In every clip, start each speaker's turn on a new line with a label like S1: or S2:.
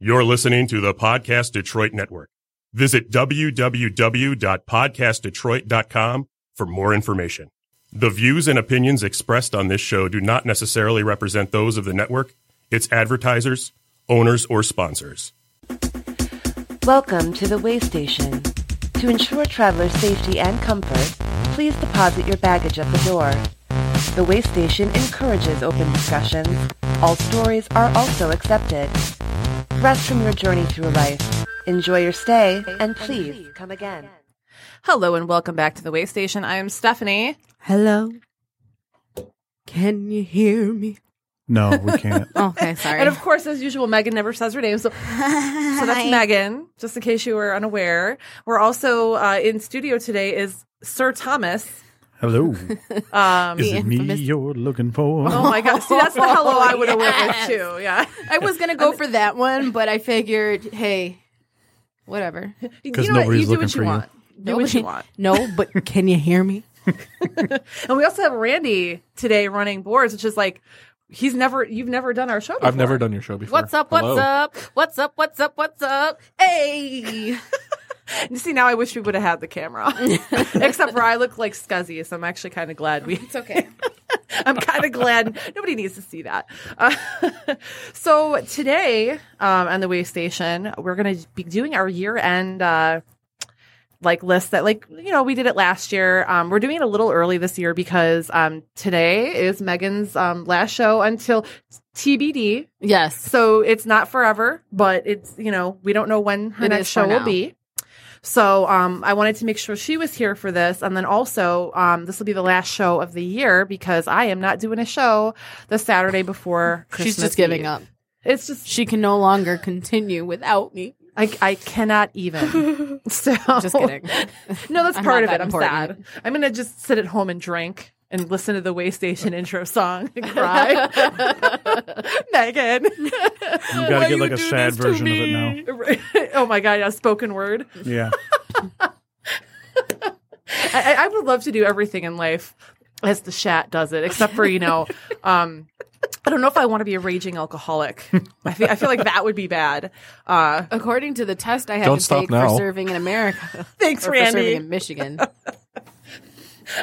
S1: You're listening to the Podcast Detroit Network. Visit www.podcastdetroit.com for more information. The views and opinions expressed on this show do not necessarily represent those of the network, its advertisers, owners, or sponsors.
S2: Welcome to the Way Station. To ensure traveler safety and comfort, please deposit your baggage at the door. The Way Station encourages open discussions. All stories are also accepted. Rest from your journey through life. Enjoy your stay, and please come again.
S3: Hello and welcome back to the Wave Station. I am Stephanie.
S4: Hello. Can you hear me?
S5: No, we can't.
S4: Okay, sorry.
S3: And of course, as usual, Megan never says her name. So, so that's Megan, just in case you were unaware. We're also uh, in studio today is Sir Thomas.
S5: Hello.
S3: Um,
S5: Is it me you're looking for?
S3: oh my God. See, that's the hello I would have went with too. Yeah.
S6: I was gonna go for that one, but I figured, hey, whatever.
S3: You
S5: 'Cause
S3: know what?
S5: nobody's
S3: You do
S5: looking
S3: what
S5: for
S3: you
S5: you.
S3: want. Do what you want.
S4: no, but can you hear me?
S3: And we also have Randy today running boards, which is like, he's never, you've never done our show before.
S7: I've never done your show before.
S6: What's up? What's up? What's up? What's up? What's up? Hey,
S3: You See, now I wish we would have had the camera. Except for I look like Scuzzy, so I'm actually kind of glad we. It's
S6: okay.
S3: I'm kind of glad nobody needs to see that. Uh, so today um, on the Wave Station, we're going to be doing our year end. Uh, like list that like you know we did it last year um we're doing it a little early this year because um today is megan's um last show until tbd
S6: yes.
S3: so it's not forever, but it's you know we don't know when her
S6: It
S3: next
S6: is for
S3: show will
S6: now.
S3: be. So um, I wanted to make sure she was here for this, and then also um, this will be the last show of the year because I am not doing a show the Saturday before. Christmas
S6: She's just giving
S3: Eve.
S6: up.
S3: It's just
S6: She can no longer continue without me.
S3: I, I cannot even. So
S6: Just kidding.
S3: No, that's
S6: I'm
S3: part of
S6: not
S3: it.
S6: that
S3: I'm
S6: important.
S3: sad. I'm gonna just sit at home and drink and listen to the way station intro song and cry. Megan, you
S5: You gotta get like a sad version of it now.
S3: oh my god, a spoken word.
S5: Yeah.
S3: I, I- I would love to do everything in life as the chat does it, except for you know, um, I don't know if I want to be a raging alcoholic. I feel, I feel like that would be bad. Uh,
S6: According to the test I had
S7: Don't
S6: to
S7: stop
S6: take
S7: now.
S6: for serving in America,
S3: thanks,
S6: or for serving
S3: Randy.
S6: in Michigan.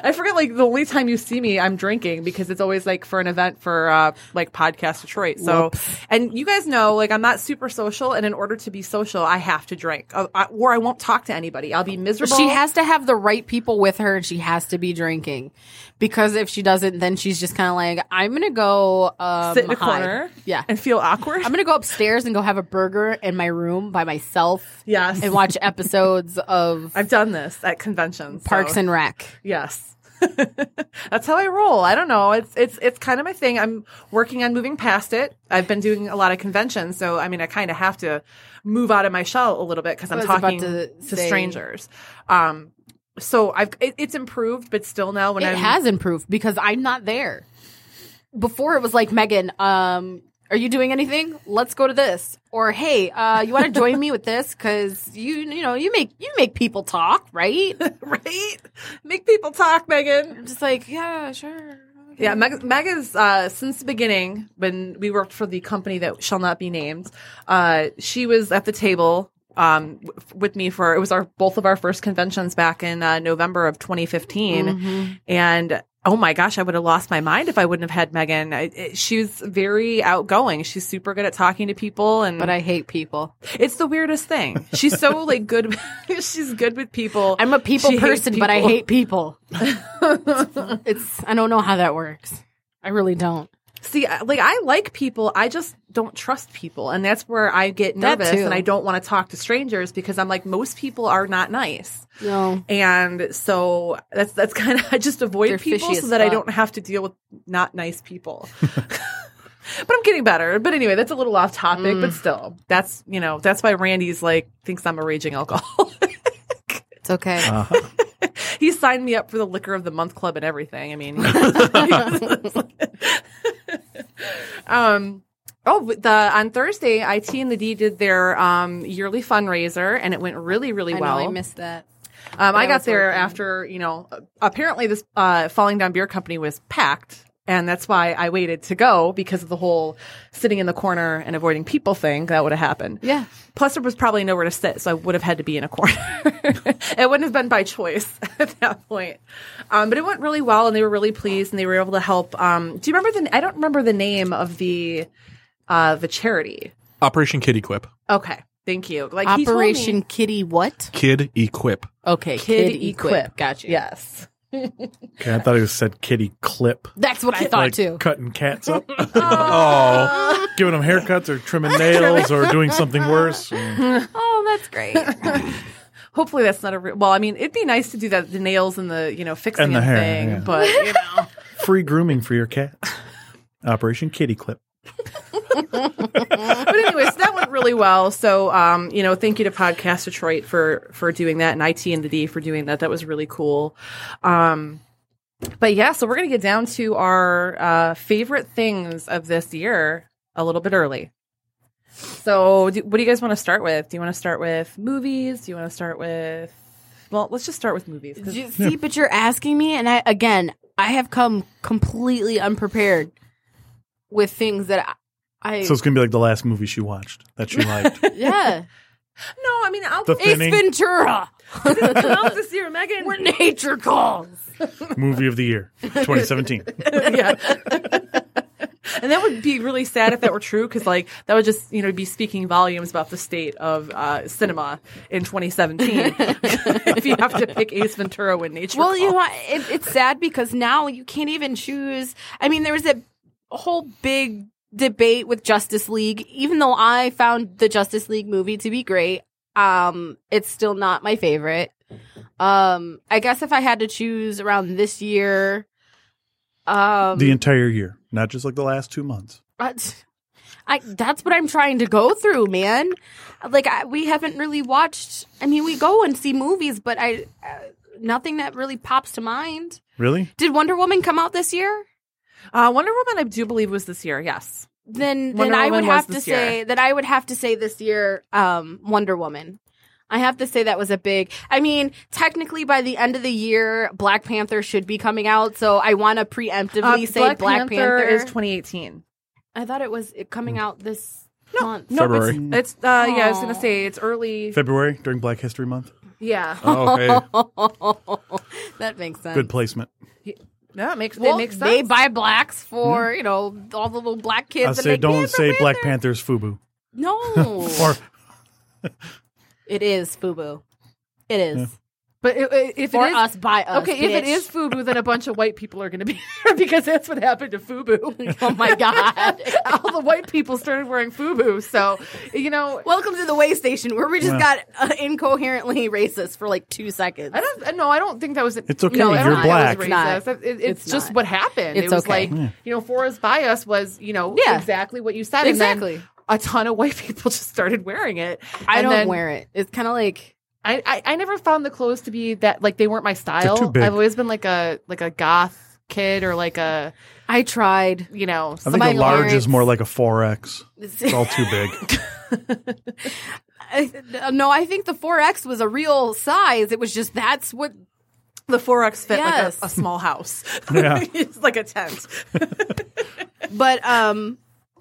S3: I forget like the only time you see me, I'm drinking because it's always like for an event for uh, like Podcast Detroit. So, and you guys know like I'm not super social, and in order to be social, I have to drink, uh, I, or I won't talk to anybody. I'll be miserable.
S6: She has to have the right people with her and she has to be drinking. Because if she doesn't, then she's just kind of like, I'm going to go um,
S3: sit in a
S6: hide."
S3: corner,
S6: Yeah.
S3: and feel awkward.
S6: I'm going to go upstairs and go have a burger in my room by myself.
S3: Yes.
S6: And watch episodes of
S3: I've done this at conventions, so-
S6: Parks and Rec.
S3: Yes. That's how I roll. I don't know. It's it's it's kind of my thing. I'm working on moving past it. I've been doing a lot of conventions, so I mean, I kind of have to move out of my shell a little bit because
S6: I
S3: I'm
S6: was about
S3: talking to,
S6: to say-
S3: strangers. Um, so I've it, it's improved, but still now when
S6: It
S3: I'm
S6: has improved because I'm not there. Before it was like, Megan, um, are you doing anything? Let's go to this. Or hey, uh, you want to join me with this? Because you, you know, you make you make people talk, right?
S3: right, make people talk, Megan.
S6: I'm just like, yeah, sure. okay."
S3: Yeah, Meg, Meg is uh, since the beginning when we worked for the company that shall not be named. Uh, she was at the table um, w- with me for it was our both of our first conventions back in uh, November of 2015,
S6: Mm-hmm.
S3: and oh my gosh, I would have lost my mind if I wouldn't have had Megan. I, it, she's very outgoing. She's super good at talking to people, and
S6: But I hate people.
S3: it's the weirdest thing. She's so like good. she's good with people.
S6: I'm a people
S3: She hates
S6: person, but I
S3: people.
S6: hate people. it's I don't know how that works. I really don't.
S3: See, I- like I like people, I just don't trust people, and that's where I get
S6: That
S3: nervous,
S6: too.
S3: and I don't want to talk to strangers because I'm like most people are not nice,
S6: No.
S3: and so that's that's kind of I just avoid
S6: They're
S3: people
S6: fishy
S3: so
S6: as
S3: that I
S6: fuck.
S3: don't have to deal with not nice people. but I'm getting better. But anyway, that's a little off topic,
S6: Mm.
S3: but still, that's you know that's why Randy's like thinks I'm a raging alcoholic.
S6: It's okay.
S5: Uh-huh.
S3: he signed me up for the liquor of the month club and everything. I mean. um oh but the on thursday it and the d did their um yearly fundraiser and it went really really
S6: I know
S3: well
S6: I missed that.
S3: um,
S6: but
S3: i
S6: I
S3: got
S6: was
S3: there
S6: working.
S3: after you know apparently this uh falling down beer company was packed And that's why I waited to go because of the whole sitting in the corner and avoiding people thing that would have happened.
S6: Yeah.
S3: Plus, there was probably nowhere to sit, so I would have had to be in a corner. it wouldn't have been by choice at that point. Um, but it went really well, and they were really pleased, and they were able to help. Um, do you remember the? I don't remember the name of the uh, the charity.
S7: Operation Kid Equip.
S3: Okay, thank you. Like he told me-
S6: Operation Kitty what?
S7: Kid Equip.
S6: Okay,
S3: Kid Equip.
S6: Gotcha.
S3: Yes.
S5: Okay, I thought it was said kitty clip.
S6: That's what I thought
S5: like
S6: too.
S5: cutting cats up,
S7: Oh,
S5: giving them haircuts or trimming nails or doing something worse.
S6: Oh, that's great.
S3: Hopefully, that's not a real. Well, I mean, it'd be nice to do that—the nails and the you know fixing
S5: And the hair,
S3: thing.
S5: yeah.
S3: But you know,
S5: Free grooming for your cats. Operation Kitty Clip.
S3: but anyways, that went really well. So, um, you know, thank you to Podcast Detroit for for doing that, and IT and the D for doing that. That was really cool. Um, but yeah, so we're gonna get down to our uh, favorite things of this year a little bit early. So, do, what do you guys want to start with? Do you want to start with movies? Do you want to start with? Well, let's just start with movies. 'cause-
S6: You- see, but you're asking me, and I again, I have come completely unprepared with things that I, I
S5: So it's gonna be like the last movie she watched that she liked.
S6: yeah,
S3: no, I mean, I'll
S5: The
S6: Ace
S5: Thinning.
S6: Ventura,
S3: I'll this year, Megan.
S6: where nature calls.
S5: movie of the year, 2017.
S3: yeah. and that would be really sad if that were true because like that would just you know be speaking volumes about the state of uh, cinema in 2017 if you have to pick ace ventura when nature
S6: Well, you
S3: Calls.
S6: know, what? it, it's sad because now you can't even choose. I mean, there was a whole big debate with Justice League. Even though I found the Justice League movie to be great, um, it's still not my favorite. Um, I guess if I had to choose around this year, um,
S5: the entire year, not just like the last two months.
S6: that's- I, that's what I'm trying to go through, man. Like I, we haven't really watched. I mean, we go and see movies, but I uh, nothing that really pops to mind.
S5: Really?
S6: Did Wonder Woman come out this year?
S3: uh, wonder woman i do believe was this year yes
S6: Then
S3: Wonder
S6: then I
S3: Woman
S6: would
S3: was
S6: have to
S3: this
S6: say
S3: year.
S6: that I would have to say this year um Wonder Woman. I have to say that was a big. I mean, technically by the end of the year Black Panther should be coming out, so I want to
S3: Uh,
S6: preemptively say Black, Panther,
S3: is 2018
S6: I thought it was coming out this month.
S3: no
S7: February.
S3: it's, it's uh, yeah i was
S6: Aw.
S3: gonna say it's early
S5: February during Black History Month.
S3: yeah
S7: oh hey.
S6: that makes sense.
S5: Good placement.
S3: no it makes
S6: Well,
S3: it makes sense
S6: they buy blacks
S3: Hmm?
S6: for you know all the little black kids.
S5: I
S6: that
S5: say
S6: make
S5: don't
S6: Panther,
S5: say Black
S6: Panther.
S5: Panther's FUBU
S6: No,
S5: or
S6: it is FUBU. It is.
S3: but it, it, if
S6: For
S3: it is
S6: us by us.
S3: okay if it
S6: bitch.
S3: is fubu then a bunch of white people are gonna be there because that's what happened to fubu
S6: Oh my god.
S3: all the white people started wearing FUBU. So, you know,
S6: Welcome to the way station where we just
S5: Well.
S6: got uh, incoherently racist for like two seconds.
S3: I don't. uh, No, I don't think that was.
S5: It's okay,
S3: No, I don't
S5: you're
S3: think that was
S6: black.
S3: racist. It- it- it's,
S6: It's
S3: just
S6: not.
S3: what happened.
S6: It's
S3: it was
S6: okay.
S3: like you know, for us by us was you know
S6: Yeah.
S3: exactly what you said. And
S6: Exactly.
S3: then a ton of white people just started wearing it.
S6: I
S3: And
S6: don't
S3: then
S6: wear it. It's kind of like
S3: I, I I never found the clothes to be that like they weren't my style.
S5: too big.
S3: I've always been like a like a goth kid or like a
S6: I tried.
S3: you know.
S5: I think
S6: Somebody
S5: a large
S6: lyrics.
S5: is more like a 4X. It's all too big.
S6: I- no, I think the 4X was a real size. It was just that's what
S3: the forex fit
S6: like a- Yes.
S3: like a,
S6: a
S3: small house.
S5: Yeah.
S3: it's like a tent.
S6: but um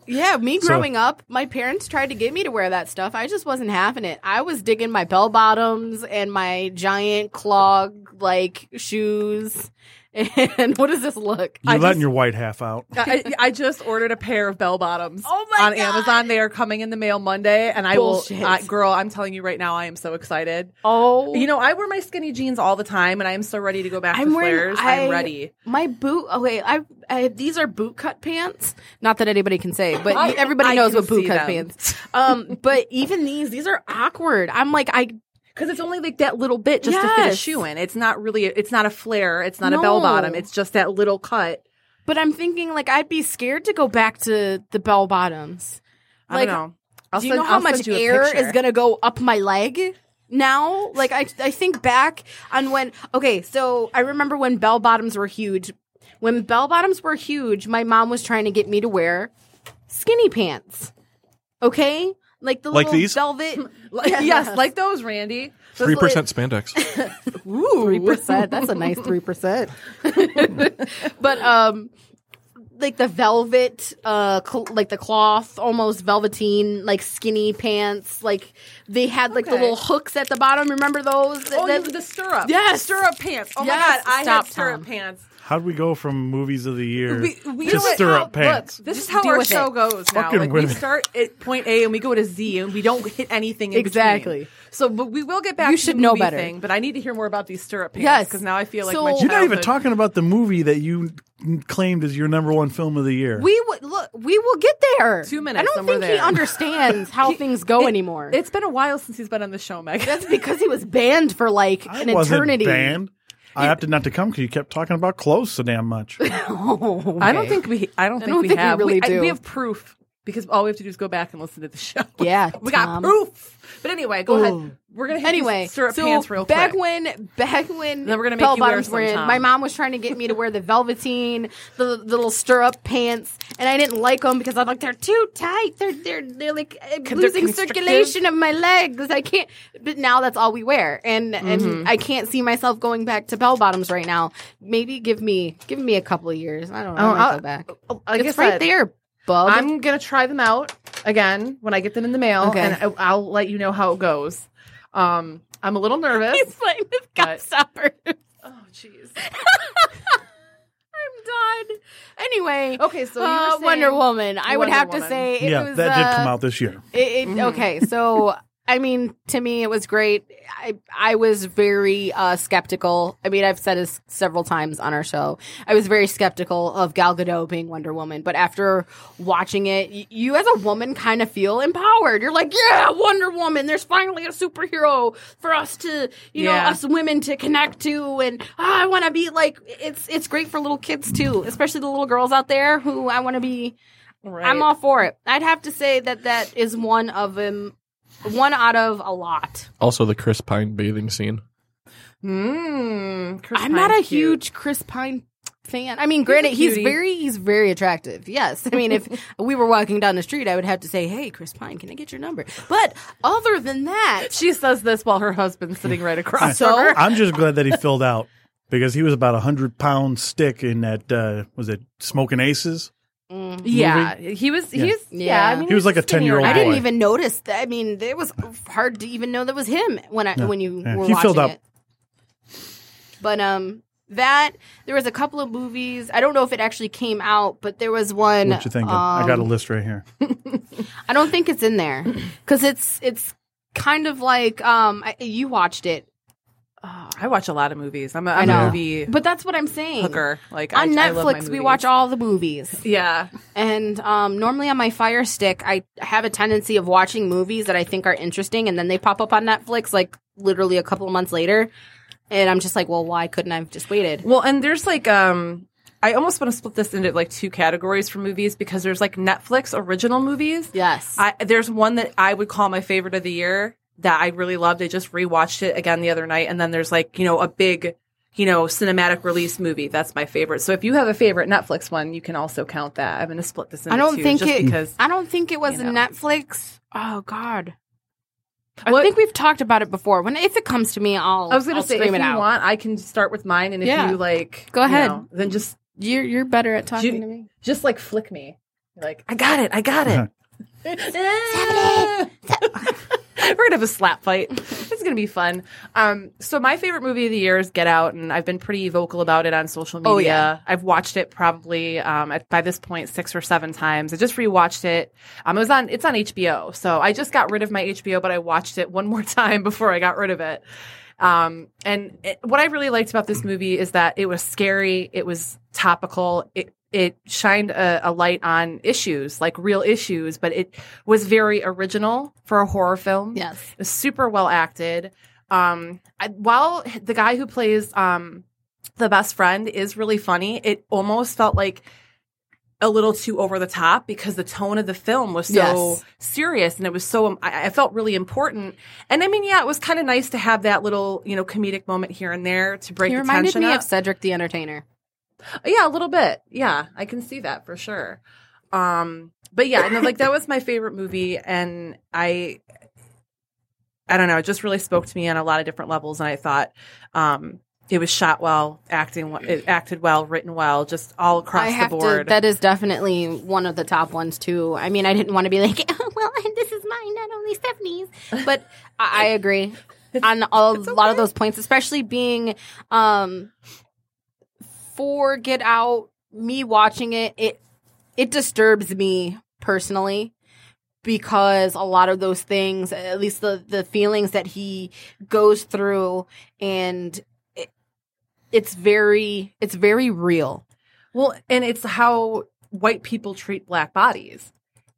S6: yeah, me
S5: So-
S6: growing up, my parents tried to get me to wear that stuff. I just wasn't having it. I was digging my bell bottoms and my giant clog like shoes. And what does this look?
S5: You're
S3: I
S5: letting
S3: just-
S5: your white half out.
S3: I, I just ordered a pair of bell bottoms
S6: Oh my
S3: on
S6: God.
S3: Amazon. They are coming in the mail Monday, and I
S6: Bullshit.
S3: will, I, girl. I'm telling you right now, I am so excited.
S6: Oh,
S3: You know, I wear my skinny jeans all the time, and I am so ready to go back to flares. I'm ready.
S6: My boot. Okay, I, I these are boot cut pants. Not that anybody can say, but
S3: I-
S6: everybody
S3: I
S6: knows
S3: can
S6: what boot
S3: see
S6: cut
S3: them.
S6: pants. Um, but even these, these are awkward. I'm like, I
S3: Because it's only like that little bit just to fit a
S6: Yes.
S3: shoe in. It's not really. It's not a flare. It's not a
S6: No.
S3: bell bottom. It's just that little cut.
S6: but I'm thinking like I'd be scared to go back to the bell bottoms.
S3: I
S6: Like,
S3: don't know. I'll
S6: Do you
S3: send-
S6: know how
S3: I'll send
S6: much
S3: you a
S6: air is
S3: picture.
S6: gonna go up my leg? Now, like I, I think back on when. Okay, so I remember when bell bottoms were huge. When bell bottoms were huge, my mom was trying to get me to wear skinny pants. Okay, like the
S7: Like
S6: little
S7: these?
S6: velvet.
S3: Like, yes, like those, Randy. Those
S7: Three
S3: little-
S7: percent spandex.
S6: Three percent. That's a nice three percent. but um, like the velvet, uh, cl- like the cloth, almost velveteen, like skinny pants. Like they had like
S3: Okay.
S6: the little hooks at the bottom. Remember those?
S3: Oh,
S6: That-
S3: the, the stirrup.
S6: Yes.
S3: stirrup pants. Oh
S6: Yes.
S3: my god, I
S6: Stop,
S3: had stirrup
S6: Tom.
S3: pants.
S5: How'd we go from movies of the year
S3: We- we
S5: to
S3: know it-
S5: stirrup
S6: how- look,
S5: pants?
S3: This
S6: Just
S3: is how
S6: deal
S3: our
S6: with
S3: show
S6: it.
S3: goes now.
S5: Fucking
S3: Like we
S5: women.
S3: start at point A and we go to Z and we don't hit anything in between.
S6: Exactly.
S3: So, but we will get back.
S6: You
S3: to
S6: should
S3: the
S6: know
S3: movie
S6: better.
S3: Thing, but I need to hear more about these stirrup pants.
S6: Yes.
S3: because now I feel like
S6: So-
S3: my
S6: You're
S5: You're not even
S3: childhood-
S5: talking about the movie that you claimed as your number one film of the year.
S6: we would look. We will get there.
S3: Two minutes
S6: I don't
S3: and we're
S6: think he
S3: there.
S6: understands how things go
S3: It-
S6: anymore.
S3: It's been a while since he's been on the show, Meg.
S6: That's because he was banned for like
S5: I
S6: an
S5: wasn't
S6: eternity.
S5: banned. I opted not to come because you kept talking about clothes so damn much.
S6: Oh,
S3: I don't
S6: okay.
S3: think we. I don't think
S6: don't
S3: we
S6: think we
S3: have.
S6: really
S3: I-
S6: do.
S3: we have proof because all we have to do is go back and listen to the show.
S6: Yeah,
S3: we got
S6: Tom.
S3: proof. But anyway, go
S6: Ooh.
S3: ahead. We're gonna hit these
S6: Anyway,
S3: stirrup
S6: so
S3: pants real
S6: back
S3: quick.
S6: when back when
S3: Then we're gonna make
S6: bell
S3: you wear
S6: bottoms
S3: some,
S6: were in,
S3: Tom.
S6: my mom was trying to get me to wear the velveteen, the, the little stirrup pants, and I didn't like them because I'm like they're too tight. They're they're they're like I'm
S3: they're
S6: losing
S3: constrictive.
S6: circulation of my legs. I can't. But now that's all we wear, and
S3: Mm-hmm.
S6: and I can't see myself going back to bell bottoms right now. Maybe give me give me a couple of years. I don't know.
S3: Oh,
S6: I might
S3: I'll-
S6: go back.
S3: I
S6: it's right there, bub.
S3: I'm gonna try them out again when I get them in the mail,
S6: Okay.
S3: and I, I'll let you know how it goes. Um, I'm a little
S6: He's
S3: nervous.
S6: playing with
S3: But-
S6: gobstoppers.
S3: oh, jeez.
S6: I'm done. Anyway,
S3: Okay, so you were
S6: uh,
S3: saying-
S6: Wonder Woman. I would
S3: Wonder
S6: have to
S3: Woman.
S6: say it
S5: yeah,
S6: was
S5: that
S6: uh,
S5: did come out this year.
S6: It, it, Okay, so I mean, to me, it was great. I I was very uh, skeptical. I mean, I've said this several times on our show. I was very skeptical of Gal Gadot being Wonder Woman, but after watching it, y- you as a woman kind of feel empowered. You're like, yeah, Wonder Woman. There's finally a superhero for us to, you know,
S3: Yeah.
S6: us women to connect to, and ah, I want to be like. It's it's great for little kids too, especially the little girls out there who I want to be. I'm all for it. I'd have to say that that is one of them, one out of a lot.
S7: Also, the Chris Pine bathing scene.
S3: Mm, Chris
S6: I'm not a
S3: Pine's cute.
S6: huge Chris Pine fan. I mean, granted, he's,
S3: cutie.
S6: very he's very attractive. Yes, I mean, if we were walking down the street, I would have to say, "Hey, Chris Pine, can I get your number?" But other than that,
S3: She says this while her husband's sitting right across
S6: So?
S3: from her.
S5: I'm just glad that he filled out because he was about a hundred pound stick in that. Uh, was it Smoking Aces?
S3: Yeah, he was. He
S5: Yeah.
S3: was. Yeah, I
S6: Yeah.
S3: mean,
S5: He was like a
S3: skinnier.
S5: 10-year-old
S6: I
S5: boy.
S6: didn't even notice that. I mean, it was hard to even know that was him when I when you
S5: Yeah.
S6: were
S5: He
S6: watching
S5: filled up.
S6: it. But um, that there was a couple of movies. I don't know if it actually came out, but there was one.
S5: What you thinking? I
S6: um,
S5: got a list right here.
S6: I don't think it's in there because it's it's kind of like um I, you watched it,
S3: I watch a lot of movies. I'm a,
S6: I
S3: I'm
S6: know.
S3: a movie
S6: but that's what I'm saying.
S3: hooker. Like
S6: On
S3: I, I love my
S6: Netflix, we
S3: movies.
S6: watch all the movies.
S3: Yeah,
S6: And um, normally on my Fire Stick, I have a tendency of watching movies that I think are interesting, and then they pop up on Netflix like literally a couple of months later, and I'm just like, well, why couldn't I have just waited?
S3: Well, and there's like um I almost want to split this into like two categories for movies because there's like Netflix original movies.
S6: Yes,
S3: I there's one that I would call my favorite of the year that I really loved. I just rewatched it again the other night and then there's like, you know, a big you know, cinematic release movie. That's my favorite. So if you have a favorite Netflix one, you can also count that. I'm going to split this into
S6: I don't
S3: two
S6: think
S3: just
S6: it.
S3: because
S6: I don't think it was
S3: you know.
S6: Netflix. Oh God, I
S3: What-
S6: think we've talked about it before. When if it comes to me, I'll
S3: I was going
S6: I'll
S3: to say if
S6: scream
S3: you
S6: it out.
S3: want, I can start with mine and if
S6: Yeah.
S3: you like
S6: Go
S3: you
S6: ahead.
S3: know, then just
S6: you're you're better at talking
S3: You-
S6: to me.
S3: just like flick me. Like, I got it, I got it. We're gonna have a slap fight. It's gonna be fun. Um, so my favorite movie of the year is Get Out, and I've been pretty vocal about it on social media.
S6: Oh, yeah.
S3: I've watched it probably um, at, by this point six or seven times. I just rewatched it. Um, it was on it's on HBO, so I just got rid of my HBO, but I watched it one more time before I got rid of it. Um, and it, what I really liked about this movie is that it was scary. It was topical. It it shined a, a light on issues, like real issues, but it was very original for a horror film.
S6: Yes,
S3: It was super well acted. Um, I, while the guy who plays um, the best friend is really funny, it almost felt like a little too over the top because the tone of the film was so
S6: Yes.
S3: serious and it was so um, I, I felt really important. And I mean, yeah, it was kind of nice to have that little you know comedic moment here and there to break
S6: he
S3: the
S6: reminded
S3: tension
S6: me
S3: up.
S6: of Cedric the Entertainer.
S3: Yeah, a little bit. Yeah, I can see that for sure. Um, but yeah, no, like that was my favorite movie, and I, I don't know, it just really spoke to me on a lot of different levels, and I thought, um, It was shot well, acting w- it acted well, written well, just all across
S6: I have
S3: the board.
S6: to. That is definitely one of the top ones too. I mean, I didn't want to be like, oh, well, this is mine, not only Stephanie's, but I, I agree on all, a lot of those points, especially being um, for Get Out. Me watching it, it it disturbs me personally because a lot of those things, at least the the feelings that he goes through, and it, it's very it's very real.
S3: well, and it's how white people treat black bodies.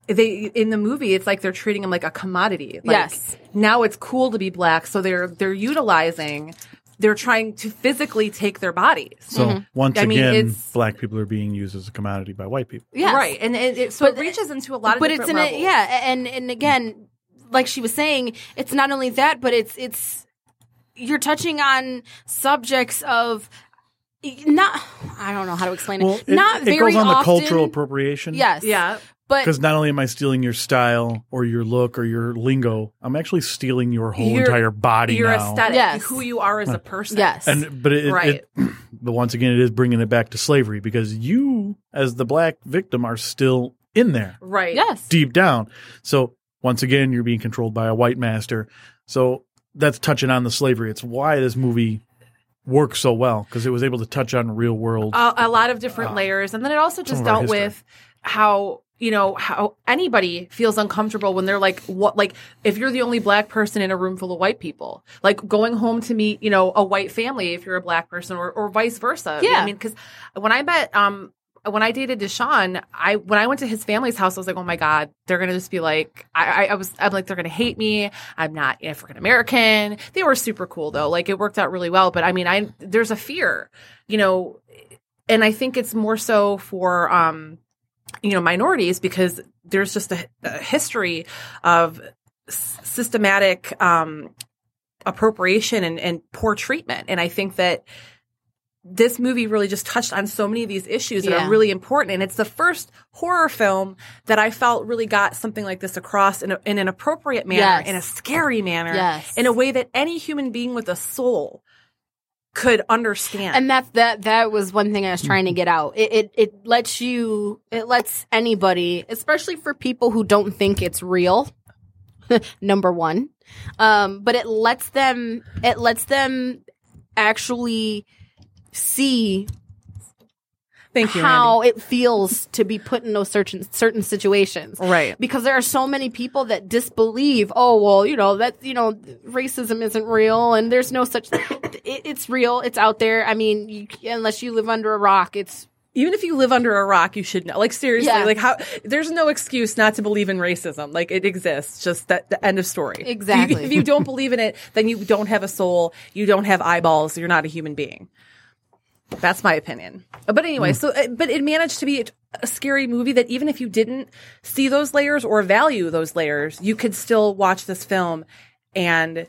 S3: They in the movie, it's like they're treating them like a commodity. Like,
S6: yes.
S3: now it's cool to be black, so they're they're utilizing. They're trying to physically take their bodies.
S5: So once
S3: Mm-hmm. I mean,
S5: again,
S3: it's-
S5: black people are being used as a commodity by white people.
S6: Yes.
S3: Right, and it, it, so
S6: But-
S3: it reaches into a lot of
S6: but
S3: different
S6: it's in
S3: levels.
S6: a yeah a- and and again like she was saying it's not only that but it's it's you're touching on subjects of not i don't know how to explain it
S5: Well, it,
S6: not
S5: it
S6: very
S5: goes on
S6: often
S5: the cultural appropriation.
S6: yes
S3: yeah.
S6: but
S5: Because not only am I stealing your style or your look or your lingo, I'm actually stealing your whole
S3: Your-
S5: entire body
S3: Your
S5: now.
S3: aesthetic,
S6: Yes.
S3: who you are as a person.
S6: yes
S5: And but it, it-
S3: Right.
S5: it- but once again, it is bringing it back to slavery because you, as the black victim, are still in there
S3: Right.
S6: yes
S5: deep down. So once again, you're being controlled by a white master. So that's touching on the slavery. It's why this movie works so well because it was able to touch on real world.
S3: a, a lot of different layers and then it also just
S5: of our
S3: dealt
S5: history.
S3: with how you know how anybody feels uncomfortable when they're like what like if you're the only black person in a room full of white people like going home to meet you know a white family if you're a black person or, or vice versa You know what
S6: Yeah.
S3: i mean because when i met um when I dated Deshaun, I when I went to his family's house, I was like, "Oh my god, they're gonna just be like, I, I, I was, I'm like, they're gonna hate me. I'm not African American." They were super cool though, like it worked out really well. But I mean, I there's a fear, you know, and I think it's more so for um, you know minorities because there's just a, a history of s- systematic um, appropriation and, and poor treatment, and I think that this movie really just touched on so many of these issues that
S6: Yeah.
S3: are really important, and it's the first horror film that I felt really got something like this across in, a, in an appropriate manner,
S6: Yes.
S3: in a scary manner,
S6: Yes.
S3: in a way that any human being with a soul could understand.
S6: and that's that that was one thing i was trying to get out it, it it lets you it lets anybody especially for people who don't think it's real number one um but it lets them it lets them actually see
S3: Thank you,
S6: how it feels to be put in those certain certain situations
S3: Andy. right?
S6: because there are so many people that disbelieve oh well you know that you know racism isn't real and there's no such it, it's real it's out there i mean you, unless you live under a rock it's
S3: even if you live under a rock, you should know. Like seriously,
S6: Yeah.
S3: like how there's no excuse not to believe in racism. Like it exists. Just that the end of story.
S6: Exactly.
S3: If you, if you don't believe in it, then you don't have a soul. You don't have eyeballs. You're not a human being. That's my opinion. But anyway, so uh, but it managed to be a scary movie that even if you didn't see those layers or value those layers, you could still watch this film and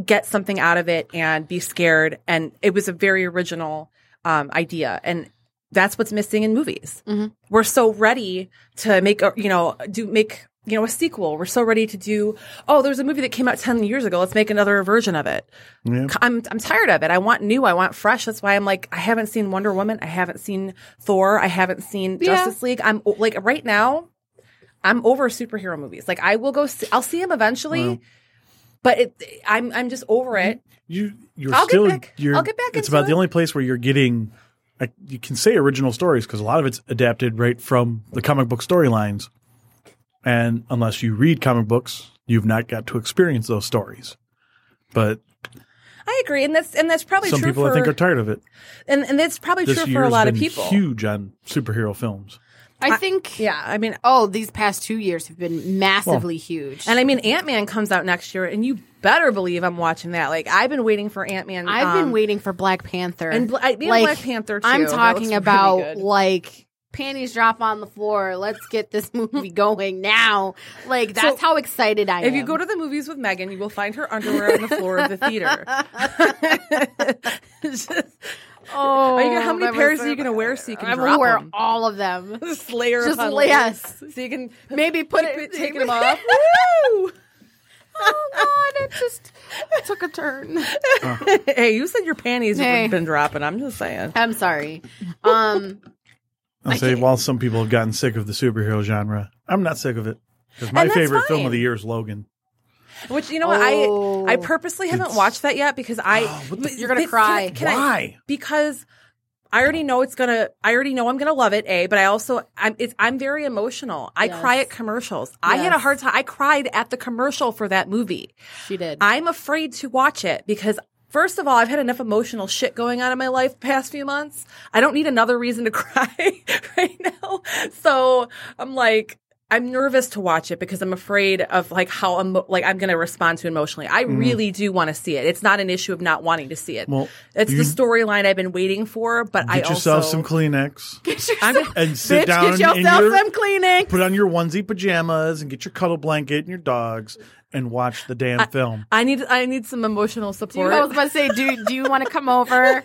S3: get something out of it and be scared. And it was a very original um, idea, and that's what's missing in movies. We're so ready to make a you know do make you know a sequel. We're so ready to do oh, there's a movie that came out ten years ago. Let's make another version of it.
S5: Yeah.
S3: I'm I'm tired of it. I want new. I want fresh. That's why I'm like I haven't seen Wonder Woman. I haven't seen Thor. I haven't seen
S6: Yeah.
S3: Justice League. I'm o- like right now, I'm over superhero movies. Like I will go. See, I'll see them eventually, but it, I'm I'm just over it.
S5: you you're
S3: I'll get
S5: still
S3: back-
S5: you're
S3: I'll get back
S5: it's
S3: into
S5: about the
S3: it.
S5: only place where you're getting I, you can say original stories because a lot of it's adapted right from the comic book storylines and unless you read comic books you've not got to experience those stories but
S3: I agree, and that's and that's probably
S5: some
S3: true
S5: people
S3: for
S5: i think are tired of it
S3: and and that's probably
S5: this
S3: true
S5: year
S3: for a
S5: has
S3: lot
S5: been
S3: of people.
S5: huge on superhero films
S6: i think
S3: Yeah, I mean,
S6: oh these past two years have been massively huge
S3: and I mean, Ant Man comes out next year, and you better believe I'm watching that. Like I've been waiting for um, Ant Man.
S6: i've been waiting for black panther
S3: and Bla- I- and Black Panther, too.
S6: i'm
S3: That
S6: talking
S3: looks really
S6: about
S3: good.
S6: like panties drop on the floor let's get this movie going now like that's how excited i am
S3: If you go to the movies with Megan, you will find her underwear on the floor of the theater.
S6: oh
S3: Are you gonna, how many
S6: that was
S3: pairs
S6: so
S3: are you going to
S6: bad.
S3: wear so you can
S6: I'm
S3: drop
S6: gonna wear
S3: 'em?
S6: all of them.
S3: Just layer
S6: Just
S3: upon layer.
S6: lay- yes.
S3: so you can
S6: Maybe put
S3: keep
S6: it
S3: taking them off. Woo!
S6: oh god, it just took a turn.
S3: hey, you said your panties
S6: Hey.
S3: have been dropping. I'm just saying.
S6: I'm sorry. Um,
S5: I'll say, while some people have gotten sick of the superhero genre, I'm not sick of it. 'Cause my
S3: And that's
S5: favorite film
S3: fine.
S5: of the year is Logan.
S3: Which you know what
S6: Oh.
S3: I I purposely haven't watched that yet because I
S6: You're gonna
S3: Can I-
S6: cry.
S3: can I-
S5: Why?
S3: because I already know it's gonna. I already know I'm gonna love it. A, but I also I'm it's, I'm very emotional. I cry
S6: Yes.
S3: at commercials. I had a
S6: Yes.
S3: hard time. I cried at the commercial for that movie.
S6: she did.
S3: I'm afraid to watch it because. First of all, I've had enough emotional shit going on in my life the past few months. I don't need another reason to cry right now. So I'm like, I'm nervous to watch it because I'm afraid of like how emo- like I'm going to respond to emotionally. I really do want to see it. It's not an issue of not wanting to see it.
S5: Mm. Well,
S3: it's
S5: you-
S3: the storyline I've been waiting for, but I
S5: Get yourself
S3: also
S5: some Kleenex
S3: I'm gonna-
S5: and sit
S6: Bitch,
S5: down
S6: get
S5: in
S6: yourself
S5: your-
S6: some cleaning.
S5: put on your onesie pajamas and get your cuddle blanket and your dogs and watch the damn film.
S3: I need I need some emotional support.
S6: I was about to say, do do you want to come over?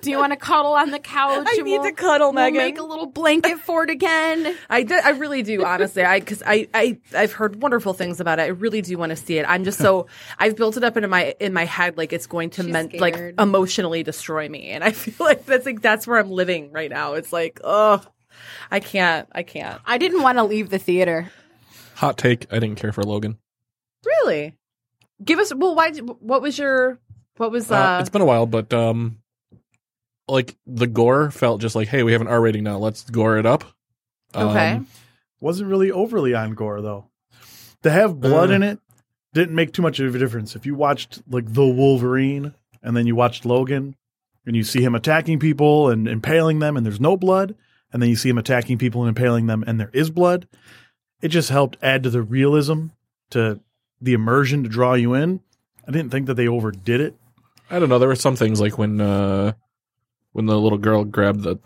S6: Do you want to cuddle on the couch?
S3: I
S6: and
S3: need to cuddle,
S6: we'll
S3: Megan.
S6: Make a little blanket for it again.
S3: I, do- I really do, honestly. I because I I I've heard wonderful things about it. I really do want to see it. I'm just so I've built it up into my in my head like it's going to
S6: She's
S3: men-
S6: scared.
S3: like emotionally destroy me, and I feel like that's like that's where I'm living right now. It's like oh, I can't, I can't.
S6: I didn't want to leave the theater.
S7: Hot take. I didn't care for Logan.
S3: Really, give us well. Why? What was your what was uh?
S7: Uh, it's been a while, but um, like the gore felt just like, hey, we have an R rating now. Let's gore it up. Um,
S3: Okay.
S5: Wasn't really overly on gore though. To have blood
S7: Uh.
S5: in it didn't make too much of a difference. If you watched like The Wolverine and then you watched Logan and you see him attacking people and impaling them and there's no blood, and then you see him attacking people and impaling them and there is blood, it just helped add to the realism, to the immersion to draw you in. I didn't think that they overdid it.
S7: I don't know. There were some things like when uh, when the little girl grabbed the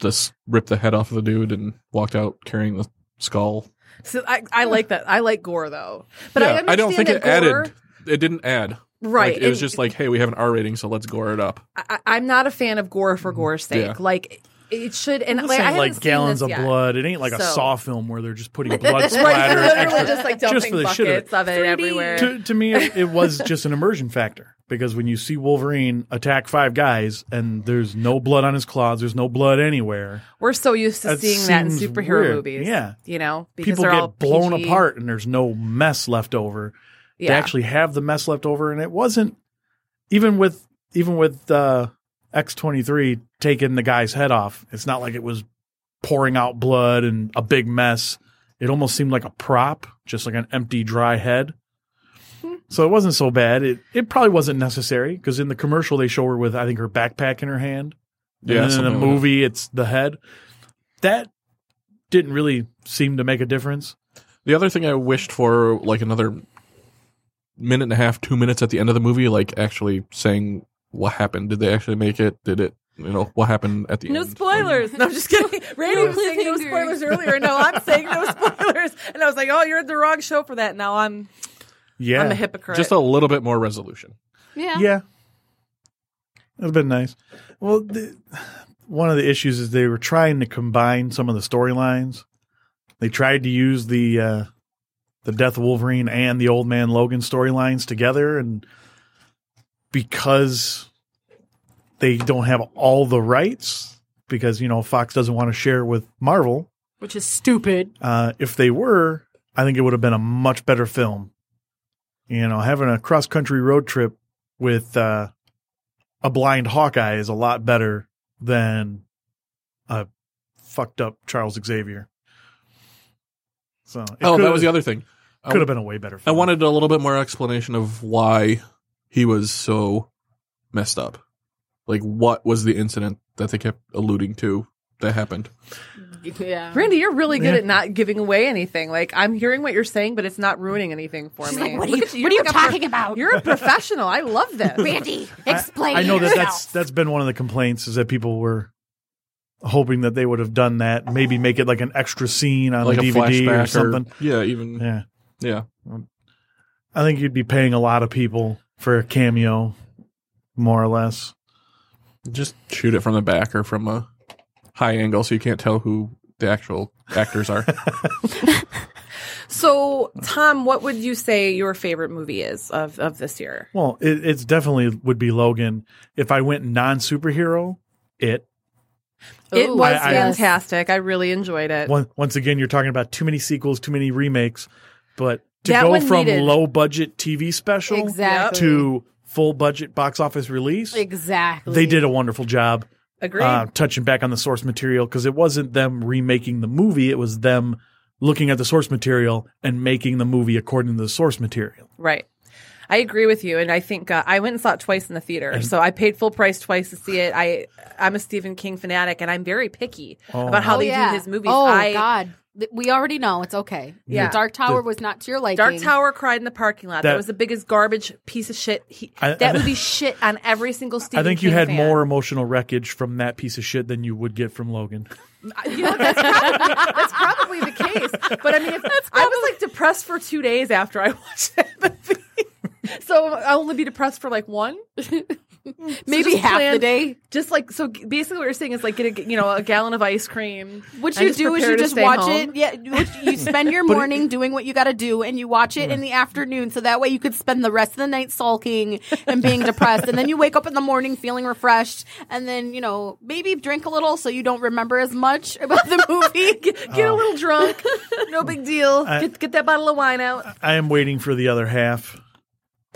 S7: this ripped the head off of the dude and walked out carrying the skull.
S3: So I, I like that. I like gore though, but
S7: Yeah,
S3: I, understand
S7: don't think
S3: that
S7: it
S3: gore,
S7: added. It didn't add.
S3: Right,
S7: Like, it was
S3: and
S7: just like, hey, we have an R rating, so let's gore it up.
S3: I, I'm not a fan of gore for gore's sake.
S7: Yeah.
S3: Like it should, and
S5: This
S3: like, I
S5: ain't
S3: haven't
S5: like
S3: seen
S5: gallons
S3: this
S5: of
S3: yet.
S5: blood. It ain't like a
S3: So-
S5: Saw film where they're just putting blood
S3: Right,
S5: splatters.
S3: they're literally
S5: extra-
S3: just like
S5: just
S3: dumping
S5: for the shit of it.
S3: buckets of it,
S6: 3D.
S3: everywhere.
S5: to, to me, it, it was just an immersion factor because when you see Wolverine attack five guys and there's no blood on his claws, there's no blood anywhere.
S3: We're so used to
S5: That
S3: seeing that in
S5: seems
S3: superhero
S5: weird.
S3: movies.
S5: Yeah.
S3: you know, because
S5: People
S3: they're all
S5: get blown
S3: PG.
S5: apart and there's no mess left over.
S3: Yeah,
S5: They actually have the mess left over, and it wasn't even with even with uh, X twenty three taking the guy's head off. It's not like it was pouring out blood and a big mess. It almost seemed like a prop, just like an empty, dry head.
S3: Hmm.
S5: So it wasn't so bad. It it probably wasn't necessary because in the commercial they show her with I think her backpack in her hand.
S7: Yeah,
S5: and then in
S7: something
S5: the
S7: like that.
S5: movie it's the head. That didn't really seem to make a difference.
S7: The other thing I wished for, like another minute and a half, two minutes at the end of the movie, like actually saying what happened. Did they actually make it? Did it? You know what happened at the
S3: no
S7: end?
S3: spoilers. No, I'm just kidding. Randy was saying no
S6: cliffhangers.
S3: spoilers earlier. No, I'm saying no spoilers, and I was like, oh, you're at the wrong show for that. Now I'm
S5: Yeah,
S3: I'm a hypocrite.
S7: Just a little bit more resolution.
S6: Yeah.
S5: Yeah. It'd been nice. Well, the, one of the issues is they were trying to combine some of the storylines. They tried to use the uh, the Death of Wolverine and the Old Man Logan storylines together, and because they don't have all the rights, because you know Fox doesn't want to share with Marvel,
S6: Which is stupid.
S5: uh, if they were, I think it would have been a much better film. You know, having a cross country road trip with uh, a blind Hawkeye is a lot better than a fucked up Charles Xavier. So it
S7: oh, that was the
S5: could
S7: other thing. I-
S5: have been a way better.
S7: I
S5: Film.
S7: wanted a little bit more explanation of why he was so messed up. Like, what was the incident that they kept alluding to that happened?
S6: Yeah.
S3: Randy, you're really good
S5: Yeah.
S3: at not giving away anything. Like I'm hearing what you're saying, but it's not ruining anything for
S6: She's
S3: me.
S6: like, what are
S3: Look
S6: you-
S3: at
S6: what are you
S3: You're like a
S6: talking about?
S3: You're a professional. I love this.
S6: Randy, explain.
S5: I know that
S6: yourself.
S5: that's that's been one of the complaints is that people were hoping that they would have done that, maybe make it like an extra scene on
S7: Like
S5: a
S7: a
S5: DVD
S7: flashback
S5: or something.
S7: yeah, even yeah.
S5: yeah. I think you'd be paying a lot of people for a cameo, more or less.
S7: Just shoot it from the back or from a high angle so you can't tell who the actual actors are.
S3: So, Tom, what would you say your favorite movie is of, of this year?
S5: Well, it, it's definitely would be Logan. If I went non superhero, it.
S3: It
S6: Ooh,
S3: was
S5: I- I-
S3: fantastic. I really enjoyed it.
S5: Once, once again, you're talking about too many sequels, too many remakes. But to
S3: That
S5: go
S3: one
S5: from
S3: needed-
S5: low budget TV special
S6: Exactly.
S5: to full budget box office release,
S6: Exactly.
S5: they did a wonderful job.
S3: Agreed.
S5: uh, touching back on the source material because it wasn't them remaking the movie; it was them looking at the source material and making the movie according to the source material.
S3: right. I agree with you, and I think uh, I went and saw it twice in the theater. So I paid full price twice to see it. I I'm a Stephen King fanatic, and I'm very picky about how
S6: Oh,
S3: they
S6: yeah.
S3: do his movies.
S6: Oh
S3: I,
S6: God, Th- we already know it's okay.
S3: Yeah.
S6: The Dark Tower was not to your liking.
S3: Dark Tower cried in the parking lot. That,
S5: That-
S3: was the biggest garbage piece of shit. He,
S5: I-
S3: that
S5: I-
S3: would be shit on every single Stephen.
S5: I think
S3: King
S5: you had
S3: fan.
S5: more emotional wreckage from that piece of shit than you would get from Logan.
S3: You know, that's, probably, that's probably the case. But I mean, if, I was like depressed for two days after I watched that movie. So I'll only be depressed for like one,
S6: Maybe
S3: just
S6: half the
S3: plan-
S6: day.
S3: just like so. Basically, what you're saying is like get a you know a gallon of ice cream.
S6: What
S3: and
S6: you
S3: just
S6: do is
S3: prepare
S6: you
S3: to
S6: just
S3: stay
S6: watch
S3: home.
S6: it. Yeah, which you spend your morning doing what you got to do, and you watch it in the afternoon, so that way you could spend the rest of the night sulking and being depressed, and then you wake up in the morning feeling refreshed, and then you know maybe drink a little so you don't remember as much about the movie.
S3: Get a
S5: Oh.
S3: little drunk, no big deal. get, get that bottle of wine out.
S5: I am waiting for the other half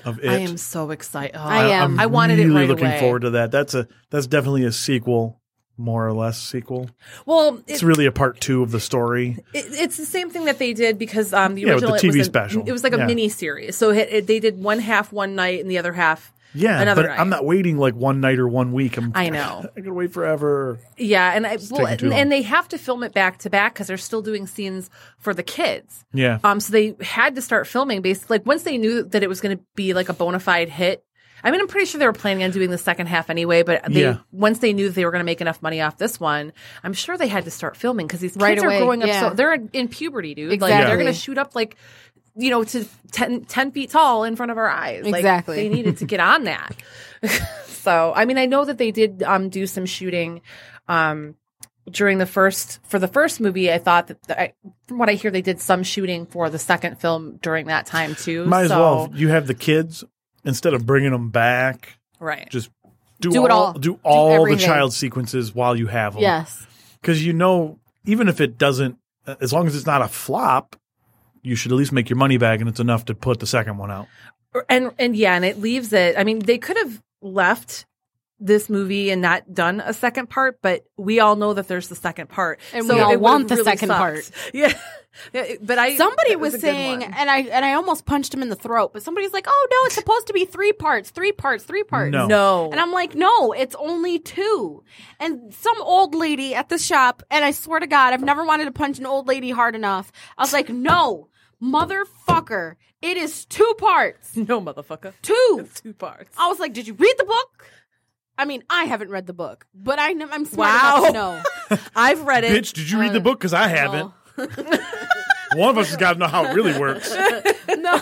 S5: of it.
S3: I am so excited. Oh,
S6: I am.
S3: I wanted
S5: really
S3: it right
S5: looking
S3: away.
S5: forward to that. That's a that's definitely a sequel, more or less sequel.
S3: well, it,
S5: It's really a part two of the story.
S3: It, it's the same thing that they did because um, the
S5: Yeah, with the
S3: original it
S5: TV
S3: was a-
S5: special.
S3: It was like a
S5: Yeah.
S3: mini series, so it, it, they did one half one night and the other half.
S5: Yeah,
S3: another
S5: but
S3: night.
S5: I'm not waiting like one night or one week. I'm,
S3: I know.
S5: I could wait forever.
S3: Yeah, and I well,
S5: taking too
S3: and,
S5: long.
S3: and they have to film it back to back because they're still doing scenes for the kids.
S5: Yeah.
S3: Um, so they had to start filming basically like once they knew that it was going to be like a bona fide hit. I mean, I'm pretty sure they were planning on doing the second half anyway, but they
S5: Yeah.
S3: once they knew that they were going to make enough money off this one, I'm sure they had to start filming because these kids
S6: Right
S3: are
S6: away,
S3: growing up.
S6: yeah.
S3: So they're in, in puberty, dude. Like
S6: Exactly.
S3: they're going to shoot up like you know to 10, 10 feet tall in front of our eyes. Like,
S6: Exactly.
S3: they needed to get on that. so I mean, I know that they did um do some shooting. Um, during the first for the first movie, I thought that I, from what I hear, they did some shooting for the second film during that time
S6: Oh,
S3: too.
S5: Might as
S3: so,
S5: well. You have the kids instead of bringing them back.
S3: right?
S5: Just do,
S6: Do
S5: all,
S6: it all.
S5: Do
S6: Do
S5: all the
S6: everything.
S5: child sequences while you have them.
S6: yes,
S5: because you know, even if it doesn't, uh, as long as it's not a flop, you should at least make your money back, and it's enough to put the second one out.
S3: and and yeah, and it leaves it. I mean, they could have left this movie and not done a second part, but we all know that there's the second part,
S6: And
S3: So
S6: we all
S3: it would've
S6: want the
S3: really
S6: second
S3: sucked.
S6: part.
S3: Yeah, Yeah, it- but I
S6: somebody
S3: that
S6: was,
S3: a good
S6: saying,
S3: one.
S6: and I and I almost punched him in the throat, but somebody's like, "Oh no, it's supposed to be three parts, three parts, three parts."
S5: No.
S3: no,
S6: And I'm like, no, it's only two. And some old lady at the shop, and I swear to God, I've never wanted to punch an old lady hard enough. I was like, no, motherfucker, it is two parts.
S3: no motherfucker,
S6: Two.
S3: two parts.
S6: I was like, did you read the book? I mean, I haven't read the book, but I know, I'm smart
S3: Wow.
S6: enough to know.
S3: I've read it.
S5: Bitch, did you read the book? Because I haven't. One of us has got to know how it really works.
S6: no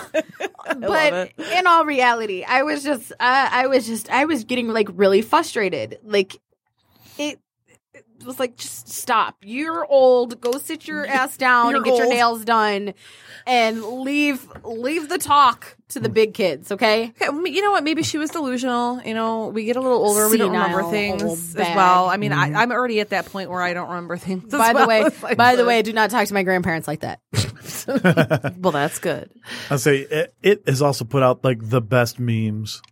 S6: but in all reality i was just uh, i was just i was getting like really frustrated like it, it was like just stop you're old go sit your ass down and get your
S3: old.
S6: nails done and leave leave the talk to
S3: Mm.
S6: the big kids okay
S3: Okay, m- you know what? Maybe she was delusional. You know, we get a little older, we don't remember
S6: Senile Oh, old
S3: things as
S6: bag.
S3: well. I mean, I, I'm already at that point where I don't remember things. as
S6: by the
S3: well
S6: way
S3: as I
S6: by the
S3: should.
S6: way do not talk to my grandparents like that
S3: well, that's good.
S5: I'll say it, it has also put out like the best memes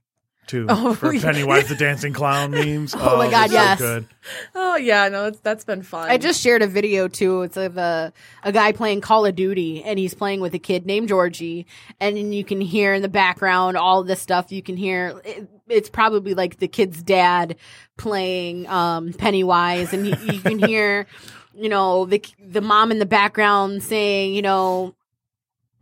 S5: too
S3: Oh,
S5: for
S3: yeah.
S5: Pennywise the Dancing Clown memes. Oh,
S6: my God,
S5: they're so
S6: yes.
S5: good.
S3: Oh yeah, no, it's, that's been fun.
S6: I just shared a video too. It's of a a guy playing Call of Duty, and he's playing with a kid named Georgie, and then you can hear in the background all this stuff. You can hear it, it's probably like the kid's dad playing um, Pennywise, and you, you can hear, you know, the the mom in the background saying, you know.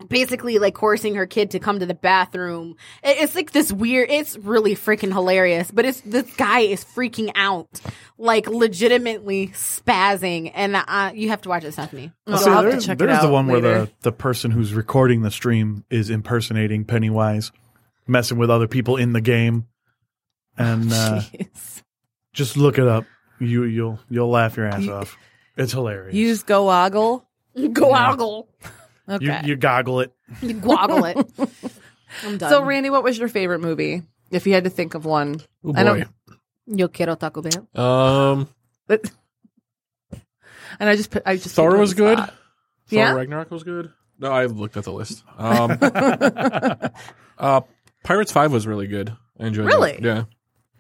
S6: Basically, like forcing her kid to come to the bathroom. It- It's like this weird. It's really freaking hilarious. But it's this guy is freaking out like legitimately spazzing, and uh, you have to watch it, Stephanie.
S5: I'll
S3: You'll
S5: say
S3: have to
S5: there's
S3: check it
S5: there's the
S3: out
S5: one where the,
S3: later.
S5: the person who's recording the stream is impersonating Pennywise, messing with other people in the game, and uh,
S3: Jeez.
S5: just look it up. You you'll you'll laugh your ass off. It's hilarious.
S3: use Googgle.
S6: Goggle.
S5: You,
S3: Okay.
S5: you goggle it.
S6: You Goggle it. I'm done.
S3: so, Randy, what was your favorite movie? If you had to think of one,
S7: Oh
S3: I
S7: boy.
S3: don't-
S6: Yo quiero Taco Bell.
S7: Um,
S3: but, and I just put I just
S7: Thor
S3: picked
S7: was
S3: one
S7: good.
S3: spot.
S7: Thor
S3: Yeah?
S7: Ragnarok was good. No, I looked at the list. Um, uh, Pirates Five was really good. I enjoyed. that.
S3: Really?
S7: Yeah.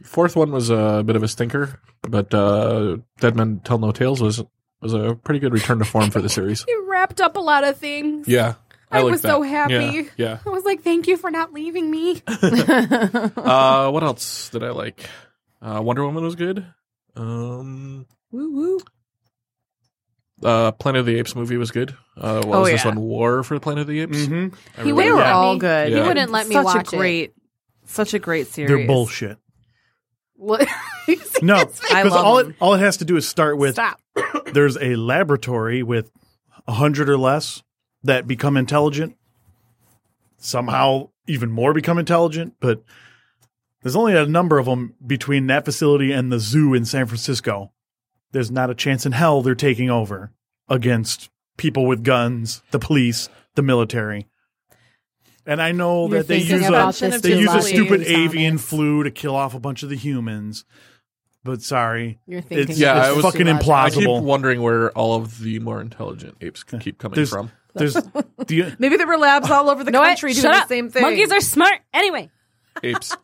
S7: Fourth one was a bit of a stinker, but uh, Dead Men Tell No Tales was was a pretty good return to form for the series.
S6: You wrapped up a lot of things.
S7: Yeah.
S6: I,
S7: liked
S6: was so
S7: that.
S6: happy.
S7: Yeah.
S6: I was like, thank you for not leaving me.
S7: yeah. uh, what else did I like? Uh, Wonder Woman was good. Um,
S3: Woo woo.
S7: uh, Planet of the Apes movie was good. Uh, what
S3: Oh,
S7: was this
S3: yeah.
S7: one? War for Planet of the Apes.
S5: Mm-hmm.
S7: I
S3: They
S6: He
S7: really
S3: were
S6: wouldn't
S7: liked
S6: let
S7: that.
S3: all
S6: me-
S3: good.
S7: he wouldn't
S6: let me
S3: such
S6: watch it.
S3: a great, such a great series.
S5: They're bullshit.
S6: What-
S5: No,
S3: I
S5: because
S3: love
S5: all it,
S3: them.
S5: all it has to do is start with
S6: Stop.
S5: there's a laboratory with a hundred or less that become intelligent. Somehow, even more become intelligent, but there's only a number of them between that facility and the zoo in San Francisco. There's not a chance in hell they're taking over against people with guns, the police, the military. And I know
S6: You're
S5: that they
S6: thinking
S5: use
S6: about
S5: a
S3: Invention
S6: this
S3: of
S5: they
S6: too
S5: use a
S6: much.
S5: stupid
S6: Zombies.
S5: avian flu to kill off a bunch of the humans. But sorry,
S6: You're thinking.
S5: it's,
S7: Yeah,
S5: it's
S7: I was-
S5: fucking
S6: too much.
S7: I keep
S5: implausible.
S7: wondering where all of the more intelligent apes keep coming
S5: There's-
S7: from.
S5: There's the,
S3: Maybe there were labs all over the
S6: You know what?
S3: country doing
S6: Shut
S3: the
S6: up.
S3: same thing.
S6: Monkeys are smart. Anyway.
S7: Apes.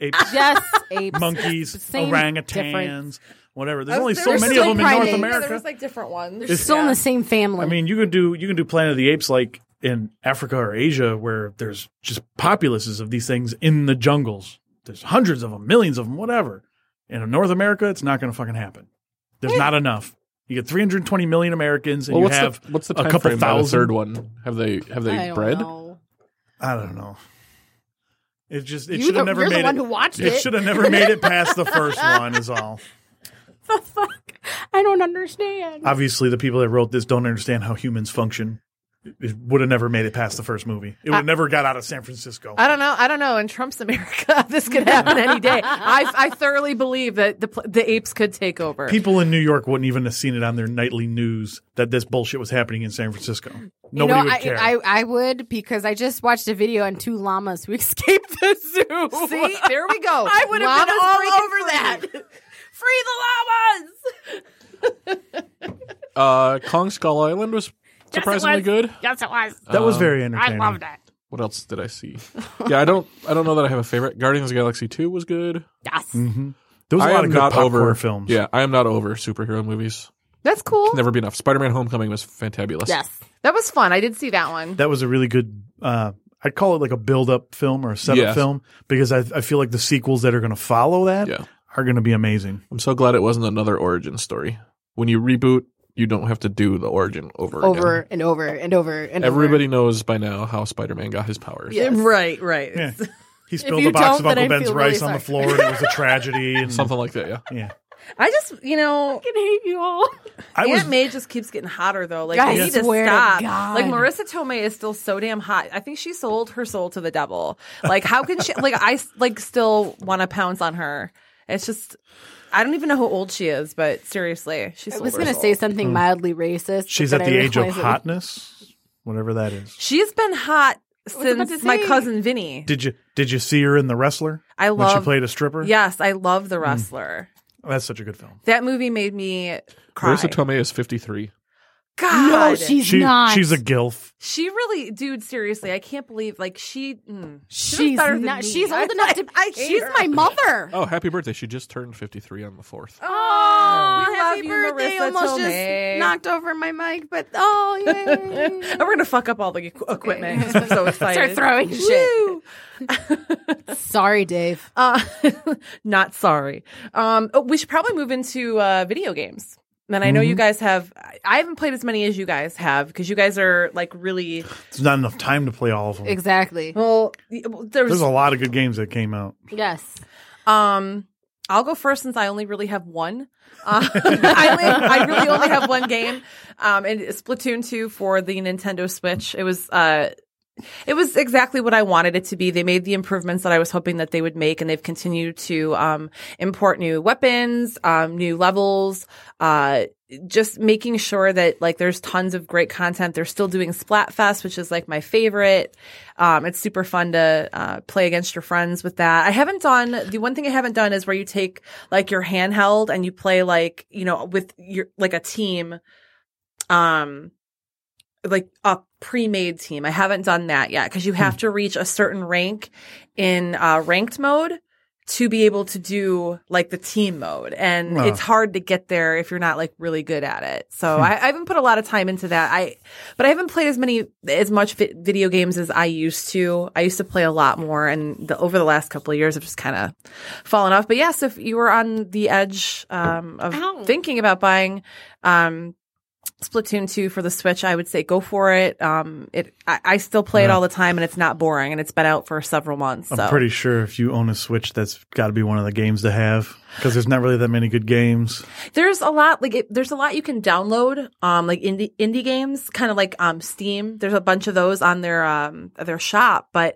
S5: apes,
S6: Yes, apes.
S5: monkeys,
S6: Same
S5: orangutans,
S6: difference.
S5: whatever.
S3: I
S5: There's
S3: was-
S5: only
S3: there
S5: so
S3: were
S5: many of
S3: still
S5: them in
S3: primate-
S5: North
S6: primates.
S3: Yeah, there
S5: America.
S3: was like different ones.
S6: They're still in the same family.
S5: I mean, you can do you can do Planet of the Apes like in Africa or Asia where there's just populaces of these things in the jungles. There's hundreds of them, millions of them, whatever. And in North America, it's not going to fucking happen. There's not enough. You get 320 million Americans, and
S7: Well,
S5: you
S7: what's
S5: have
S7: the, what's the
S5: a
S7: time
S5: couple
S7: frame by the
S5: thousand-
S7: third one? Have they have
S6: I
S7: they
S6: don't
S7: bred?
S6: know.
S5: I don't know. It just it
S6: You
S5: should
S6: the-
S5: have never
S6: you're the
S5: made
S6: one
S5: it.
S6: who watched
S5: it
S6: it.
S5: should have never made it past the first one. Is all.
S6: the fuck? I don't understand.
S5: obviously the people that wrote this don't understand how humans function. It would have never made it past the first movie. It would have never got out of San Francisco.
S3: I don't know. I don't know. In Trump's America, this could happen any day. I, I thoroughly believe that the pl- the apes could take over.
S5: People in New York wouldn't even have seen it on their nightly news that this bullshit was happening in San Francisco. Nobody
S6: you know,
S5: would
S6: I,
S5: care.
S6: I, I would because I just watched a video on two llamas who escaped the zoo.
S3: See, there we go.
S6: I would have been
S3: Llamas
S6: all
S3: breaking
S6: over
S3: free.
S6: that. Free the llamas.
S7: Uh, Kong Skull Island was surprisingly
S6: was.
S7: good.
S6: Yes, it was.
S5: that
S7: Um,
S5: was very entertaining.
S6: I loved it.
S7: What else did I see? yeah, I don't I don't know that I have a favorite. Guardians of the Galaxy Two was good.
S6: Yes.
S5: There was a
S7: I
S5: lot
S7: am
S5: of good
S7: not
S5: popcorn
S7: over
S5: films.
S7: Yeah, I am not over superhero movies.
S3: That's cool.
S7: Never be enough. Spider Man Homecoming was fantabulous.
S6: Yes.
S3: That was fun. I did see that one.
S5: That was a really good. Uh, I'd call it like a build-up film or a setup
S7: Yes.
S5: film because I, I feel like the sequels that are going to follow that
S7: Yeah.
S5: are going to be amazing.
S7: I'm so glad it wasn't another origin story. When you reboot, you don't have to do the origin over,
S6: Over
S7: again.
S6: and over and over and
S7: Everybody knows by now how Spider Man got his powers.
S6: Yes.
S3: Right, right.
S5: Yeah. He spilled
S6: you
S5: a box
S6: don't,
S5: of
S6: then
S5: Uncle
S6: I
S5: Ben's
S6: feel really
S5: rice on the
S6: sorry.
S5: floor, and it was a tragedy. And,
S7: Something like that, yeah.
S5: Yeah.
S3: I just, you know,
S6: over. I hate you all.
S5: I
S3: Aunt
S5: was
S3: May just keeps getting hotter though. Like
S6: I
S3: we need to
S6: swear to
S3: stop.
S6: God.
S3: Like Marissa Tomei is still so damn hot. I think she sold her soul to the devil. Like how can she? like I s- like still want to pounce on her. It's just I don't even know how old she is, but seriously, she
S6: I
S3: sold
S6: was
S3: her
S6: going to
S3: soul.
S6: say something mildly racist.
S5: Hmm. She's
S6: but
S5: at
S6: then
S5: the
S6: I
S5: age of
S6: realized it-
S5: hotness, whatever that is.
S3: she's been hot
S6: about
S3: since
S6: to
S3: my
S6: say.
S3: cousin Vinny.
S5: Did you did you see her in The Wrestler?
S3: I
S5: when she
S3: love-
S5: played a stripper.
S3: Yes, I love
S6: Mm.
S3: the wrestler.
S5: Oh, that's such a good film.
S3: That movie made me cry.
S7: Marissa Tomei is 53.
S3: God,
S6: No, she's
S5: She
S6: not.
S5: she's a gilf.
S3: She really, dude. Seriously, I can't believe like she. Mm, she was
S6: She's
S3: better than
S6: not.
S3: me.
S6: She's
S3: I-
S6: old enough to.
S3: I hate
S6: she's
S3: her.
S6: my mother.
S7: Oh, happy birthday. She just turned 53 on the 4th.
S6: Oh,
S3: We love
S6: happy
S3: you,
S6: birthday!
S3: Marissa
S6: Almost
S3: Tomei.
S6: just knocked over my mic, but oh, yay!
S3: And we're gonna fuck up all the equ- equipment. I'm so
S6: Start
S3: excited.
S6: throwing shit.
S3: Woo!
S6: Sorry, Dave.
S3: Uh, not sorry. Um, oh, we should probably move into uh, video games. And I know
S5: Mm-hmm.
S3: you guys have. I- I haven't played as many as you guys have because you guys are like really.
S5: There's not enough time to play all of them.
S6: Exactly.
S3: Well, y- there
S5: There's
S3: was.
S5: a lot of good games that came out.
S6: Yes.
S3: Um, I'll go first since I only really have one. Uh, I, only, I really only have one game. Um, and it's Splatoon two for the Nintendo Switch. It was uh It was exactly what I wanted it to be. They made the improvements that I was hoping that they would make, and they've continued to um, import new weapons, um, new levels. Uh, just making sure that like there's tons of great content. They're still doing Splatfest, which is like my favorite. Um, it's super fun to uh, play against your friends with that. I haven't done the one thing I haven't done is where you take like your handheld and you play like you know with your like a team. Um, like a pre-made team. I haven't done that yet because you have to reach a certain rank in uh, ranked mode to be able to do like the team mode, and
S5: Wow.
S3: it's hard to get there if you're not like really good at it. So I, I haven't put a lot of time into that. I, but I haven't played as many as much vi- video games as I used to. I used to play a lot more, and the, over the last couple of years, I've just kind of fallen off. But yes, if you were on the edge um, of
S6: Ow.
S3: thinking about buying. Um, Splatoon 2 for the Switch, I would say go for it. Um, it I, I still play it all the time and it's not boring and it's been out for several months. So.
S5: I'm pretty sure if you own a Switch, that's got to be one of the games to have because there's not really that many good games.
S3: There's a lot like it, there's a lot you can download um like indie indie games kind of like um Steam. There's a bunch of those on their um their shop, but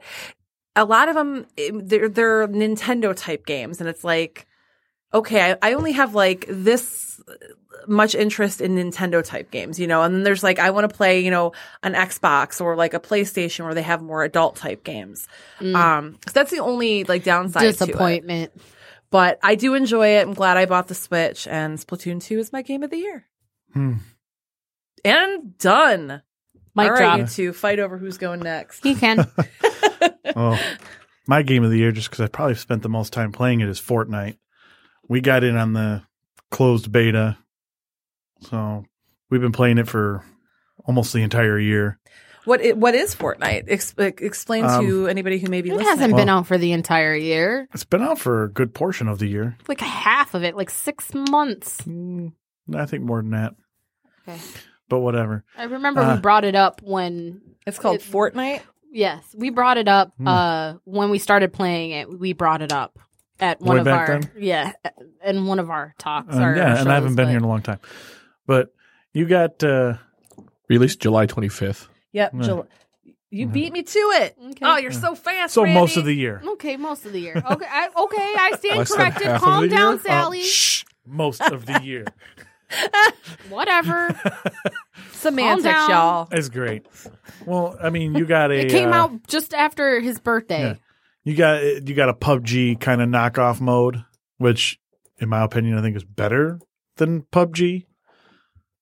S3: a lot of them they're they're Nintendo type games and it's like okay, I, I only have like this uh, much interest in Nintendo type games, you know. And then there's like I want to play, you know, an Xbox or like a PlayStation where they have more adult type games. Um so that's the only like downside to it
S6: Disappointment.
S3: but I do enjoy it. I'm glad I bought the Switch, and Splatoon 2 is my game of the year.
S5: Hmm.
S3: And done.
S6: Mic
S3: All right,
S6: drop.
S3: you two, fight over who's going next.
S6: He can.
S5: Oh, my game of the year, just because I probably spent the most time playing it, is Fortnite. We got in on the closed beta, so we've been playing it for almost the entire year.
S3: What i- what is Fortnite? Ex- like, explain
S5: Um,
S3: to anybody who may be
S6: It
S3: listening.
S6: hasn't been
S5: Well-
S6: out for the entire year.
S5: It's been out for a good portion of the year.
S6: Like half of it, like six months.
S5: Mm, I think more than that,
S6: Okay.
S5: but whatever.
S6: I remember
S5: Uh,
S6: we brought it up when
S3: It's called
S6: it-
S3: Fortnite.
S6: yes, we brought it up
S5: Hmm.
S6: uh when we started playing it. We brought it up at one
S5: Way
S6: of
S5: back
S6: our
S5: then?
S6: yeah, in one of our talks.
S5: Um,
S6: or
S5: yeah,
S6: our
S5: and I haven't
S6: shows,
S5: been
S6: but-
S5: here in a long time, but you got. Uh,
S7: Released July 25th.
S3: Yep.
S5: Yeah.
S3: Jul- you
S5: Yeah.
S3: beat me to it.
S6: Okay.
S3: Oh, you're so fast.
S5: So most
S3: Randy.
S5: of the year.
S6: Okay, most of the year. Okay, I, okay, I stand
S7: Less than
S6: corrected.
S7: half of
S6: Calm
S7: the
S6: down,
S7: year? Oh,
S6: Sally.
S5: Shh. Most of the year.
S6: Whatever.
S3: semantics,
S6: Calm down.
S3: y'all.
S5: That's great. Well, I mean, you got a
S6: It came
S5: uh,
S6: out just after his birthday.
S5: You got you got a PUBG kind of knockoff mode, which, in my opinion, I think is better than PUBG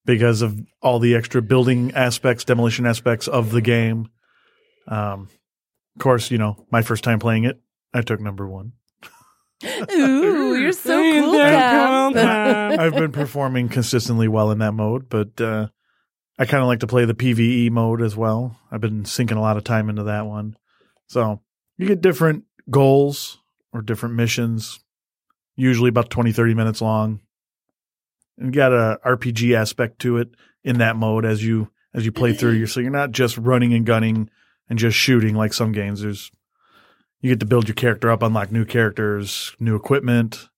S5: because of all the extra building aspects, demolition aspects of the game. Um, of course, you know my first time playing it, I took number one.
S3: Ooh, you're so cool, Dad.
S5: I've been performing consistently well in that mode, but uh, I kind of like to play the PVE mode as well. I've been sinking a lot of time into that one. So you get different goals or different missions, usually about 20, 30 minutes long. And you got a RPG aspect to it in that mode as you as you play through. You're, so you're not just running and gunning and just shooting like some games. There's you get to build your character up, unlock new characters, new equipment,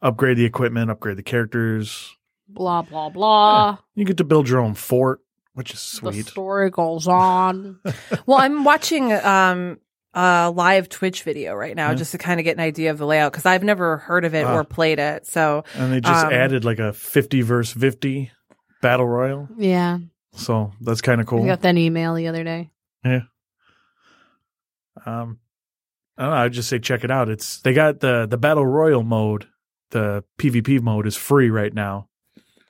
S5: upgrade the equipment, upgrade the characters.
S6: Blah blah blah.
S5: You get to build your own fort, which is
S6: The
S5: sweet.
S6: story goes on.
S3: Well, I'm watching um a live Twitch video right now
S5: Yeah.
S3: just to kind of get an idea of the layout because I've never heard of it
S5: Ah.
S3: or played it. So
S5: And they just
S3: Um,
S5: added like a 50 verse 50 battle royal.
S6: yeah,
S5: So that's kind of
S6: I
S5: cool.
S6: got that email the other day.
S5: Um, I don't know. I'd just say check it out. It's they got the the battle royal mode. The PvP mode is free right now.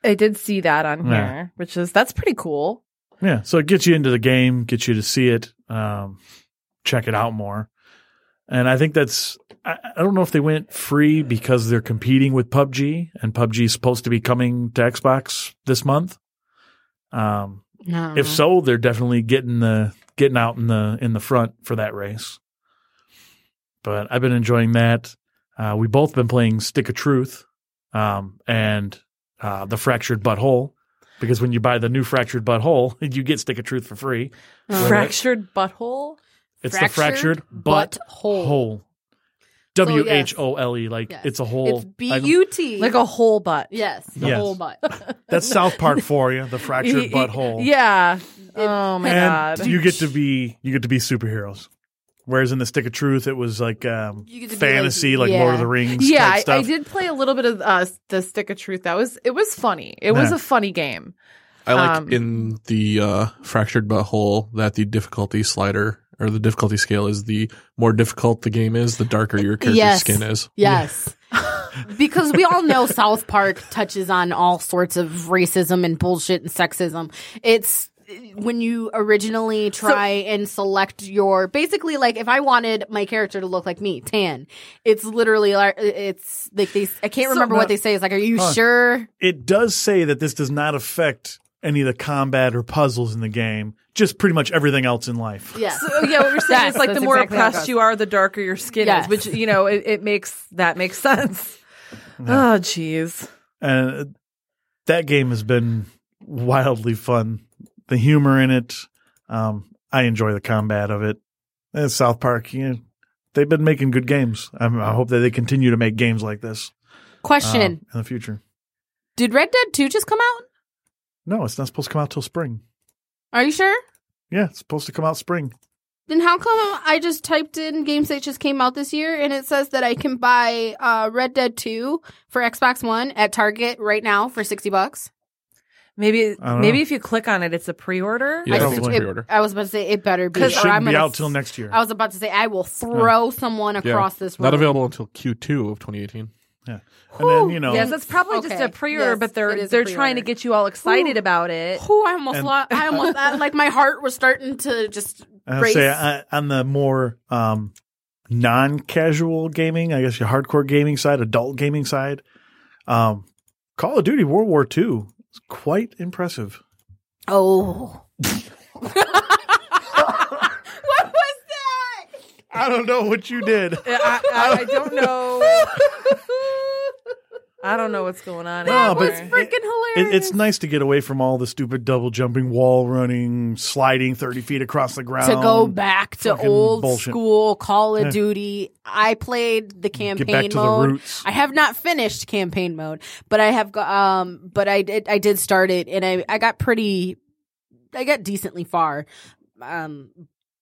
S3: I did see that on here,
S5: Yeah.
S3: which is that's pretty cool.
S5: Yeah, so it gets you into the game, gets you to see it, um, check it out more. And I think that's I, I don't know if they went free because they're competing with PUBG, and PUBG is supposed to be coming to Xbox this month. Um,
S6: I don't
S5: if
S6: know.
S5: so, they're definitely getting the getting out in the in the front for that race. But I've been enjoying that. Uh, we both been playing Stick of Truth um, and uh, the Fractured Butthole because when you buy the new Fractured Butthole, you get Stick of Truth for free.
S6: Oh.
S3: Fractured butthole.
S5: It's the
S6: Fractured
S5: Fractured Butt
S6: Butthole.
S5: Hole.
S6: yes.
S8: W H O L E. Like
S6: Yes.
S8: it's a whole.
S6: It's B
S8: I-
S6: U T.
S3: like a whole butt.
S6: yes, the
S5: Yes.
S6: whole butt.
S5: That's South Park for you, the fractured butthole.
S3: Yeah. Oh my
S5: and
S3: god.
S5: you get to be you get to be superheroes. Whereas in the Stick of Truth, it was like um,
S6: You get to be like-
S5: fantasy, like, Lord of
S6: yeah.
S5: the Rings.
S3: yeah,
S5: type
S3: I,
S5: stuff.
S3: I did play a little bit of uh, the Stick of Truth. That was it was funny. It was
S5: Yeah.
S3: a funny game.
S7: I like
S3: Um,
S7: in the uh, fractured butthole that the difficulty slider or the difficulty scale is the more difficult the game is, the darker your character's
S6: Yes.
S7: skin is.
S6: Yes. because we all know South Park touches on all sorts of racism and bullshit and sexism. It's when you originally try and select your basically like if I wanted my character to look like me, tan, it's literally like it's like they I can't remember what they say. It's like, are you sure?
S5: it does say that this does not affect any of the combat or puzzles in the game. Just pretty much everything else in life.
S6: Yes.
S3: So, yeah, what you're saying
S6: Yes,
S3: is like the
S6: that's
S3: more
S6: exactly how it
S3: oppressed
S6: goes.
S3: you are, the darker your skin
S6: Yes.
S3: is, which you know it, it makes that makes sense. Oh, jeez.
S5: and that game has been wildly fun. The humor in it, um, I enjoy the combat of it. And South Park, you know, they've been making good games. I'm, I hope that they continue to make games like this um,
S6: Question.
S5: in the future.
S6: Did Red Dead 2 just come out?
S5: No, it's not supposed to come out till spring.
S6: Are you sure?
S5: Yeah, it's supposed to come out spring.
S6: Then how come I just typed in games that just came out this year and it says that I can buy uh, Red Dead 2 for Xbox One at Target right now for 60 bucks?
S3: Maybe
S5: I don't
S3: maybe
S5: know.
S3: if you click on it, it's a pre-order.
S7: Yeah, I,
S5: I
S7: think it's
S5: think-
S7: pre-order.
S6: I was about to say it better be.
S5: It
S6: or I'm
S5: shouldn't be
S6: gonna
S5: out till
S6: s-
S5: next year.
S6: I was about to say I will throw someone across this room.
S7: Not available until Q2 of 2018.
S5: yeah. And then, you know,
S3: Yes, it's probably just
S6: Okay.
S3: a pre-order,
S6: Yes,
S3: but
S6: it
S3: they're
S6: is a
S3: they're trying to
S6: pre-order.
S3: get you all excited about it.
S6: Whew, I almost,
S5: And-
S6: lost, I almost, I, like my heart was starting to just
S5: I'll
S6: brace.
S5: say I, on the more um, non-casual gaming, I guess your hardcore gaming side, adult gaming side, um, Call of Duty World War II is quite impressive.
S6: oh. what was that?
S5: I don't know what you did.
S3: I, I, I don't know. Oh, I don't know what's going on.
S5: No,
S3: anymore.
S5: but-
S6: It's freaking hilarious.
S5: It, it's nice to get away from all the stupid double jumping, wall running, sliding thirty feet across the ground.
S6: to go back to
S5: Fucking
S6: old
S5: bullshit.
S6: school Call of
S5: Yeah.
S6: Duty. I played the campaign
S5: Get back to the
S6: mode.
S5: roots.
S6: I have not finished campaign mode, but I have go- um but I did I did start it and I I got pretty I got decently far. Um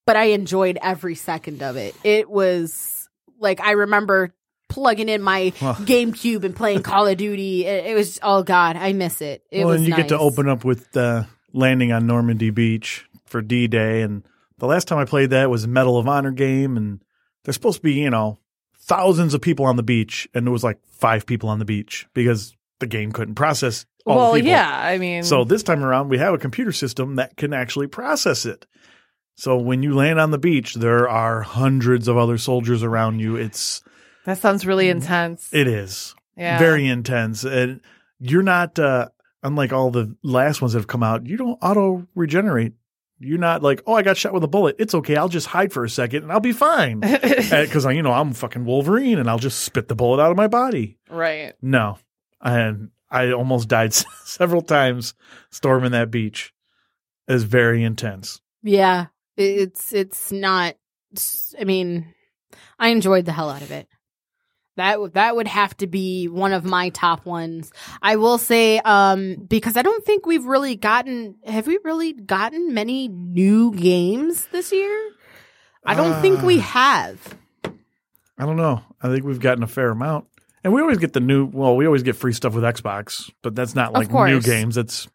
S6: but I enjoyed every second of it. It was like I remember plugging in my
S5: Well.
S6: GameCube and playing Call of Duty. It, it was oh god, I miss it. It
S5: well,
S6: was
S5: and you get to
S6: nice.
S5: open up with uh, landing on Normandy Beach for D Day, and the last time I played that was a Medal of Honor game, and there's supposed to be you know thousands of people on the beach, and there was like five people on the beach because the game couldn't process. All the
S3: well,
S5: people.
S3: yeah. I mean,
S5: So this time around, we have a computer system that can actually process it. So when you land on the beach, there are hundreds of other soldiers around you. It's
S3: that sounds really intense.
S5: it is
S3: yeah.
S5: very intense and you're not uh unlike all the last ones that have come out you don't auto regenerate you're not like oh i got shot with a bullet it's okay i'll just hide for a second and i'll be fine because you know i'm fucking wolverine and i'll just spit the bullet out of my body
S3: right.
S5: no and i almost died several times storming that beach is very intense
S6: Yeah, I- it's it's not. s- I mean, I enjoyed the hell out of it. That w- that would have to be one of my top ones. I will say, um, because I don't think we've really gotten. Have we really gotten many new games this year? I don't think we
S5: Uh.
S6: have.
S5: i don't know i think we've gotten a fair amount and we always get the new well we always get free stuff with xbox but that's not like new
S6: course.
S5: games that's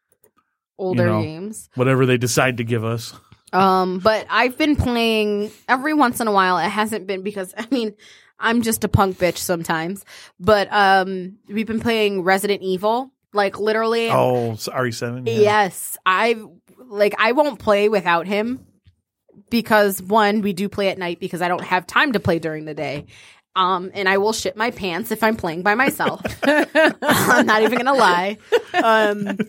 S6: Older
S5: know.
S6: games.
S5: whatever they decide to give us.
S6: Um, but I've been playing every once in a while. It hasn't been because I mean, I'm just a punk bitch sometimes. But um, we've been playing Resident Evil. Like literally,
S5: Oh, s- RE7. Yeah.
S6: yes, I like I won't play without him because one, we do play at night because I don't have time to play during the day. Um, and I will shit my pants if I'm playing by myself. I'm not even gonna lie. Um,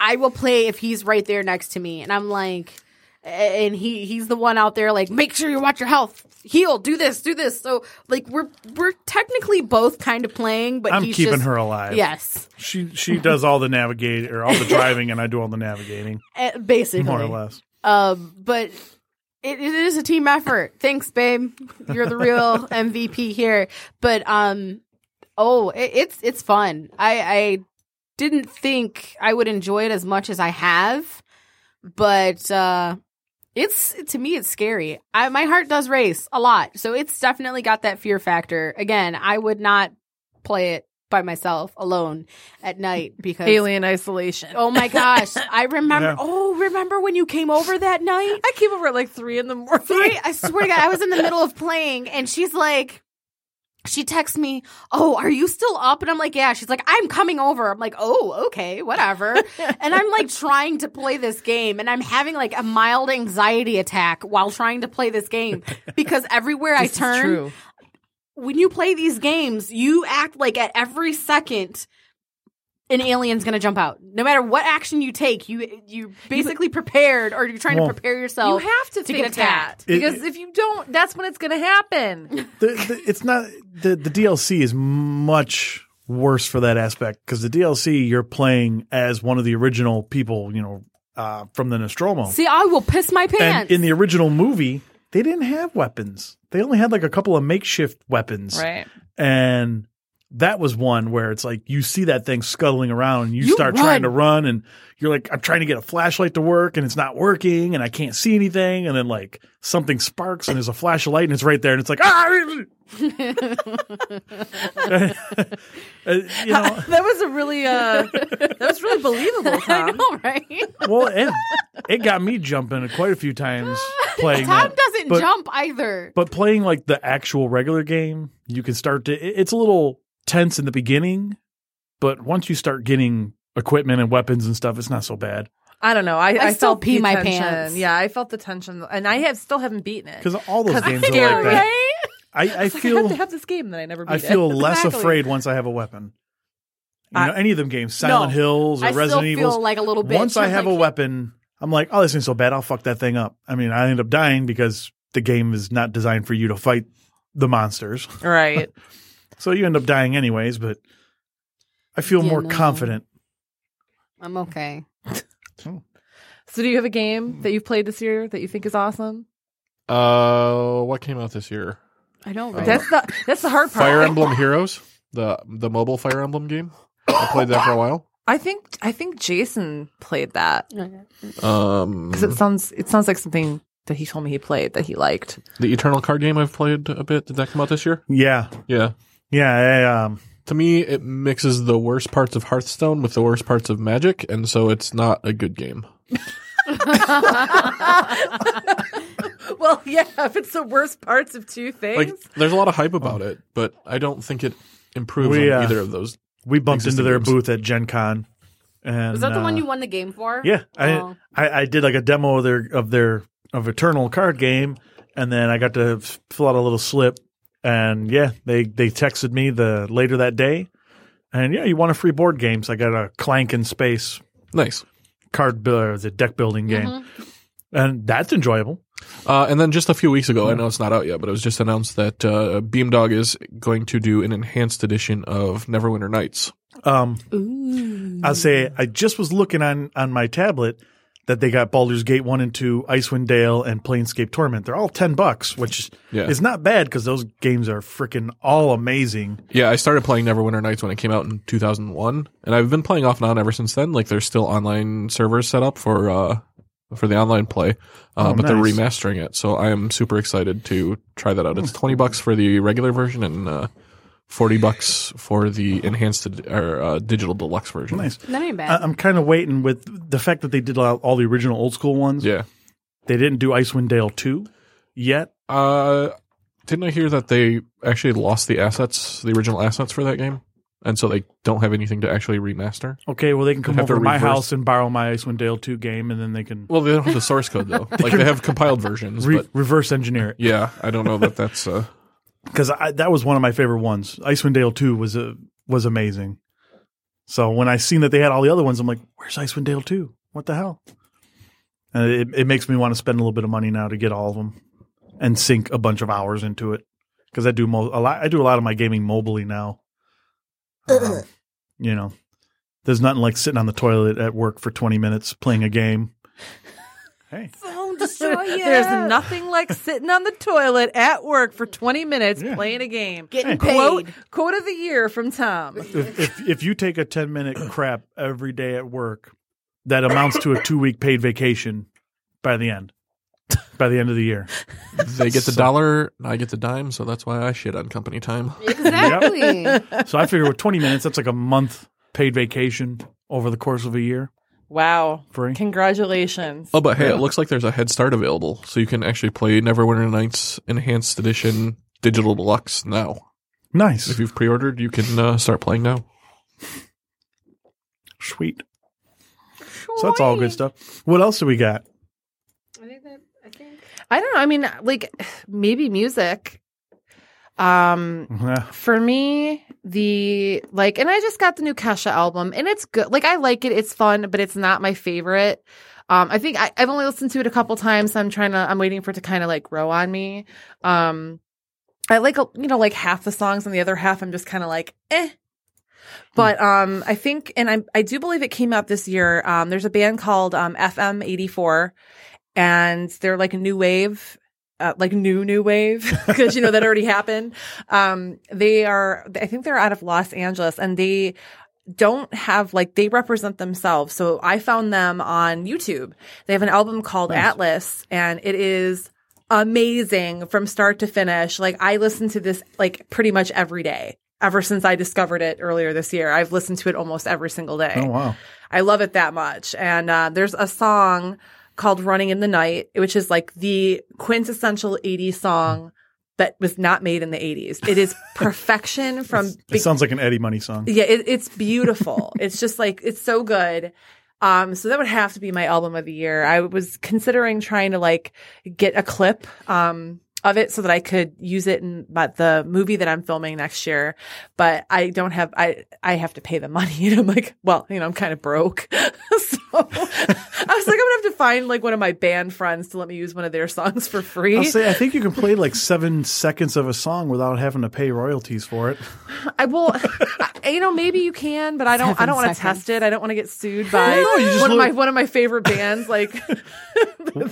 S6: I will play if he's right there next to me, and I'm like, and he he's the one out there like, make sure you watch your health, heal, do this, do this. So like we're we're technically both kind of playing, but
S5: I'm
S6: he's
S5: keeping
S6: just-
S5: her alive.
S6: Yes,
S5: She she does all the navigate or all the driving and I do all the navigating,
S6: eh, basically
S5: more or less.
S6: Um, but it, it is a team effort. Thanks, babe. You're the real MVP here. But um, oh, it, it's it's fun. I I didn't think I would enjoy it as much as I have, but uh, it's to me it's scary. I my heart does race a lot, so it's definitely got that fear factor. Again, I would not play it by myself alone at night because
S3: Alien isolation.
S6: Oh my gosh! I remember.
S5: Yeah.
S6: Oh, remember when you came over that night?
S3: I came over at like three in the morning.
S6: Three, I swear to God, I was in the middle of playing, and she's like, she texts me, "Oh, are you still up?" And I'm like, "Yeah." She's like, "I'm coming over." I'm like, "Oh, okay, whatever." and I'm like trying to play this game, and I'm having like a mild anxiety attack while trying to play this game because everywhere I
S4: This is
S6: turn,
S4: true.
S6: when you play these games, you act like at every second an alien's going to jump out. No matter what action you take, you you basically prepared or you're trying
S5: Well,
S6: to prepare
S3: You
S6: yourself.
S3: have to,
S6: to
S3: think
S6: get attacked.
S3: that because if you don't, that's when it's going to happen.
S5: the, the, it's not the the DLC is much worse for that aspect because the DLC you're playing as one of the original people, you know, uh, from the Nostromo.
S6: See, I will piss my
S5: and
S6: pants.
S5: in the original movie, they didn't have weapons. They only had like a couple of makeshift weapons,
S3: Right.
S5: and that was one where it's like you see that thing scuttling around and you,
S6: You
S5: start
S6: run.
S5: trying to run and you're like i'm trying to get a flashlight to work and it's not working and i can't see anything and then like something sparks and there's a flash of light and it's right there and it's like ah! Uh, you know
S3: That was a really uh, that was really believable.
S6: I
S3: Tom.
S6: know, right?
S5: well it, it got me jumping quite a few times playing
S6: Tom
S5: that.
S6: doesn't
S5: But-
S6: jump either.
S5: But playing like the actual regular game, you can start to. it- It's a little tense in the beginning, but once you start getting equipment and weapons and stuff, it's not so bad.
S3: I don't know. I, I,
S6: still
S3: felt
S6: pee
S3: the
S6: my
S3: tension.
S6: pants.
S3: Yeah, I felt the tension, and I have still haven't beaten it.
S5: Because all those games are
S3: scary,
S5: like that. I, I
S3: It's like, I have
S5: feel
S3: to have this game that I never beat.
S5: I feel
S3: it.
S5: less
S6: Exactly.
S5: afraid once I have a weapon. You
S3: I-
S5: know, any of them games, Silent
S6: No.
S5: Hills or
S6: I still
S5: Resident
S6: feel
S5: Evil.
S6: like a little bitch.
S5: Once I
S6: I'm
S5: have
S6: like,
S5: a weapon, I'm like, oh, this ain't so bad. I'll fuck that thing up. I mean, I end up dying because the game is not designed for you to fight the monsters.
S3: right.
S5: So you end up dying anyways, but I feel
S6: Yeah,
S5: more
S6: no.
S5: confident.
S6: I'm okay.
S3: So, do you have a game that you've played this year that you think is awesome?
S7: Uh, what came out this year?
S6: I don't.
S7: Uh,
S3: That's the that's the hard part.
S7: Fire Emblem Heroes, the the mobile Fire Emblem game. I played that for a while.
S3: I think I think Jason played that
S7: Um,
S3: because it sounds it sounds like something that he told me he played that he liked.
S7: the Eternal card game I've played a bit. Did that come out this year?
S5: Yeah.
S7: Yeah.
S5: Yeah. I, um,
S7: To me, it mixes the worst parts of Hearthstone with the worst parts of Magic, and so it's not a good game.
S3: Well, yeah, if it's the worst parts of two things,
S7: Like, there's a lot of hype about it, but I don't think it improves
S5: We,
S7: on
S5: uh,
S7: either of those.
S5: we bumped into
S7: Existing
S5: their
S7: games.
S5: booth at Gen Con. And,
S6: Is that the one
S5: uh,
S6: you won the game for?
S5: Yeah. I,
S6: Oh.
S5: I, I did like a demo of their, of their, of Eternal card game. And then I got to f- fill out a little slip. And yeah, they, they texted me the later that day. And yeah, you want a free board game. So I got a Clank in Space
S7: Nice.
S5: card, bu- or the deck building game.
S6: Mm-hmm.
S5: And that's enjoyable.
S7: Uh, and then just a few weeks ago, I know it's not out yet, but it was just announced that uh, Beamdog is going to do an enhanced edition of Neverwinter Nights.
S5: Um, I'll say I just was looking on on my tablet that they got Baldur's Gate one and two, Icewind Dale, and Planescape Torment. They're all ten bucks, which
S7: Yeah.
S5: is not bad because those games are freaking all amazing.
S7: Yeah, I started playing Neverwinter Nights when it came out in 2001, and I've been playing off and on ever since then. Like, there's still online servers set up for uh, for the online play, uh,
S5: Oh,
S7: but they're
S5: nice.
S7: remastering it. So I am super excited to try that out. It's 20 bucks for the regular version and uh, 40 bucks for the enhanced ed- or uh, digital deluxe version.
S5: Nice.
S6: That ain't
S5: I-
S6: bad.
S5: I'm kind of waiting with the fact that they did all all the original old school ones.
S7: Yeah.
S5: They didn't do Icewind Dale two yet.
S7: Uh, didn't I hear that they actually lost the assets, the original assets for that game, and so they don't have anything to actually remaster?
S5: Okay, well they can come
S7: have to
S5: over to my
S7: reverse-
S5: house and borrow my Icewind Dale two game, and then they can
S7: Well, they don't have the source code though. like they have compiled versions,
S5: re-
S7: but
S5: reverse engineer it.
S7: yeah, I don't know that that's. Uh,
S5: because that was one of my favorite ones. Icewind Dale Two was a was amazing. So when I seen that they had all the other ones, I'm like, "Where's Icewind Dale Two? What the hell?" And it, it makes me want to spend a little bit of money now to get all of them and sink a bunch of hours into it because I do mo- a lot. I do a lot of my gaming mobily now. Um, you know, there's nothing like sitting on the toilet at work for 20 minutes playing a game. Hey,
S6: Sound
S4: saw ya.
S3: There's nothing like sitting on the toilet at work for 20 minutes playing a game.
S4: Getting
S3: Quote,
S4: paid.
S3: quote of the year from Tom.
S5: If, if, if you take a 10 minute crap every day at work, that amounts to a two week paid vacation by the end. By the end of the year.
S7: They get the dollar, I get the dime, so that's why I shit on company time.
S6: Exactly.
S5: So I figure with 20 minutes, that's like a month paid vacation over the course of a year.
S3: Wow.
S5: Free.
S3: Congratulations.
S7: Oh, but hey, it looks like there's a head start available, so you can actually play Neverwinter Nights Enhanced Edition Digital Deluxe now. If
S5: Nice.
S7: you've pre-ordered, you can uh, start playing now.
S5: Sweet. So that's all good stuff. What else do we got?
S3: I don't know. I mean, like maybe music. Um,
S5: Yeah.
S3: for me, the like, and I just got the new Kesha album, and it's good. Like, I like it. It's fun, but it's not my favorite. Um, I think I, I've only listened to it a couple times. So I'm trying to. I'm waiting for it to kind of like grow on me. Um, I like a- you know like half the songs, and the other half I'm just kind of like eh. But um, I think, and I I do believe it came out this year. Um, there's a band called um, FM eighty four, and they're like a new wave. Uh, like new new wave because you know that already happened um they are i think they're out of los angeles and they don't have like they represent themselves so i found them on youtube they have an album called atlas and it is amazing from start to finish like i listen to this like pretty much every day ever since i discovered it earlier this year i've listened to it almost every single day
S5: Oh, wow.
S3: I love it that much. And uh, there's a song called Running in the Night, which is like the quintessential 80s song that was not made in the 80s. It is perfection from
S5: It
S3: be-
S5: sounds like an Eddie Money song.
S3: Yeah, it, it's beautiful. it's just like, it's so good. Um, so that would have to be my album of the year. I was considering trying to like get a clip, um, of it so that I could use it in but the movie that I'm filming next year. But I don't have, I, I have to pay the money. And I'm like, well, you know, I'm kind of broke. so I was like, I'm going to have to find like one of my band friends to let me use one of their songs for free.
S5: I'll say, I think you can play like seven seconds of a song without having to pay royalties for it.
S3: I will, I, you know, maybe you can, but I don't. I
S6: Seven
S3: don't want to
S6: seconds.
S3: test it. I don't want to get sued by
S5: you just
S3: one of my
S5: look-
S3: one of my favorite bands. Like,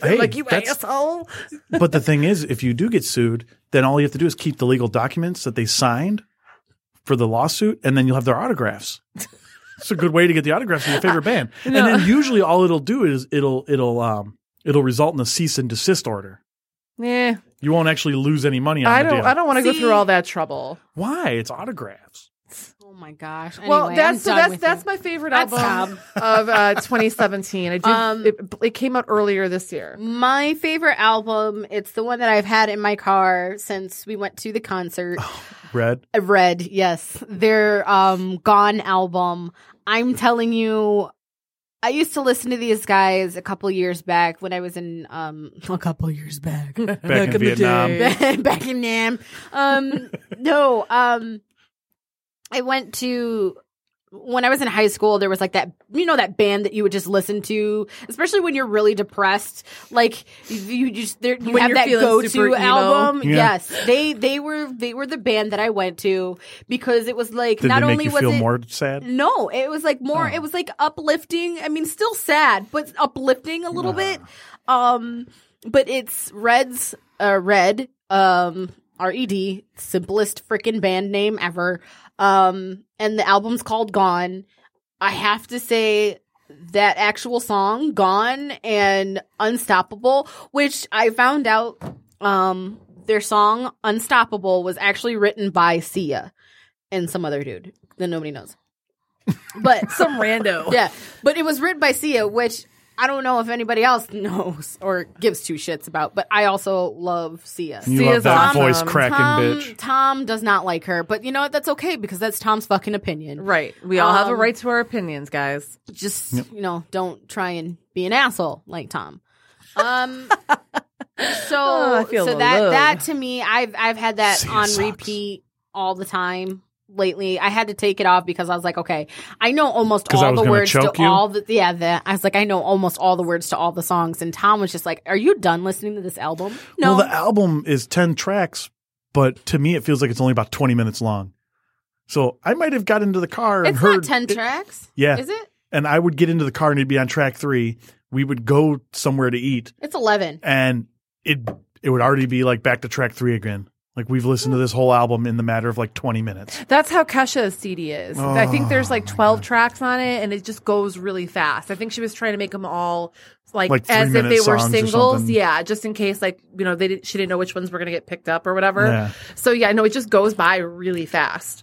S5: Hey,
S3: like you
S5: that's-
S3: asshole.
S5: But the thing is, if you do get sued, then all you have to do is keep the legal documents that they signed for the lawsuit, and then you'll have their autographs. It's a good way to get the autographs of your favorite band. And then usually all it'll do is it'll it'll um it'll result in a cease and desist order.
S3: Yeah,
S5: You won't actually lose any money on
S3: I
S5: the
S3: don't.
S5: deal.
S3: I don't want to go
S6: See?
S3: through all that trouble.
S5: Why? It's autographs.
S6: Oh my gosh.
S3: well, that's so that's that's my favorite
S6: That's
S3: album of uh, 2017. I do.
S6: Um,
S3: it, it came out earlier this year.
S6: my favorite album. It's the one that I've had in my car since we went to the concert.
S5: Red.
S6: Red, yes. Their um Gone album. I'm telling you I used to listen to these guys a couple years back when I was in um a couple years back.
S5: Back, in, Vietnam.
S6: back in Nam. Um no, um I went to when I was in high school, there was like that, you know, that band that you would just listen to, especially when you're really depressed. Like you, you just there, you
S3: When
S6: have
S3: you're
S6: that
S3: feeling super
S6: go-to
S3: emo.
S6: album.
S5: Yeah.
S6: Yes, they they were they were the band that I went to because it was like
S5: Did
S6: not
S5: they make
S6: only
S5: you
S6: was
S5: feel
S6: it
S5: more sad?
S6: no, it was like more. It was like uplifting. I mean, still sad, but uplifting a little bit. Um, but it's Red's uh, Red um R E D simplest freaking band name ever. Um, and the album's called Gone. I have to say that actual song Gone and Unstoppable, which I found out um their song Unstoppable was actually written by Sia and some other dude that nobody knows. But
S3: Some rando.
S6: yeah, but it was written by Sia, which I don't know if anybody else knows or gives two shits about. But I also love Sia.
S5: You
S3: See,
S5: love
S3: it's
S5: that
S3: awesome.
S5: voice cracking
S6: Tom,
S5: bitch.
S6: Tom does not like her, but you know what? That's okay because that's Tom's fucking opinion.
S3: Right. We all have a
S6: Um,
S3: right to our opinions, guys.
S6: Just you know, don't try and be an asshole like Tom. Um. So
S3: Oh, I feel
S6: so
S3: the
S6: that
S3: love.
S6: that to me, I've I've had that
S5: Sia
S6: on
S5: sucks.
S6: repeat all the time lately. I had to take it off because I was like, okay, I know almost
S5: 'Cause I
S6: all
S5: was
S6: the
S5: gonna
S6: words to
S5: choke you?
S6: all the yeah. The, I was like, I know almost all the words to all the songs, and Tom was just like, "Are you done listening to this album?" No,
S5: Well, the album is 10 tracks, but to me, it feels like it's only about 20 minutes long. So I might have got into the car and
S6: it's
S5: heard.
S6: not ten
S5: it-
S6: tracks.
S5: yeah.
S6: is it?
S5: And I would get into the car and it'd be on track three, we would go somewhere to eat
S6: It's 11.
S5: and it it would already be like back to track three again. Like we've listened to this whole album in the matter of like twenty minutes.
S3: That's how Kesha's CD is. I
S5: Oh.
S3: think there's like 12 tracks on it and it just goes really fast. I think she was trying to make them all like,
S5: Like
S3: as if
S5: three-minute
S3: they were
S5: songs or
S3: singles.
S5: something.
S3: Yeah, just in case like, you know, they didn't, she didn't know which ones were going to get picked up or whatever.
S5: Yeah.
S3: So yeah, no, it just goes by really fast.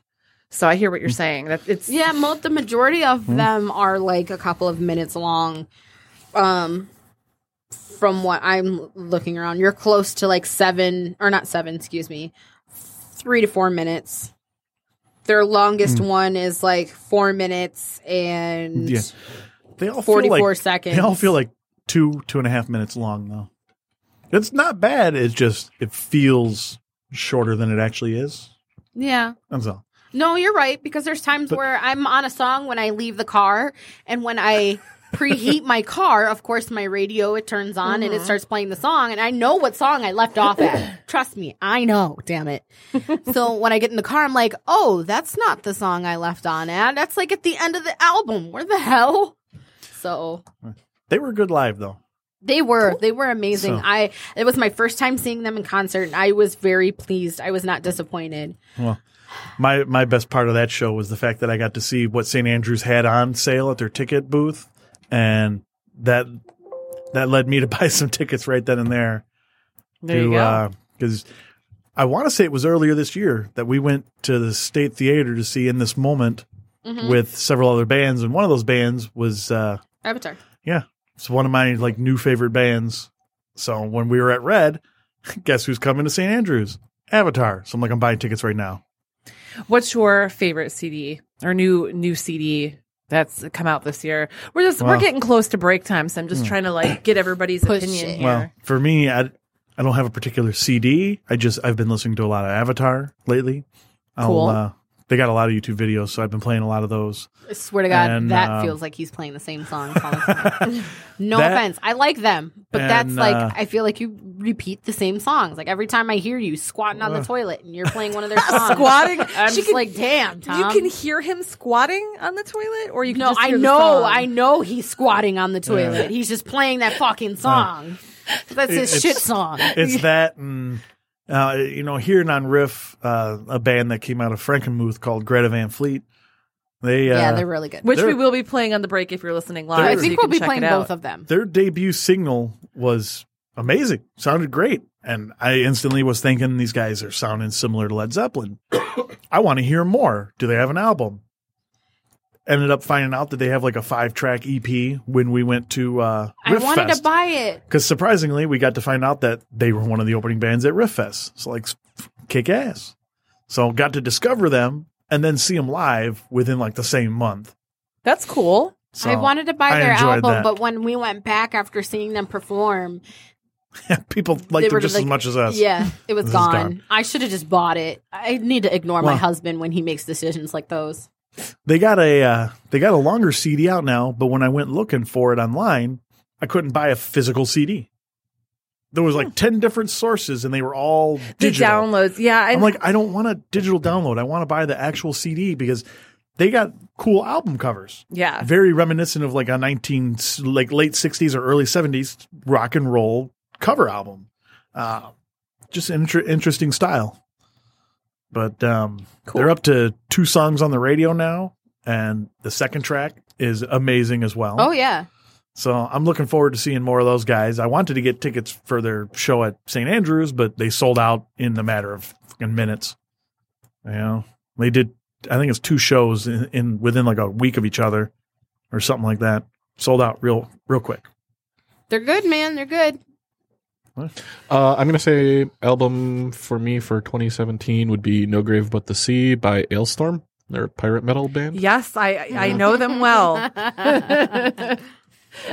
S3: So I hear what you're saying. That it's
S6: Yeah, mo- the majority of them are like a couple of minutes long. Um, from what I'm looking around, you're close to like seven or not seven, excuse me, three to four minutes. Their longest one is like four minutes and
S5: Yeah. They all feel
S6: 44
S5: like,
S6: seconds.
S5: They all feel like two two and a half minutes long though. It's not bad. It's just it feels shorter than it actually is.
S6: yeah.
S5: That's all.
S6: No, you're right because there's times where I'm on a song when I leave the car and when I preheat my car, of course my radio it turns on and it starts playing the song and I know what song I left off at. Trust me, I know, damn it. so when I get in the car I'm like, "Oh, that's not the song I left on at. That's like at the end of the album. Where the hell?" So
S5: They were good live though.
S6: they were they were amazing.
S5: So-
S6: I it was my first time seeing them in concert and I was very pleased. I was not disappointed.
S5: Well, my my best part of that show was the fact that I got to see what St. Andrews had on sale at their ticket booth, and that that led me to buy some tickets right then and there.
S3: there you go.
S5: uh, Because I want to say it was earlier this year that we went to the State Theater to see In This Moment
S3: Mm-hmm.
S5: with several other bands, and one of those bands was uh,
S6: Avatar.
S5: yeah, it's one of my like new favorite bands. So when we were at Red, guess who's coming to St. Andrews? Avatar. So I'm like, I'm buying tickets right now.
S3: What's your favorite CD or new new CD that's come out this year? We're just we're
S5: Wow.
S3: getting close to break time, so I'm just trying to like get everybody's
S6: Push
S3: opinion here.
S6: it.
S5: hmm. Well, for me, I, I don't have a particular CD. I just I've been listening to a lot of Avatar lately.
S3: Cool.
S5: uh, they got a lot of YouTube videos, so I've been playing a lot of those.
S6: I swear to God,
S5: And,
S6: that
S5: um,
S6: feels like he's playing the same song. all the time. no
S5: That-
S6: offense, I like them, but that's
S5: and,
S6: like
S5: uh,
S6: I feel like you repeat the same songs. Like every time I hear you squatting on the toilet and you're playing one of their songs,
S3: Squatting?
S6: I'm
S3: She
S6: just
S3: can-
S6: like, damn, Tom.
S3: You can hear him squatting on the toilet, or you can
S6: no,
S3: just
S6: I
S3: hear the
S6: know,
S3: song.
S6: I know he's squatting on the toilet. He's just playing that fucking song. That's his
S5: it's-
S6: shit song.
S5: It's that, and uh, you know, hearing on riff uh, a band that came out of Frankenmuth called Greta Van Fleet. They uh,
S6: yeah, they're really good.
S3: Which we
S5: They're-
S3: will be playing on the break if you're listening live.
S6: I
S5: they're-
S3: so you
S6: think we'll
S3: can
S6: be
S3: check
S6: playing
S3: it out.
S6: both of them.
S5: their debut single was amazing. Sounded great. And I instantly was thinking these guys are sounding similar to Led Zeppelin. I want to hear more. Do they have an album? Ended up finding out that they have like a five track EP when we went to uh
S6: I
S5: Riff
S6: wanted to
S5: Fest.
S6: buy it.
S5: Because surprisingly, we got to find out that they were one of the opening bands at Riff Fest. So like, kick ass. So got to discover them and then see them live within like the same month.
S3: That's cool.
S5: So
S6: I wanted to buy
S5: Oh, I
S6: their
S5: enjoyed
S6: album,
S5: that.
S6: but when we went back after seeing them perform,
S5: people liked
S6: were
S5: them just
S6: like-
S5: as much as us.
S6: Yeah, it was
S5: This is
S6: gone.
S5: gone.
S6: I should have just bought it. I need to ignore my
S5: Well-
S6: husband when he makes decisions like those.
S5: they got a uh, they got a longer CD out now, but when I went looking for it online, I couldn't buy a physical CD. There was like ten different sources, and they were all digital.
S3: The downloads, yeah.
S5: I'm
S3: And
S5: like, I don't want a digital download. I want to buy the actual CD because they got cool album covers,
S3: yeah,
S5: very reminiscent of like a 19 like late 60s or early 70s rock and roll cover album. Uh, just inter- interesting style. But um,
S3: Cool.
S5: they're up to two songs on the radio now, and the second track is amazing as well.
S6: Oh yeah,
S5: So I'm looking forward to seeing more of those guys. I wanted to get tickets for their show at St. Andrews, but they sold out in the matter of fucking minutes. You know, they did. I think it's two shows in, in within like a week of each other, or something like that. Sold out real real quick.
S6: they're good, man. They're good.
S7: Uh, I'm gonna say album for me for 2017 would be No Grave But the Sea by Ailstorm. They're a pirate metal band.
S3: yes, I I- I know them well.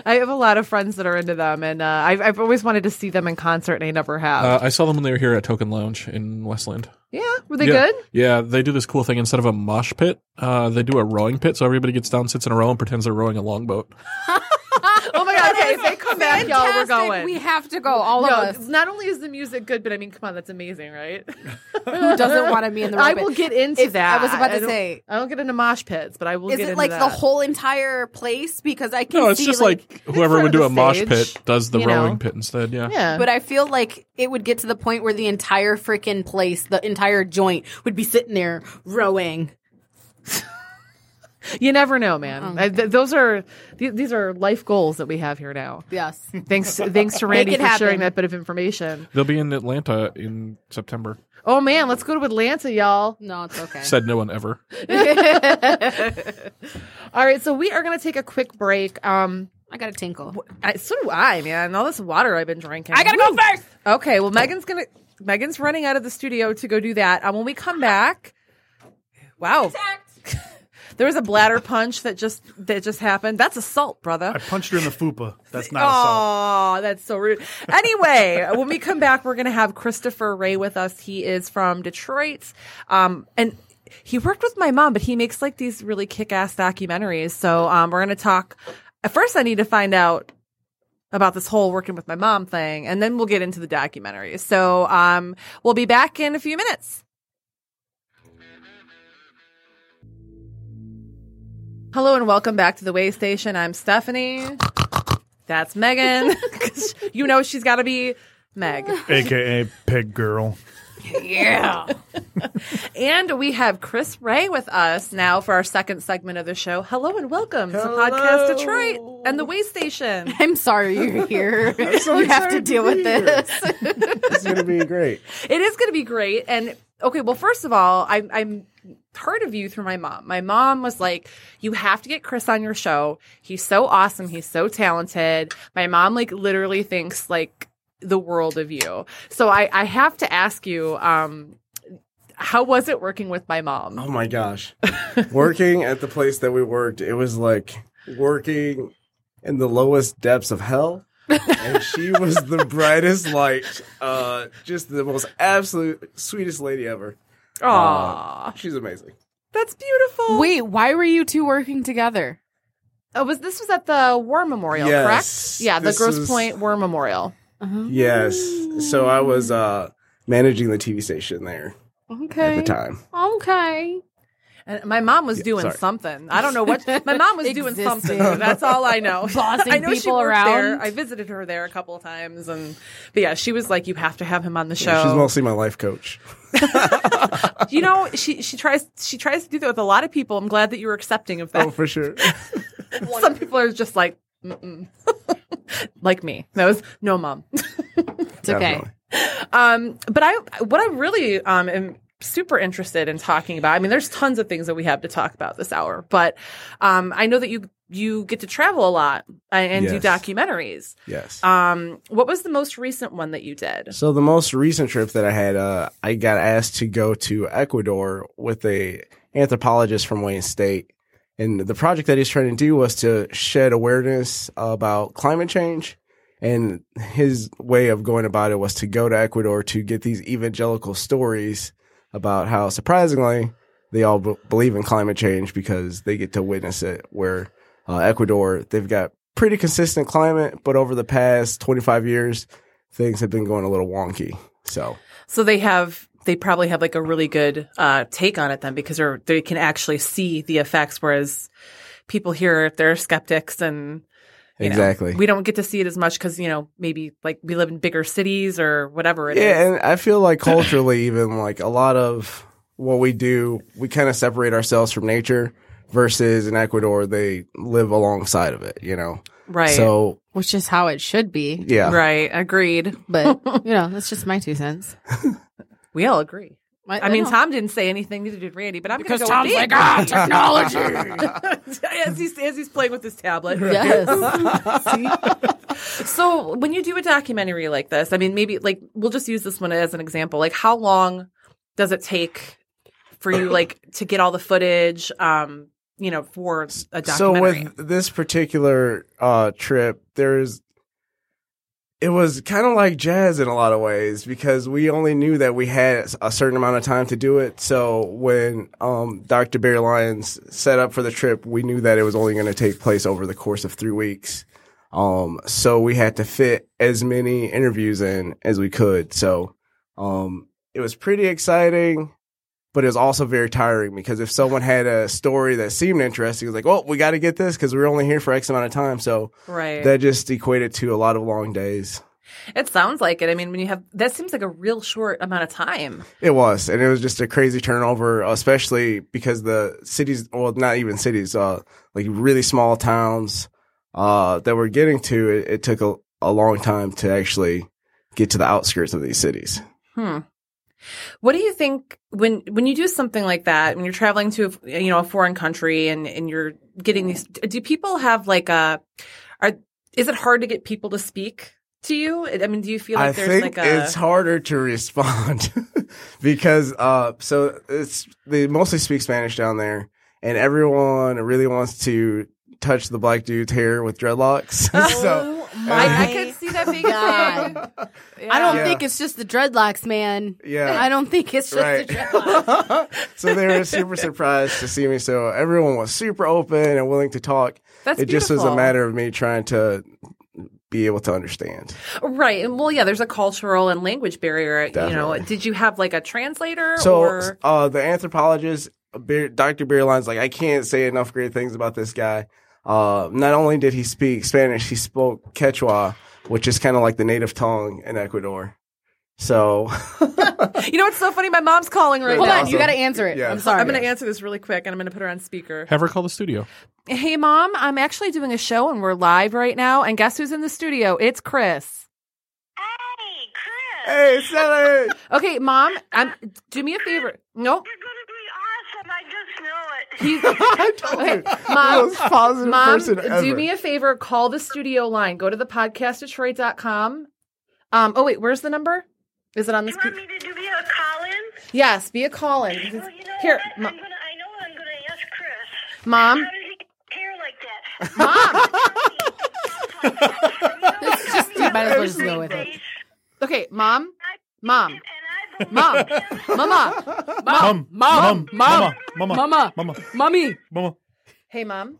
S3: I have a lot of friends that are into them, and uh, I've I've always wanted to see them in concert, and I never have.
S7: Uh, I saw them when they were here at Token Lounge in Westland.
S3: yeah, were they
S7: yeah.
S3: good?
S7: Yeah, they do this cool thing instead of a mosh pit, uh, they do a rowing pit. So everybody gets down, sits in a row, and pretends they're rowing a longboat.
S3: Oh my god, okay, if they come back, y'all, we're
S6: Fantastic.
S3: going.
S6: We have to go. All
S3: no,
S6: of us.
S3: not only is the music good, but I mean, come on, that's amazing, right?
S6: Who doesn't want to be in the?
S3: I
S6: room?
S3: will get into
S6: If-
S3: that.
S6: I was about to
S3: don't-
S6: say-
S3: I don't get into mosh pits, but I will.
S6: Is
S3: get
S6: it
S3: into
S6: like
S3: that.
S6: the whole entire place? Because I can
S7: No, it's
S6: see,
S7: just like, whoever
S3: front
S7: would
S3: of
S7: do
S3: the
S7: a mosh
S3: stage,
S7: pit does the
S3: you know.
S7: rowing pit instead. Yeah.
S3: Yeah,
S6: But I feel like it would get to the point where the entire freaking place, the entire joint, would be sitting there rowing.
S3: you never know, man.
S6: Oh,
S3: I, th- those are th- these are life goals that we have here now.
S6: Yes.
S3: Thanks, thanks to Randy
S6: it
S3: for sharing
S6: happen.
S3: that bit of information.
S7: They'll be in Atlanta in September.
S3: Oh man, let's go to Atlanta, y'all.
S6: No, it's okay.
S7: Said no one ever.
S3: All right, so we are going to take a quick break. Um,
S6: I got a tinkle.
S3: I, so do I, man. All this water I've been drinking.
S6: I gotta go first.
S3: Okay, well Megan's gonna Megan's running out of the studio to go do that. Um, when we come back, wow, there was a bladder punch that just that just happened. That's assault, brother.
S5: I punched her in the fupa. That's not assault.
S3: Oh, that's so rude. Anyway, when we come back, we're gonna have Christopher Ray with us. He is from Detroit, um, and he worked with my mom, but he makes like these really kick-ass documentaries. So um, we're gonna talk. At first, I need to find out about this whole working with my mom thing, and then we'll get into the documentary. So um, we'll be back in a few minutes. Hello and welcome back to the Way Station. I'm Stephanie. That's Megan. 'Cause you know she's got to be Meg.
S5: AKA pig girl.
S3: And we have Chris Ray with us now for our second segment of the show. Hello and welcome
S5: Hello.
S3: to Podcast Detroit and the Way Station.
S6: I'm sorry you're here. you have to
S5: excited to
S6: deal
S5: be
S6: with
S5: here.
S6: this.
S8: It's going to be great.
S3: It is going to be great. And okay, well, first of all, I, I'm heard of you through my mom. My mom was like, "You have to get Chris on your show. He's so awesome. He's so talented." My mom like literally thinks like the world of you. So I, I have to ask you, um, how was it working with my mom?
S8: Oh my gosh. working at the place that we worked, it was like working in the lowest depths of hell. and she was the brightest light, uh, just the most absolute sweetest lady ever.
S3: Aw,
S8: She's amazing.
S3: that's beautiful.
S6: Wait, why were you two working together?
S3: Oh, was this was at the War Memorial,
S8: Yes,
S3: correct? Yeah, the
S8: this
S3: Gross
S8: was-
S3: Point War Memorial.
S8: Yes. So I was uh, managing the TV station there at
S6: Okay.
S8: the time.
S6: Okay.
S3: And my mom was doing
S8: sorry.
S3: something. I don't know what. My mom was doing
S6: Existed.
S3: something. That's all I know.
S6: Bossing
S3: I know she
S6: people
S3: worked
S6: around.
S3: There. I visited her there a couple of times, and but yeah, she was like, "You have to have him on the show."
S8: She's mostly my life coach.
S3: you know, she she tries she tries to do that with a lot of people. I'm glad that you were accepting of that.
S8: Oh, for sure.
S3: Some people are just like, Mm-mm. like me. That was no mom.
S6: It's okay.
S8: Definitely.
S3: Um, but I, what I really um, am super interested in talking about. I mean, there's tons of things that we have to talk about this hour, but um, I know that you you get to travel a lot uh, and
S8: Yes.
S3: do documentaries.
S8: Yes.
S3: Um, what was the most recent one that you did?
S8: So the most recent trip that I had, uh, I got asked to go to Ecuador with a anthropologist from Wayne State, and the project that he's trying to do was to shed awareness about climate change. And his way of going about it was to go to Ecuador to get these evangelical stories about how surprisingly they all b- believe in climate change because they get to witness it. Where uh, Ecuador, they've got pretty consistent climate, but over the past 25 years, things have been going a little wonky. So
S3: So they have they probably have like a really good uh, take on it then because they're, they can actually see the effects, whereas people here they're skeptics and you know,
S8: exactly.
S3: we don't get to see it as much because you know maybe like we live in bigger cities or whatever it is.
S8: yeah, and I feel like culturally, even like a lot of what we do, we kind of separate ourselves from nature. Versus in Ecuador, they live alongside of it. You know,
S3: right
S8: so
S6: Which is how it should be.
S8: yeah,
S3: Right. Agreed.
S6: But, you know, that's just my two cents.
S3: We all agree. I mean,
S6: know.
S3: Tom didn't say anything, neither did Randy, but I'm going to go with Dave.
S6: ah, technology.
S8: "Ah!"
S3: as, he's, as he's playing with his tablet.
S6: yes.
S3: So when you do a documentary like this, I mean, maybe like we'll just use this one as an example. Like, how long does it take for you like to get all the footage? Um, you know, for a
S8: so
S3: documentary.
S8: with this particular uh, trip, there's it was kind of like jazz in a lot of ways because we only knew that we had a certain amount of time to do it. So when um, Dr. Barry Lyons set up for the trip, we knew that it was only going to take place over the course of three weeks. Um, so we had to fit as many interviews in as we could. So um, it was pretty exciting, but it was also very tiring because if someone had a story that seemed interesting, it was like, oh, we got to get this because we're only here for X amount of time. So
S3: Right.
S8: that just equated to a lot of long days.
S3: it sounds like it. I mean, when you have that seems like a real short amount of time.
S8: It was, and it was just a crazy turnover, especially because the cities, well, not even cities, uh, like really small towns uh, that we're getting to, it, it took a, a long time to actually get to the outskirts of these cities.
S3: Hmm. What do you think when when you do something like that when you're traveling to you know a foreign country and and you're getting these
S8: Mm.
S3: do people have like a are is it hard to get people to speak to you? I mean, do you feel like
S8: I
S3: there's
S8: think
S3: like a
S8: it's harder to respond because uh, so it's they mostly speak Spanish down there, and everyone really wants to touch the black dude's hair with dreadlocks.
S3: Oh.
S8: so
S3: I, I could see that being a thing.
S6: God. I don't
S8: Yeah.
S6: think it's just the dreadlocks, man.
S8: yeah,
S6: I don't think it's just
S8: Right.
S6: the dreadlocks.
S8: so they were super surprised to see me. So everyone was super open and willing to talk.
S3: That's
S8: it just was a
S3: beautiful.
S8: matter of me trying to be able to understand.
S3: Right. And well, yeah, there's a cultural and language barrier. You
S8: Definitely.
S3: know, did you have like a translator
S8: So
S3: or
S8: uh, the anthropologist, Beer, Dr. Beerline's like, I can't say enough great things about this guy. Uh, not only did he speak Spanish, he spoke Quechua, which is kind of like the native tongue in Ecuador. So
S3: you know what's so funny? My mom's calling right
S6: Hold
S3: now.
S6: on, you got to answer it.
S8: Yeah.
S6: I'm sorry.
S3: I'm going to answer this really quick, and I'm going to put her on speaker.
S7: Have her call the studio.
S3: Hey, mom, I'm actually doing a show, and we're live right now. And guess who's in the studio? It's Chris.
S9: Hey, Chris,
S8: hey, Sally,
S3: Okay, mom, I'm, do me a favor.
S9: you're
S3: No,
S9: gonna be awesome. I just know it.
S3: he's
S8: I told
S3: Okay,
S8: you,
S3: Mom,
S8: the most positive
S3: mom.
S8: person ever.
S3: Do me a favor. Call the studio line. Go to the podcastdetroit.com. Um. Oh wait, where's the number? Is it on
S9: You
S3: this?
S9: want
S3: pe-
S9: me to do be a call-in?
S3: yes, be a call in.
S9: Well, you know
S3: Here,
S9: what?
S3: mo-
S9: I'm gonna, I know I'm gonna ask Chris. How
S3: mom.
S9: did he get hair like that?
S3: Mom.
S9: Let's
S6: just- you might as well just go with it.
S3: Okay, mom.
S9: Mom.
S3: Mom.
S9: And I
S3: Mom.
S9: believe him.
S3: Mama.
S5: Mom,
S6: Mom, mom,
S5: mom, mama, mama,
S6: mama,
S5: mama,
S6: mommy.
S5: mama.
S3: Hey, mom.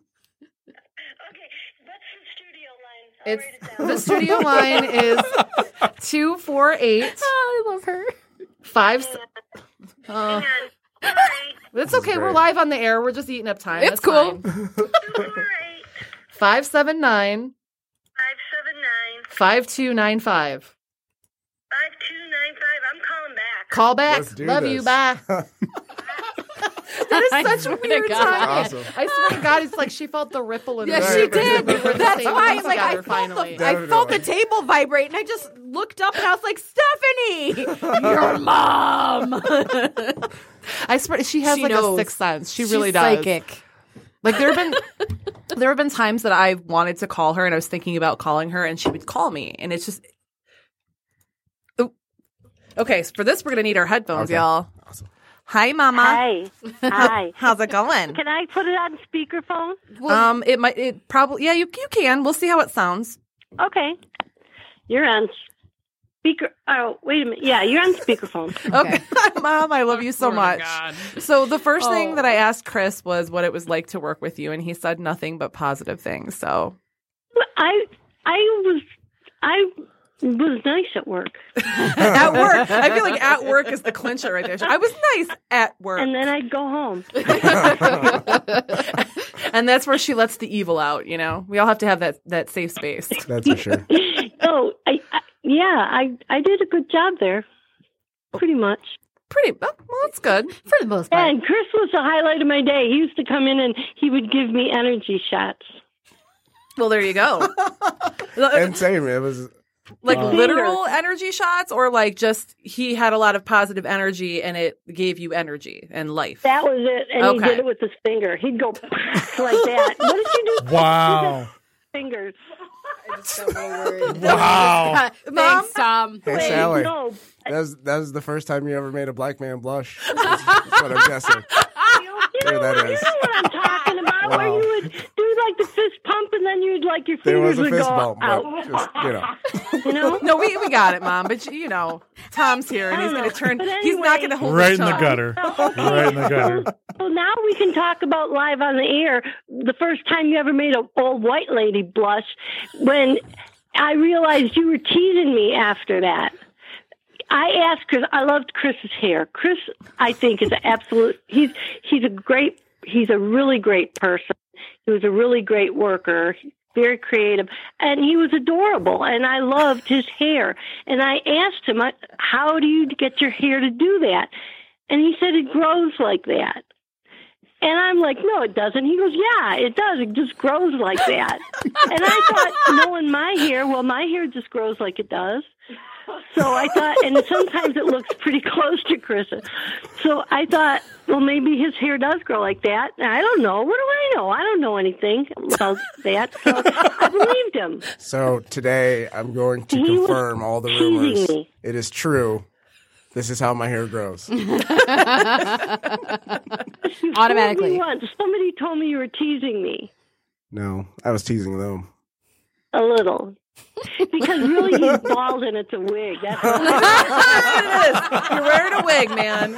S9: Okay, what's the studio line? I'll
S3: It's
S9: write it down.
S3: the studio line is two four eight
S6: Oh, I love her.
S3: five. s- Uh,
S9: And sorry,
S3: it's okay. We're
S8: great.
S3: live on the air. We're just eating up time. That's
S6: It's cool.
S3: fine.
S9: two four eight
S3: 579
S9: five seven nine
S3: 5295.
S9: five two nine five. I'm calling back.
S3: Call back.
S8: Let's do
S3: Love
S8: this.
S3: you. Bye.
S6: That
S3: Such weird timing.
S8: Awesome.
S3: I swear to God, it's like she felt the ripple in
S6: Yeah,
S3: the
S8: Right.
S6: she
S3: river.
S6: did.
S3: We were in the
S6: That's
S3: same
S6: why,
S3: room
S6: like, I
S3: together,
S6: felt,
S3: finally.
S6: the, I felt the table vibrate, and I just looked up, and I was like, "Stephanie, your mom."
S3: I swear, she has
S6: She
S3: like
S6: knows.
S3: a sixth sense. She
S6: She's
S3: really does.
S6: Psychic.
S3: Like there have been there have been times that I've wanted to call her and I was thinking about calling her and she would call me and it's just Oh. Okay, so for this we're gonna need our headphones, y'all. Hi mama.
S9: Hi. Hi.
S3: How's it going?
S9: Can I put it on speakerphone?
S3: um it might it probably yeah, you you can. We'll see how it sounds.
S9: Okay. You're on speaker. Oh, wait a minute. Yeah, you're on speakerphone.
S3: Okay. Mom, I love you so much. So the first thing that I asked Chris was what it was like to work with you and he said nothing but positive things. So
S9: I I was I was nice at work,
S3: at work. I feel like at work is the clincher right there. I was nice at work.
S9: and then I'd go home.
S3: and that's where she lets the evil out. You know, we all have to have that that safe space.
S8: That's for sure.
S9: oh, I, I yeah, I I did a good job there, pretty much.
S3: Pretty oh, well, that's good.
S6: for the most part.
S9: And Chris was the highlight of my day. He used to come in and he would give me energy shots.
S3: Well, there you go.
S8: And same, it was
S3: like
S5: uh,
S3: literal energy shots, or like just he had a lot of positive energy and it gave you energy and life.
S9: That was it, and he
S3: Okay.
S9: did it with his finger. He'd go like that. What did you do?
S5: Wow,
S9: Fingers.
S5: wow.
S6: Thanks, um, Tom.
S8: Hey,
S9: Wait,
S8: Sally.
S9: No,
S8: That was, that was the first time you ever made a black man blush. That's what I'm guessing.
S9: you did
S8: There that
S9: You
S8: is.
S9: know what I'm talking about? Where
S8: Wow.
S9: you would do like the fist pump and then you'd like your
S8: There was
S9: fingers
S8: a
S9: would
S8: fist
S9: go
S8: bump, but
S9: out.
S8: just you know.
S9: You know?
S3: No, we, we got it, mom. But you, you know, Tom's here and he's going to turn.
S9: But
S3: he's not
S9: anyway-
S3: going to hold
S5: Right
S3: his
S5: in the
S3: tongue.
S5: gutter. Right in the gutter.
S9: So now we can talk about live on the air the first time you ever made a old white lady blush when I realized you were teasing me after that. I asked Chris. I loved Chris's hair. Chris, I think, is an absolute. He's he's a great. He's a really great person. He was a really great worker. Very creative, and he was adorable. And I loved his hair. And I asked him, I- "How do you get your hair to do that?" And he said, "It grows like that." And I'm like, no, it doesn't. He goes, yeah, it does. It just grows like that. and I thought, knowing my hair, well, my hair just grows like it does. So I thought, and sometimes it looks pretty close to Chris's. So I thought, well, maybe his hair does grow like that. And I don't know. What do I know? I don't know anything about that. So I believed him.
S8: So today I'm going to
S9: He was
S8: confirm all the
S9: teasing
S8: rumors.
S9: me.
S8: It is true. This is how my hair grows.
S9: You fooled
S6: Automatically.
S9: me Once. Somebody told me you were teasing me.
S8: No, I was teasing them.
S9: A little. Because really, he's bald and it's a wig. That's
S3: That's what it is. You're wearing a wig, man.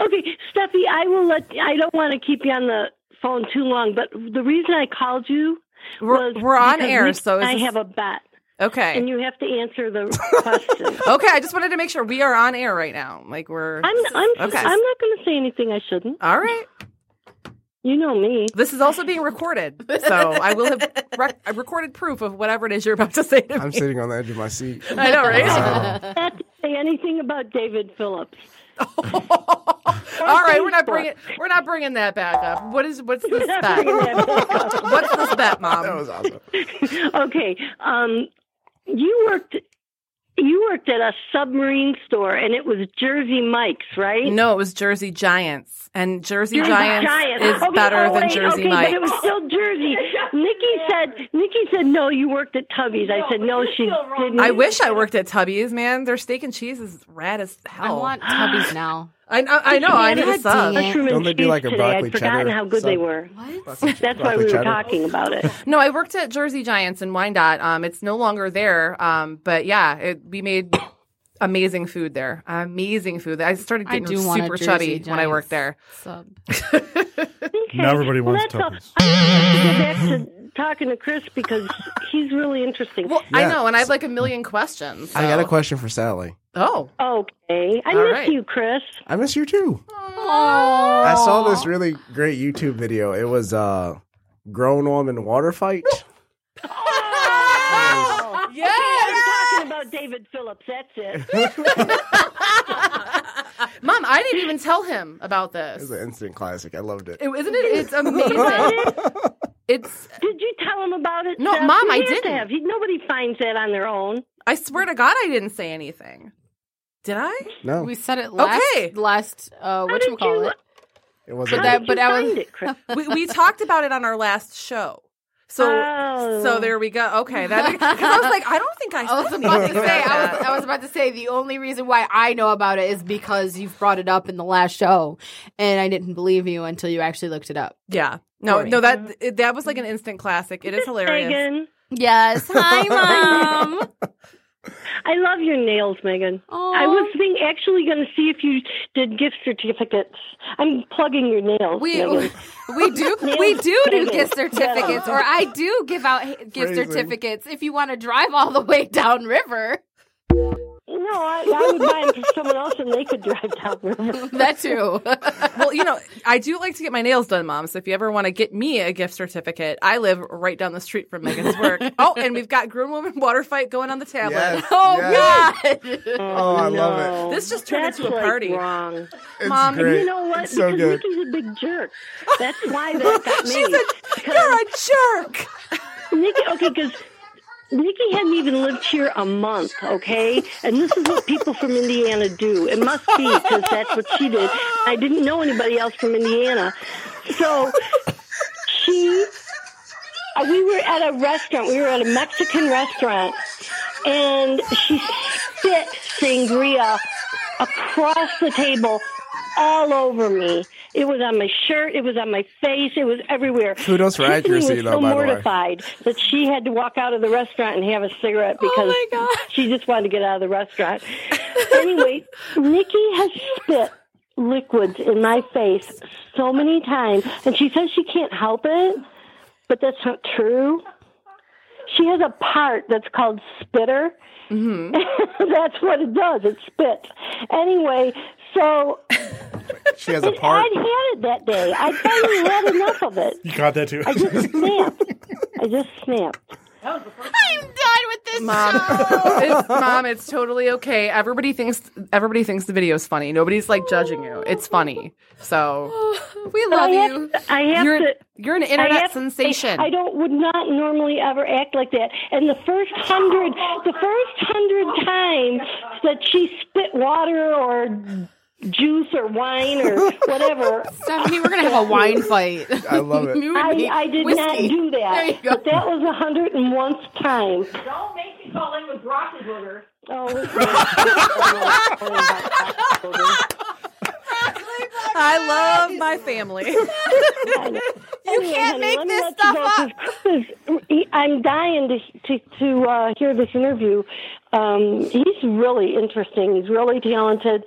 S9: okay, Steffi, I will let. I don't want to keep you on the phone too long, but the reason I called you
S3: We're,
S9: was
S3: we're on
S9: because
S3: air,
S9: we-
S3: so is
S9: I
S3: this-
S9: have a bet, and
S3: okay.
S9: you have to answer the question.
S3: Okay, I just wanted to make sure we are on air right now. Like we're
S9: I'm I'm
S3: Okay.
S9: I'm not going to say anything I shouldn't.
S3: all right.
S9: You know me.
S3: This is also being recorded, so I will have rec- I recorded proof of whatever it is you're about to say to
S8: I'm
S3: me.
S8: sitting on the edge of my seat.
S3: I know, right?
S8: Wow.
S9: Not to say anything about David Phillips.
S3: All right, we're not bringing we're not bringing that back up. What is what's this bet? What's this bet, mom?
S8: That was awesome.
S9: okay. Um, you worked. You worked at a submarine store, and it was Jersey Mike's, right?
S3: No, it was Jersey Giants, and Jersey
S9: Jersey
S3: Giants,
S9: Giants.
S3: is
S9: Okay,
S3: better
S9: oh,
S3: than
S9: wait,
S3: Jersey
S9: okay,
S3: Mike.
S9: But it was still Jersey. Nikki said, Nikki said, no, you worked at Tubby's. I said, no, she didn't.
S3: I wish I worked at Tubby's, man. Their steak and cheese is rad as
S6: I
S3: hell.
S6: want tubbies now.
S3: I, I, I know. I need a
S6: God
S3: sub.
S6: damn.
S9: Mushroom
S8: Don't
S9: and
S8: they do
S9: cheese
S8: like a
S9: today.
S8: broccoli
S9: I'd forgotten
S8: cheddar
S9: how good they
S8: sub?
S9: were.
S6: What?
S9: That's why we were
S8: cheddar?
S9: talking about it.
S3: No, I worked at Jersey Giants in Wyandotte. Um, it's no longer there. Um, but yeah, it, we made amazing food there. Amazing food. I started
S6: I
S3: getting
S6: do want a
S3: super
S6: Jersey
S3: chubby when I
S6: Giants
S3: worked there.
S6: Sub.
S9: Okay.
S5: Now everybody
S9: well,
S5: wants
S9: that's all.
S5: Tubby's.
S9: I have to go back to talking to Chris because he's really interesting.
S3: Well, I
S8: Yeah.
S3: know, and I have like a million questions.
S8: I got a
S3: so-
S8: question for Sally.
S3: Oh,
S9: okay. I
S3: All
S9: miss
S3: right.
S9: you, Chris.
S8: I miss you too. I saw this really great YouTube video. It was uh grown woman water fight.
S9: Oh,
S3: yes,
S9: we're talking about David Phillips. That's it.
S3: Mom. I didn't even tell him about
S8: It
S3: this.
S8: was an instant classic. I loved it.
S3: It, isn't it? It's amazing. It's.
S9: Did you tell him about it?
S3: No,
S9: Steph?
S3: Mom,
S9: You
S3: I
S9: have to
S3: didn't.
S9: Have. He, nobody finds that on their own.
S3: I swear to God, I didn't say anything. Did I?
S8: No,
S6: We said it last
S3: Okay.
S6: last uh
S9: How
S6: what
S9: did
S6: you call
S9: you-
S6: it?
S8: it wasn't.
S9: How
S6: that-
S9: did
S6: but
S9: you
S6: I was-
S9: find it, Chris?
S3: we, we talked about it on our last show. So
S9: Oh.
S3: so there we go. Okay, that because I was like, I don't think I
S6: I
S3: said
S6: was
S3: something
S6: about to
S3: like
S6: say. I was,
S3: that.
S6: I was about to say the only reason why I know about it is because you've brought it up in the last show, and I didn't believe you until you actually looked it up.
S3: Yeah, no,
S6: Sorry.
S3: no, that it- that was like an instant classic. It is hilarious.
S9: Megan,
S6: Yes. Hi, mom.
S9: I love your nails, Megan. I was being actually going to see if you did gift certificates. I'm plugging your nails.
S6: We
S9: Megan.
S6: we do we do do gift certificates, or I do give out h- gift
S8: Phrasing.
S6: certificates if you want to drive all the way down river.
S9: No, I, I would buy them for someone else, and they could drive down river.
S6: That too.
S3: Well, you know, I do like to get my nails done, mom. So if you ever want to get me a gift certificate, I live right down the street from Megan's work. oh, and we've got grown woman water fight going on the tablet.
S8: Yes,
S6: oh
S8: yes.
S6: God.
S8: Oh, I love it.
S3: This just turned
S9: That's
S3: into a
S9: like
S3: party.
S9: wrong.
S8: It's
S3: Mom,
S8: great.
S9: You know what?
S8: It's so good.
S9: because Nikki's a big jerk. That's why that got me.
S3: She's a, you're a jerk.
S9: Nikki, okay, because Nikki hadn't even lived here a month, okay? And this is what people from Indiana do. It must be because that's what she did. I didn't know anybody else from Indiana. So she, uh, we were at a restaurant, we were at a Mexican restaurant, and she spit sangria across the table all over me. It was on my shirt. It was on my face. It was everywhere.
S8: Kudos for
S9: Tiffany
S8: accuracy,
S9: was
S8: though,
S9: so
S8: by the way.
S9: mortified that she had to walk out of the restaurant and have a cigarette because
S6: Oh my God.
S9: she just wanted to get out of the restaurant. anyway, Nikki has spit liquids in my face so many times, and she says she can't help it, but that's not true. She has a part that's called spitter.
S6: Mm-hmm.
S9: that's what it does. It spits. Anyway, so
S8: She has a
S9: and
S8: part.
S9: I'd had it that day. I finally had enough of it.
S5: You caught that too.
S9: I just snapped. I just snapped.
S6: I'm done with this
S3: Mom, it's, mom, it's totally okay. Everybody thinks everybody thinks the video's funny. Nobody's like judging you. It's funny. So
S6: show. We love
S9: I have,
S6: you.
S9: I have
S3: you're an,
S9: to.
S3: you're an
S9: I
S3: internet
S9: have-
S3: sensation.
S9: I don't would not normally ever act like that. And the first hundred, the first hundred times that she spit water or juice or wine or whatever,
S6: Stephanie, we're gonna have a wine fight.
S8: I love it.
S9: I, I did not do
S6: There you
S9: that.
S6: go.
S9: But that was a hundred and once time.
S10: Don't make me call in with Brockenburger.
S9: Oh, it's-
S3: I love my family.
S9: you
S6: can't make this stuff
S9: up. I'm dying to to, to uh, hear this interview. Um, he's really interesting. He's really talented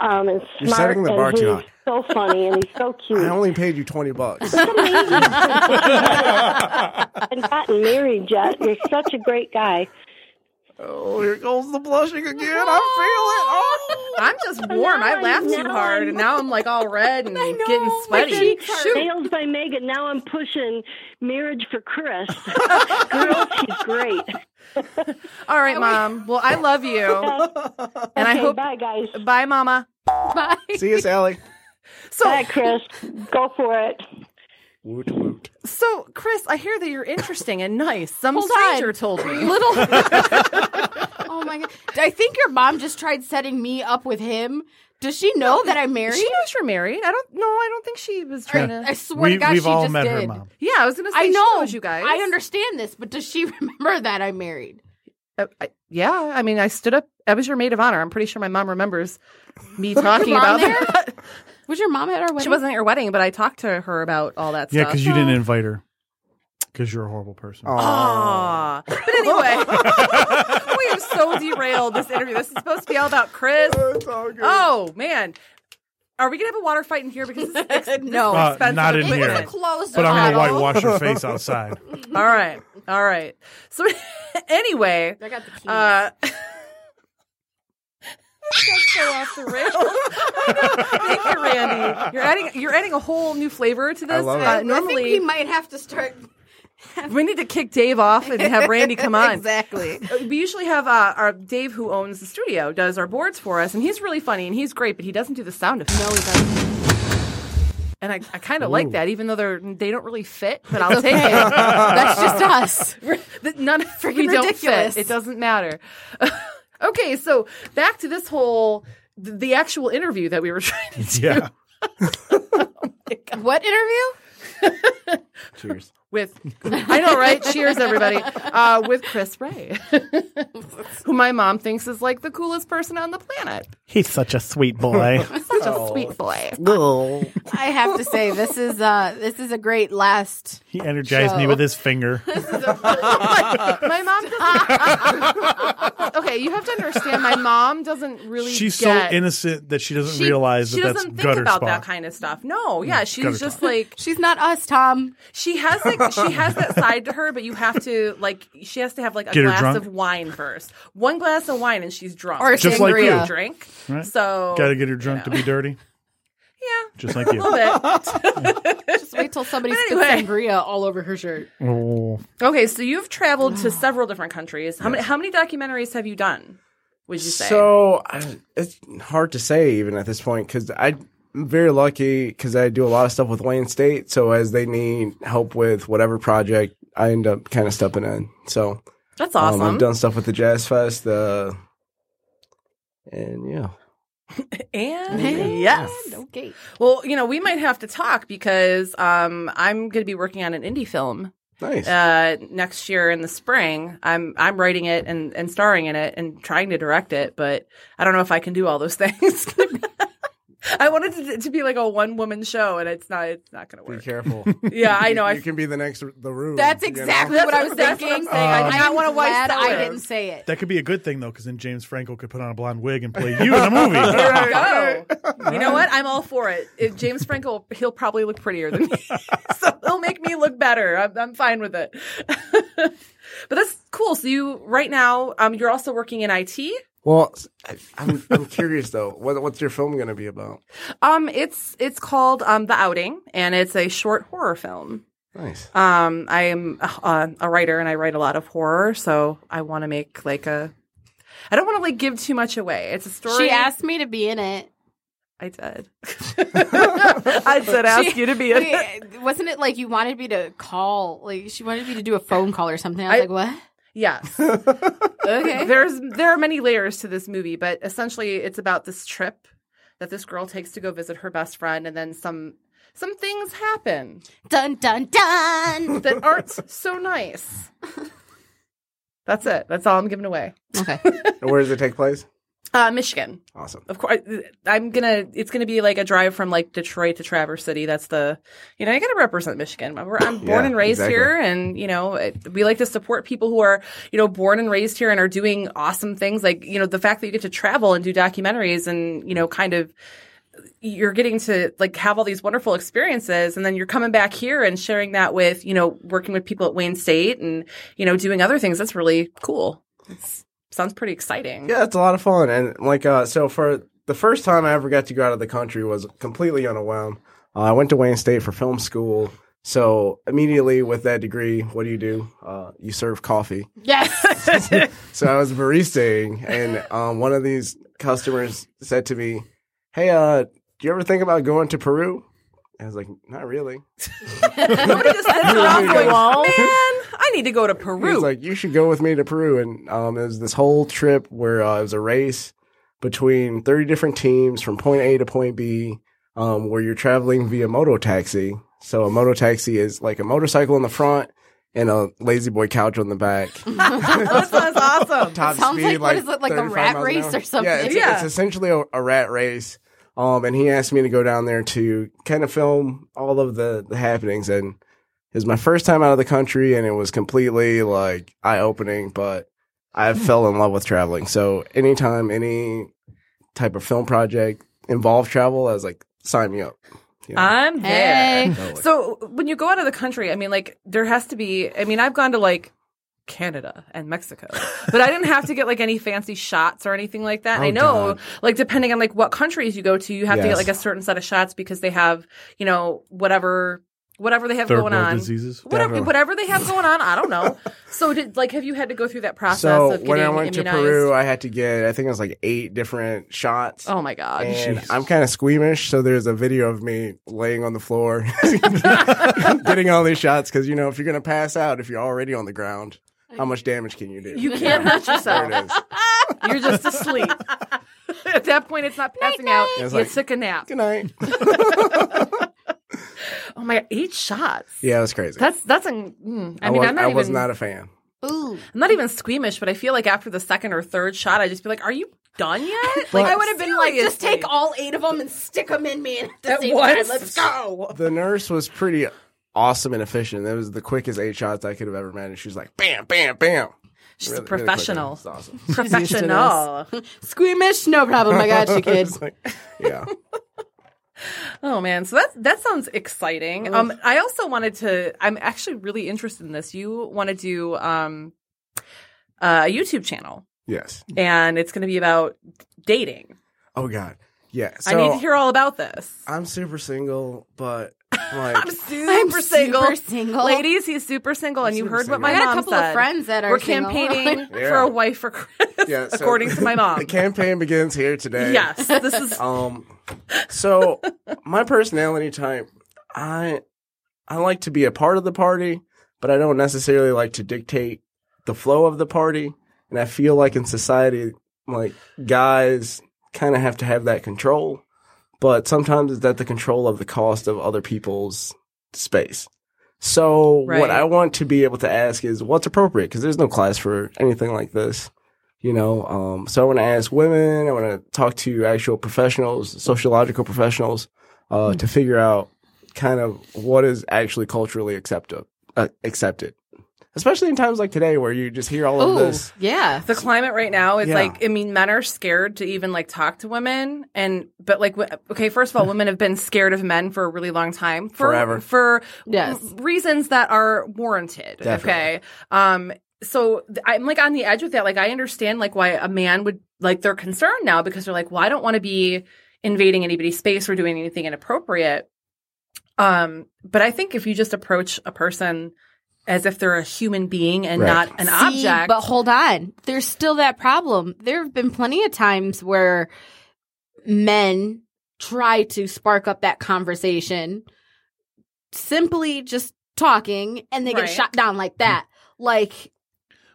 S9: um, and smart.
S8: You're setting the bar
S9: and
S8: too
S9: he's
S8: high.
S9: So funny and he's so cute.
S8: I only paid you twenty bucks.
S9: and gotten married yet? You're such a great guy.
S8: oh, here goes the blushing again. I feel it. Oh.
S3: I'm just warm. I laughed too hard, and now I'm like all red and getting sweaty.
S6: cheeks hurt.
S3: Shoot.
S9: Nails by Megan. Now I'm pushing marriage for Chris. Girls, he's great.
S3: All right, mom. Well, I love you, and I
S9: Okay,
S3: hope.
S9: bye guys.
S3: Bye, mama.
S8: See you, Sally.
S9: Bye,
S3: So,
S9: Chris. Go for it.
S8: Woot woot.
S3: so Chris, I hear that you're interesting and nice. Some
S6: Hold on.
S3: stranger told me.
S6: Little. oh my god! I think your mom just tried setting me up with him. Does she know that I'm married?
S3: She knows you're married. I don't. No, I don't think she was trying to.
S6: I swear
S5: we,
S6: to God,
S5: we've
S6: she
S5: all
S6: just
S5: met
S6: did.
S5: her mom.
S3: Yeah, I was gonna say.
S6: I
S3: she
S6: know
S3: knows you guys.
S6: I understand this, but does she remember that I'm married?
S3: Uh, I, yeah, I mean, I stood up. I was your maid of honor. I'm pretty sure my mom remembers me talking
S6: your mom
S3: about that.
S6: Was your mom at our wedding?
S3: she wasn't at your wedding, but I talked to her about all that
S5: Yeah,
S3: stuff.
S5: because you didn't invite her. Because you're a horrible person.
S3: Aw. But anyway, we have so derailed this interview. This is supposed to be all about Chris.
S8: It's all good.
S3: Oh man, are we gonna have a water fight in here? Because it's ex- this is
S6: No.
S5: Uh,
S3: expensive
S5: not in
S3: equipment.
S5: here.
S6: It's a closed
S5: But I'm
S6: bottle.
S5: going to whitewash your face outside.
S3: All right, all right. So anyway,
S6: I got the keys.
S3: Uh, That's so off the rails. I know. Thank you, Randy. You're adding you're adding a whole new flavor to this.
S8: I love it.
S3: Uh,
S8: I
S6: I think
S3: normally,
S6: we might have to start.
S3: we need to kick Dave off and have Randy come on.
S6: exactly.
S3: We usually have uh, our Dave, who owns the studio, does our boards for us, and he's really funny and he's great, but he doesn't do the sound effects. No, he doesn't. And I, I kind of like that, even though they're they don't really fit. But I'll take it.
S6: That's just us.
S3: That None of we
S6: ridiculous.
S3: Don't fit. It doesn't matter. okay, so back to this whole th- the actual interview that we were trying to do
S5: Yeah.
S6: What interview?
S8: Cheers.
S3: with I know, right? Cheers, everybody. Uh, with Chris Ray, who my mom thinks is like the coolest person on the planet.
S5: He's such a sweet boy.
S3: Such a
S5: Oh.
S3: sweet boy.
S6: I have to say this is uh this is a great last.
S5: he energized me
S6: Joe.
S5: with his finger.
S3: My mom. doesn't- okay, you have to understand. My mom doesn't really.
S5: She's
S3: get,
S5: so innocent that she doesn't
S3: She,
S5: realize
S3: she
S5: that that's
S3: doesn't think
S5: gutter
S3: about
S5: spot. Mm,
S3: that kind of stuff. No, yeah,
S5: gutter
S3: she's just
S5: spot.
S3: like
S6: She's not us, Tom.
S3: She has like she has that side to her, but you have to like she has to have like a
S5: Get her
S3: glass
S5: drunk?
S3: of wine first. One glass of wine and she's drunk.
S6: Or a
S3: She
S6: sangria.
S5: Just like
S3: doesn't
S5: you.
S3: drink.
S5: Right.
S3: So
S5: Got to get her drunk to be dirty,
S3: yeah,
S5: just like
S3: a
S5: you.
S3: little bit.
S6: Just wait till somebody spits
S3: anyway.
S6: sangria all over her shirt.
S5: Oh,
S3: Okay, so you've traveled to several different countries. How many how many documentaries have you done? Would you say?
S8: So I, it's hard to say even at this point because I'm very lucky because I do a lot of stuff with Wayne State. So as they need help with whatever project, I end up kind of stepping in. So
S3: That's
S8: um,
S3: awesome.
S8: I've done stuff with the Jazz Fest, uh, and yeah,
S3: And yes.
S6: Okay.
S3: Well, you know, we might have to talk because um, I'm going to be working on an indie film
S8: nice.
S3: uh, next year in the spring. I'm I'm writing it and, and starring in it and trying to direct it, but I don't know if I can do all those things. I wanted it to, to be like a one woman show, and it's not. It's not going to
S8: Be
S3: work.
S8: careful.
S3: Yeah, I know.
S8: You,
S3: I
S8: can be the next r- the room.
S6: That's
S8: you know?
S6: exactly
S3: That's
S6: what I was
S3: what- that's what I'm
S6: thinking.
S3: saying. I do not
S6: I'm
S3: wanna watch
S6: glad
S3: that
S6: I
S3: one.
S6: didn't say it.
S5: That could be a good thing though, because then James Franco could put on a blonde wig and play you in a movie.
S3: go. You know what? I'm all for it. If James Franco, he'll probably look prettier than me, so he'll make me look better. I'm, I'm fine with it. but that's cool. So you right now, um, you're also working in IT.
S8: Well, I, I'm, I'm curious though. What, what's your film going to be about?
S3: Um, it's it's called um, The Outing, and it's a short horror film.
S8: Nice.
S3: Um, I am uh, a writer, and I write a lot of horror, so I want to make like a. I don't want to like give too much away. It's a story.
S6: She asked me to be in it.
S3: I did. I did ask
S6: She-
S3: you to be in it.
S6: Wait, wasn't it like you wanted me to call? Like she wanted me to do a phone call or something. I
S3: I-
S6: was like, what?
S3: Yes.
S6: Okay.
S3: There's there are many layers to this movie, but essentially it's about this trip that this girl takes to go visit her best friend and then some some things happen
S6: Dun dun dun.
S3: that aren't so nice. That's it. That's all I'm giving away.
S6: okay.
S8: And where does it take place?
S3: Uh, Michigan.
S8: Awesome.
S3: Of course I'm going to it's going to be like a drive from like Detroit to Traverse City. That's the you know, you got to represent Michigan. We're- I'm born
S8: Yeah,
S3: and raised
S8: exactly.
S3: here and you know, it- we like to support people who are, you know, born and raised here and are doing awesome things like, you know, the fact that you get to travel and do documentaries and, you know, kind of you're getting to like have all these wonderful experiences and then you're coming back here and sharing that with, you know, working with people at Wayne State and, you know, doing other things. That's really cool. It's sounds pretty exciting.
S8: Yeah, it's a lot of fun. And like, uh, so for the first time I ever got to go out of the country was completely unwhelmed. Uh, I went to Wayne State for film school. So immediately with that degree, what do you do? Uh, you serve coffee.
S6: Yes.
S8: So I was baristaing, and um, one of these customers said to me, "Hey, uh, do you ever think about going to Peru?" I was like, "Not really."
S3: Somebody just said off
S8: Yeah.
S3: going, man, I need to go to
S8: He was
S3: Peru.
S8: like, "You should go with me to Peru." And um, it was this whole trip where uh, it was a race between thirty different teams from point A to point B, um, where you're traveling via moto taxi. So a moto taxi is like a motorcycle in the front and a lazy boy couch on the back.
S3: that sounds awesome.
S8: top
S6: Sounds
S8: speed,
S6: like- what is it, like a
S8: 35
S6: rat
S8: miles an
S6: race
S8: hour.
S6: or something?
S8: Yeah, it's,
S3: Yeah.
S8: it's essentially a, a rat race. Um, and he asked me to go down there to kind of film all of the, the happenings. And it was my first time out of the country, and it was completely like eye opening. But I fell in love with traveling. So anytime any type of film project involved travel, I was like, sign me up. You know?
S3: I'm there.
S6: hey.
S8: Totally.
S3: Ah, So when you go out of the country, I mean, like there has to be. I mean, I've gone to like Canada and Mexico, but I didn't have to get like any fancy shots or anything like that. And I
S8: Oh,
S3: know,
S8: God.
S3: like depending on like what countries you go to, you have to get
S8: Yes.
S3: like a certain set of shots because they have, you know, whatever, whatever they have
S5: Third
S3: going
S5: world
S3: on.
S5: diseases.
S3: Whatever,
S8: Definitely.
S3: whatever they have going on, I don't know. So, did like have you had to go through that process?
S8: So
S3: of getting
S8: when I went
S3: immunized?
S8: to Peru, I had to get, I think it was like eight different shots.
S3: oh my god,
S8: and I'm kind of squeamish, so there's a video of me laying on the floor, getting all these shots because you know if you're gonna pass out if you're already on the ground, how much damage can you do?
S3: you can't hurt
S8: There
S3: yourself.
S8: it is.
S3: You're just asleep. At that point, it's not passing out.
S8: Yeah, it's
S3: you
S8: like-
S3: took a nap.
S8: Good night.
S3: Oh my god, eight shots.
S8: Yeah, it was crazy.
S3: That's that's. An, mm, I,
S8: I
S3: mean,
S8: was,
S3: I'm not
S8: I
S3: even.
S8: was not a fan.
S6: Ooh.
S3: I'm not even squeamish, but I feel like after the second or third shot, I'd just be like, "Are you done yet?"
S8: But-
S6: I would have been like, just
S3: Seriously.
S6: take all eight of them and stick them in me. At the
S3: At
S6: same
S3: once?
S6: time. Let's go.
S8: The nurse was pretty awesome and efficient. That was the quickest eight shots I could have ever managed. She was like, bam, bam, bam.
S3: She's
S8: Really-
S3: a
S8: really quick.
S3: professional.
S8: It's awesome.
S3: professional.
S6: Squeamish, no problem. I got you, kid.
S8: It's like, yeah.
S3: Oh man, so that that sounds exciting. Um, I also wanted to. I'm actually really interested in this. You want to do um, uh, a YouTube channel,
S8: Yes.
S3: and it's going to be about dating.
S8: Oh God. Yeah.
S3: I
S8: So
S3: need to hear all about this.
S8: I'm super single, but like
S3: I'm super single.
S6: Super single.
S3: Ladies, he's super single, and you
S8: super
S3: heard what
S8: single.
S3: my
S6: I got
S3: mom
S6: a couple
S3: said.
S6: of friends that are
S3: We're
S6: single.
S3: campaigning
S8: Yeah.
S3: for a wife for Chris,
S8: Yeah, so-
S3: according to my mom.
S8: the campaign begins here today.
S3: Yes, this is
S8: Um, so my personality type, I I like to be a part of the party, but I don't necessarily like to dictate the flow of the party. And I feel like in society, like guys kind of have to have that control, but sometimes it's at the control of the cost of other people's space. So
S3: Right.
S8: what I want to be able to ask is what's appropriate because there's no class for anything like this. You know, um, so I want to ask women. I want to talk to actual professionals, sociological professionals, uh, to figure out kind of what is actually culturally accepted, uh, accepted, especially in times like today where you just hear all of
S6: Oh,
S8: this.
S6: yeah.
S3: the climate right now is
S8: Yeah.
S3: like i mean men are scared to even like talk to women and but like w- okay first of all women have been scared of men for a really long time for,
S8: Forever.
S3: for
S6: Yes.
S3: reasons that are warranted
S8: Definitely.
S3: okay um so th- i'm like on the edge with that like i understand like why a man would like they're concerned now because they're like well i don't want to be invading anybody's space or doing anything inappropriate um but i think if you just approach a person as if they're a human being and
S8: Right.
S3: not an
S6: See,
S3: object
S6: But hold on. There's still that problem. There have been plenty of times where men try to spark up that conversation simply just talking and they
S3: Right.
S6: get shot down like that. Like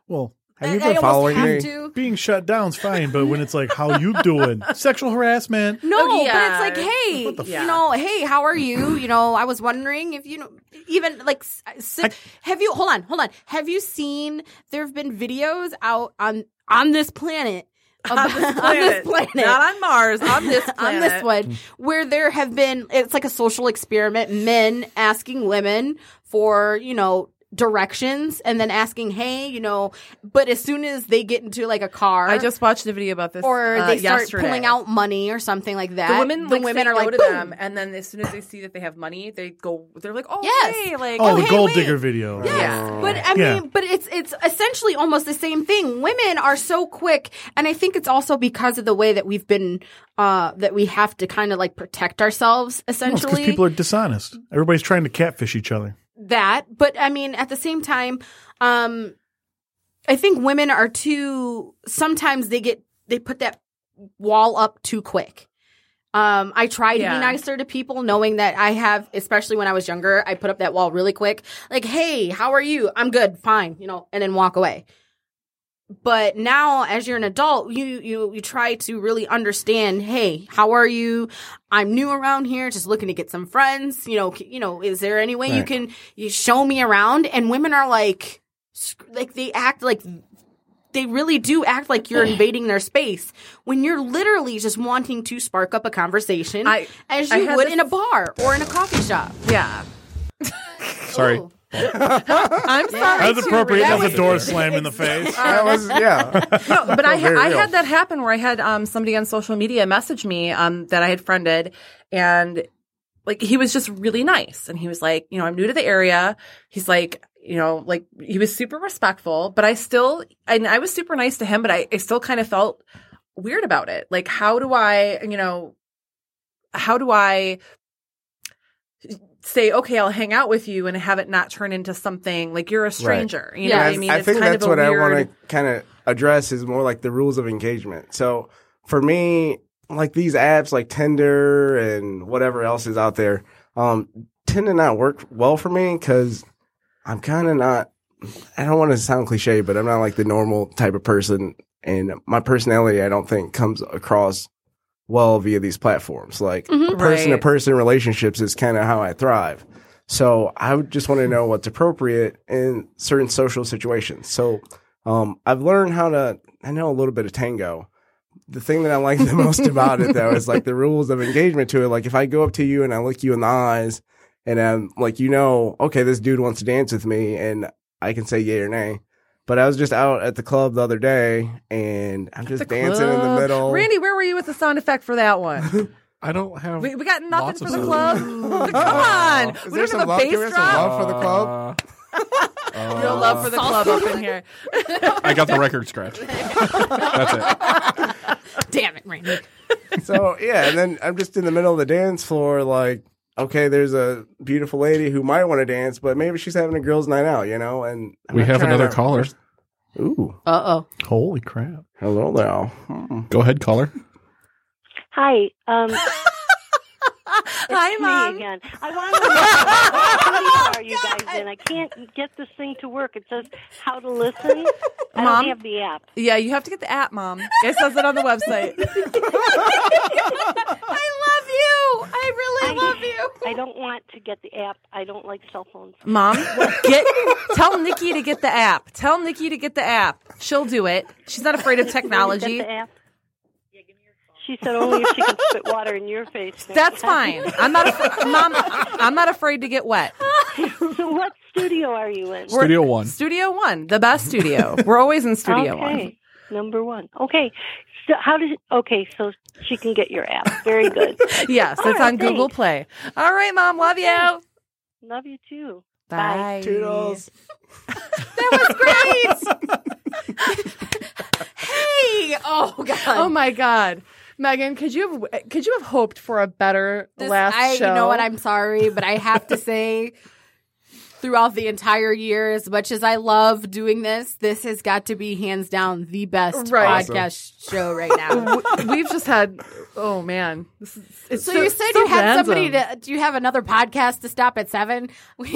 S5: Well,
S8: Have you
S6: I- I
S8: been
S6: almost
S8: following
S6: have
S8: me?
S6: to-
S5: being shut down's fine, but when it's like, "How you doing?" Sexual harassment.
S6: No,
S3: Oh, yeah.
S6: but it's like, hey,
S5: What the
S3: f-
S6: you know, hey, how are you? You know, I was wondering if you know, even like, s- s- have you? Hold on, hold on. Have you seen? There have been videos out on on this planet. about-
S3: Not on Mars, on this
S6: on
S3: planet.
S6: this one where there have been it's like a social experiment men asking women for you know directions and then asking hey you know but as soon as they get into like a car
S3: I just watched a video about this.
S6: or
S3: uh,
S6: they start
S3: yesterday.
S6: pulling out money or something like that
S3: The women,
S6: the
S3: like,
S6: women
S3: say
S6: are
S3: no
S6: like
S3: to
S6: "Boom."
S3: them, and then as soon as they see that they have money, they go. They're like, oh,
S6: Yes.
S3: hey, like,
S5: Oh, the
S6: hey,
S5: gold
S6: wait.
S5: digger video.
S6: Yes, but I mean,
S5: Yeah.
S6: but it's it's essentially almost the same thing. Women are so quick, and I think it's also because of the way that we've been, uh, that we have to kind of like protect ourselves.
S5: because
S6: Essentially,
S5: people are dishonest. Everybody's trying to catfish each other.
S6: that. But I mean, at the same time, um, I think women are too. Sometimes they get they put that wall up too quick. Um, I try to
S3: Yeah.
S6: be nicer to people, knowing that I have, especially when I was younger, I put up that wall really quick. Like, hey, how are you? I'm good, fine, you know, and then walk away. But now, as you're an adult, you you you try to really understand. Hey, how are you? I'm new around here, just looking to get some friends. You know, c- you know, is there any way you
S8: Right.
S6: can you show me around? And women are like, sc- like they act like they really do act like you're invading their space when you're literally just wanting to spark up a conversation
S3: I-
S6: as
S3: I
S6: you
S3: had
S6: would
S3: this-
S6: in a bar or in a coffee shop.
S3: yeah.
S7: Sorry.
S6: Ooh.
S3: I'm sorry.
S5: As
S3: too,
S5: appropriate
S3: Renee.
S5: as a door slam in the face.
S6: Uh,
S8: That was yeah.
S3: Uh, no, but I,
S8: Very
S3: I
S8: real.
S3: had that happen where I had um, somebody on social media message me um, that I had friended, and like he was just really nice, and he was like, you know, I'm new to the area. He's like, you know, like he was super respectful, but I still, and I was super nice to him, but I, I still kind of felt weird about it. Like, how do I, you know, how do I say okay i'll hang out with you and have it not turn into something like you're a stranger you know
S6: Yeah.
S3: what
S8: And
S3: i mean
S8: I
S3: It's
S8: think
S3: kind
S8: that's
S3: of a
S8: what I
S3: weird-
S8: want to kind of address is more like the rules of engagement. So for me, like these apps like Tinder and whatever else is out there, um, tend to not work well for me because I'm kind of not. I don't want to sound cliche, but I'm not like the normal type of person, and my personality I don't think comes across well via these platforms. Like person to
S3: Right.
S8: person relationships is kind of how I thrive. So I would just want to know what's appropriate in certain social situations. So um, I've learned how to. I know a little bit of tango. The thing that I like the most about it, though, is like the rules of engagement to it. Like if I go up to you and I look you in the eyes, and I'm like, you know, okay, this dude wants to dance with me, and I can say yay or nay. But I was just out at the club the other day, and I'm just
S3: The
S8: dancing in
S3: club.
S8: the middle.
S3: Randy, where were you with the sound effect for that one?
S7: I don't have.
S3: We, we got nothing
S7: Lots
S3: for
S7: of
S3: the
S7: sound.
S3: club. Come on,
S8: Is
S3: we
S8: there
S3: don't
S8: some
S3: have a
S8: love? Give us
S3: bass
S8: some
S3: drop.
S8: love for the club.
S7: Uh,
S3: No love for the club up in here.
S7: I got the record scratch. That's it.
S6: Damn it, Randy.
S8: so yeah, and then I'm just in the middle of the dance floor, like, okay, there's a beautiful lady who might want to dance, but maybe she's having a girls' night out, you know. And I'm
S7: We
S8: not
S7: have
S8: trying
S7: another
S8: to-
S7: caller.
S8: Ooh,
S6: Uh oh.
S5: Holy crap!
S8: hello now. Hmm.
S7: Go ahead, caller.
S9: Hi. Um,
S3: Hi,
S9: me
S3: mom. Oh,
S9: again. I want to know how are you guys in? I can't get this thing to work. It says how to listen. I
S3: Mom?
S9: don't have the app.
S3: Yeah, you have to get the app, mom. It says it on the website.
S6: I love you. I really
S9: I-
S6: love you.
S9: I don't want to get the app. I don't like cell phones.
S3: Mom, get tell Nikki to get the app. Tell Nikki to get the app. She'll do it. She's not afraid of technology.
S9: Is that the app? She said only if she can spit water in your face.
S3: That's fine. I'm not afraid, Mom. I'm not afraid to get wet.
S9: So what studio are you in?
S3: We're- Studio One, the best studio. We're always in Studio
S9: okay.
S3: One.
S9: Number one. Okay. So how does okay, so she can get your app. Very good.
S3: Yes,
S9: All
S3: it's
S9: right,
S3: on Google
S9: thanks.
S3: Play. All right, Mom. Love you.
S9: Love you too.
S3: Bye.
S8: Toodles.
S6: Hey! Oh god!
S11: Oh my god, Megan, could you have could you have hoped for a better
S6: This-
S11: last
S6: I,
S11: show?
S6: You know what? I'm sorry, but I have to say, throughout the entire year, as much as I love doing this, this has got to be hands down the best
S11: Right.
S6: podcast show right now.
S11: W- We've just had. Oh man, this is, it's
S6: So, you said
S11: so
S6: you had somebody
S11: random.
S6: to. Do you have another podcast to stop at seven? We,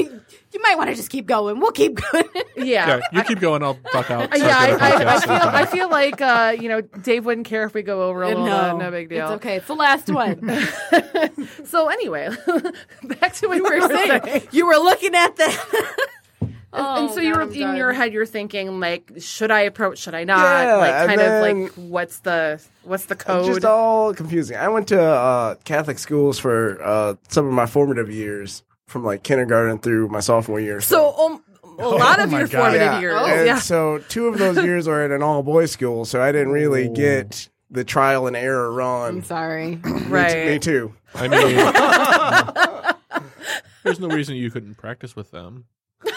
S6: you might want to just keep going. We'll keep going.
S11: Yeah.
S7: Yeah, you keep going. I'll duck out.
S11: Uh, Yeah, I, I, I
S7: Podcast.
S11: feel I feel like uh, you know Dave wouldn't care if we go over a little. No, no big deal.
S6: Uh, It's okay. It's the last one.
S11: So anyway, back to what
S6: you were saying you were looking at the.
S11: and
S8: Oh,
S11: so you were in your head, you're thinking like, should I approach? Should I not?
S8: Yeah,
S11: like,
S8: and
S11: kind of like, what's the what's the code?
S8: Just all confusing. I went to uh, Catholic schools for uh, some of my formative years, from like kindergarten through my sophore year.
S3: So um, a lot of
S8: Oh my
S3: your
S8: God.
S3: formative
S8: Yeah. Oh.
S3: years.
S8: And
S3: Yeah.
S8: so two of those years were at an all boys school, so I didn't really get the trial and error
S6: I'm
S8: run.
S6: sorry.
S3: Right.
S8: Me too.
S7: I mean, there's no reason you couldn't practice with them.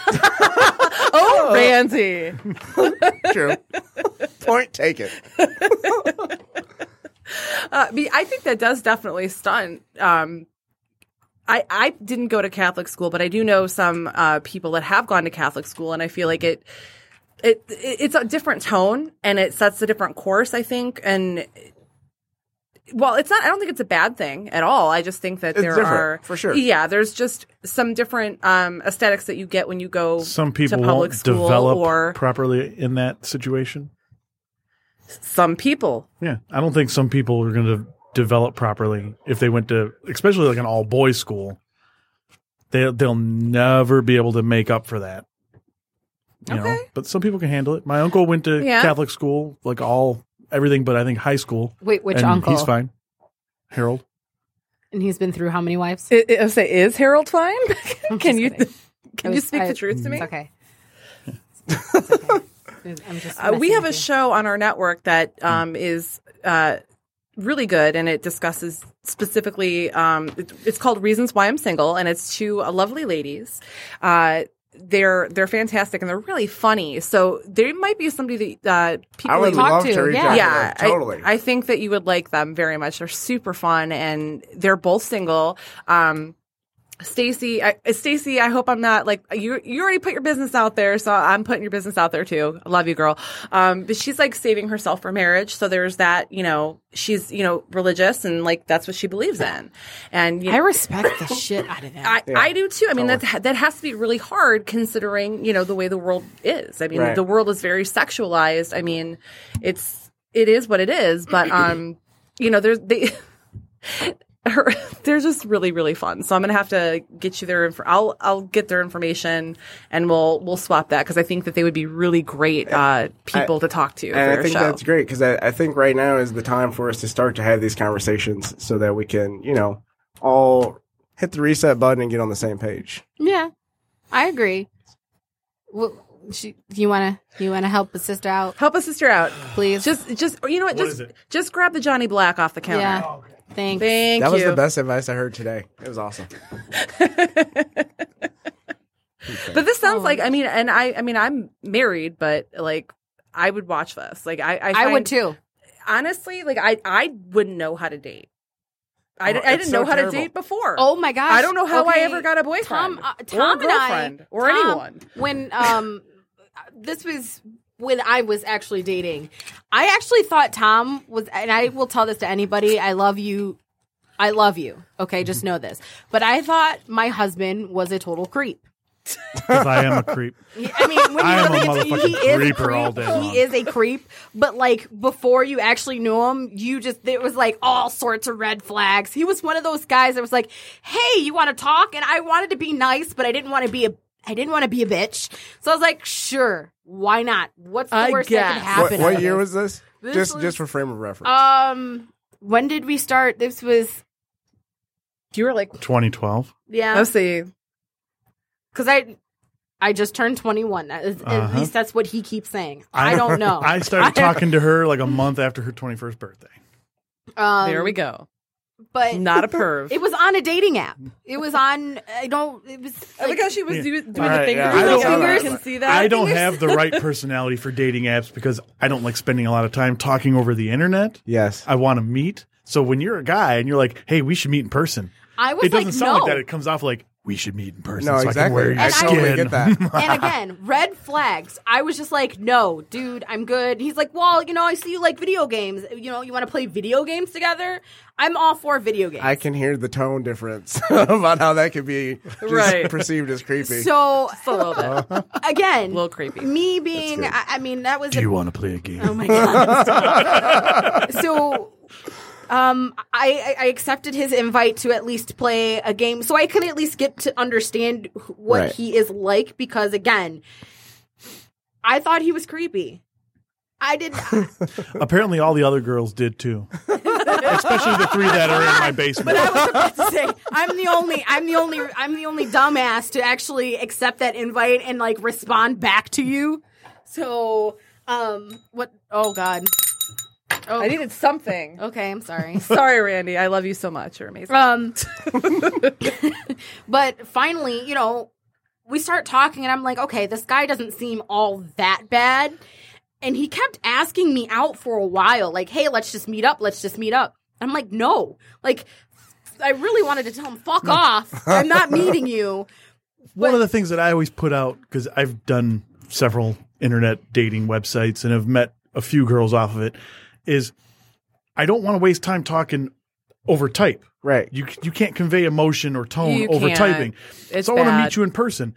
S11: oh, Randy.
S8: True. Point taken.
S3: Uh, but I think that does definitely stun. Um, I I didn't go to Catholic school, but I do know some uh, people that have gone to Catholic school, and I feel like it. It, it it's a different tone and it sets a different course, I think. And well, it's not. I don't think it's a bad thing at all. I just think that
S8: It's
S11: there
S8: different,
S11: are
S8: for sure.
S3: yeah, there's just some different um, aesthetics that you get when you go
S5: Some people
S3: to public
S5: won't
S3: school
S5: develop
S3: or
S5: properly in that situation.
S3: some people.
S5: Yeah, I don't think some people are going to develop properly if they went to, especially like an all boys school. They they'll never be able to make up for that. You know, but some people can handle it. My uncle went to
S3: Yeah.
S5: Catholic school, like all everything, but I think high school.
S6: Wait, which
S5: and
S6: uncle?
S5: He's fine. Harold.
S6: And he's been through how many wives?
S3: I, I say, is Harold fine? can you can
S6: I
S3: you
S6: was-
S3: speak
S6: I-
S3: the truth to me?
S6: It's okay. It's okay. I'm just
S3: Uh, we
S6: messing
S3: have a
S6: with you.
S3: show on our network that
S8: Mm.
S3: um, is uh, really good, and it discusses specifically. Um, it- it's called "Reasons Why I'm Single," and it's two uh, lovely ladies. Uh, they're they're fantastic and they're really funny. So there might be somebody that uh, people
S8: I would
S3: that you-
S6: talk
S8: love
S6: to,
S8: to, reach
S6: yeah.
S8: out
S3: yeah,
S8: to them. Totally.
S3: I, I think that you would like them very much. They're super fun and they're both single. Um, Stacy, I, Stacy, I hope I'm not like you. You already put your business out there, so I'm putting your business out there too. I love you, girl. Um, but she's like saving herself for marriage, so there's that. You know, she's you know religious and like that's what she believes in, and you
S6: I respect the shit out of that.
S3: I, I do too. I mean, that that has to be really hard considering you know the way the world is. I mean,
S8: Right.
S3: the world is very sexualized. I mean, it's it is what it is. But um, you know, there's they. Her, they're just really really fun. So I'm gonna have to get you their. Inf- I'll I'll get their information and we'll we'll swap that because I think that they would be really great uh, people to talk to for
S8: And I
S3: your
S8: think
S3: show.
S8: that's great because I, I think right now is the time for us to start to have these conversations so that we can, you know, all hit the reset button and get on the same page.
S6: Yeah, I agree. Well, she, you want to you want to help a sister out,
S3: Help a sister out,
S6: please?
S3: just just you know what, just just grab the Johnny Black off the counter.
S6: yeah. Thanks.
S3: Thank
S8: that
S3: you.
S8: was the best advice I heard today. It was awesome.
S3: But this sounds
S6: Oh.
S3: like I mean, and I I mean I'm married, but like I would watch this. Like I I,
S6: I would
S3: find-
S6: too.
S3: Honestly, like I I wouldn't know how to date. I, di-
S8: Oh,
S3: I
S8: it's
S3: didn't
S8: so
S3: know how
S8: terrible.
S3: to date before.
S6: Oh my gosh!
S3: I don't know how I
S6: Okay.
S3: ever got a boyfriend
S6: Tom, uh,
S3: or
S6: Tom
S3: a
S6: and I-
S3: girlfriend or
S6: Tom,
S3: anyone.
S6: When um, this was when I was actually dating. I actually thought Tom was, and I will tell this to anybody. I love you. I love you. Okay, just know this. But I thought my husband was a total creep.
S5: because I am a creep.
S6: I mean, when you
S5: I am a
S6: look at it, he
S5: motherfucking
S6: is a
S5: creeper
S6: creep.
S5: all day long.
S6: He is a creep. But like before you actually knew him, you just it was like all sorts of red flags. He was one of those guys that was like, "Hey, you want to talk?" And I wanted to be nice, but I didn't want to be a I didn't want to be a bitch. So I was like, "Sure, why not? What's the
S8: I
S6: worst that can
S8: guess.
S6: happen?"
S8: What- what
S6: out of
S8: year
S6: this?
S8: was this?
S6: This
S8: Just-
S6: was-
S8: just for frame of reference.
S6: Um, when did we start? This was
S12: you were like
S5: 2012.
S6: yeah.
S3: Oh,
S12: Let's see.
S6: because I I just turned 21. That is- At
S5: Uh-huh.
S6: least that's what he keeps saying. I don't know.
S5: I started talking to her like a month after her 21st birthday.
S6: Um,
S3: there we go.
S6: But
S3: Not a perv.
S6: It was on a dating app. It was on. I don't. It was.
S3: I like how Oh she was do- doing the fingers.
S5: I don't,
S3: Everyone can see that.
S5: I don't have the right personality for dating apps because I don't like spending a lot of time talking over the internet.
S8: Yes.
S5: I want to meet. So when you're a guy and you're like, hey, we should meet in person.
S6: I was
S5: It doesn't
S6: like,
S5: sound
S6: no.
S5: like that. It comes off like, we should meet in person
S8: No,
S5: so I can
S8: exactly.
S5: wear your
S8: I totally
S5: skin.
S8: get that.
S6: and again, red flags. I was just like, no, dude, I'm good. He's like, well, you know, I see you like video games. You know, you want to play video games together? I'm all for video games.
S8: I can hear the tone difference about how that could be just
S6: Right.
S8: perceived as creepy.
S6: So
S3: a little
S8: bit.
S6: again, a
S3: little creepy.
S6: Me being, I, I mean, that was.
S5: Do
S6: a-
S5: you want to play a game?
S6: Oh my god! so, um, I, I I accepted his invite to at least play a game, so I could at least get to understand wh- what
S8: Right.
S6: he is like. Because again, I thought he was creepy. I did.
S5: Apparently, all the other girls did too. Especially the three that are in my
S6: But
S5: basement.
S6: I was about to say, I'm the only, I'm the only, I'm the only dumbass to actually accept that invite and like respond back to you. So, um, what? Oh God. Oh.
S3: I needed something.
S6: Okay, I'm sorry.
S3: Sorry, Randy. I love you so much. You're amazing.
S6: Um, but finally, you know, we start talking, and I'm like, okay, this guy doesn't seem all that bad. And he kept asking me out for a while, like, hey, let's just meet up, let's just meet up. I'm like, no, like, I really wanted to tell him, fuck off, I'm not meeting you.
S5: One of the things that I always put out because I've done several internet dating websites and have met a few girls off of it is I don't want to waste time talking over type.
S8: Right.
S5: You you can't convey emotion or tone
S3: You
S5: Oh, over
S3: can't.
S5: typing.
S3: It's
S5: so I want to
S3: bad.
S5: meet you in person.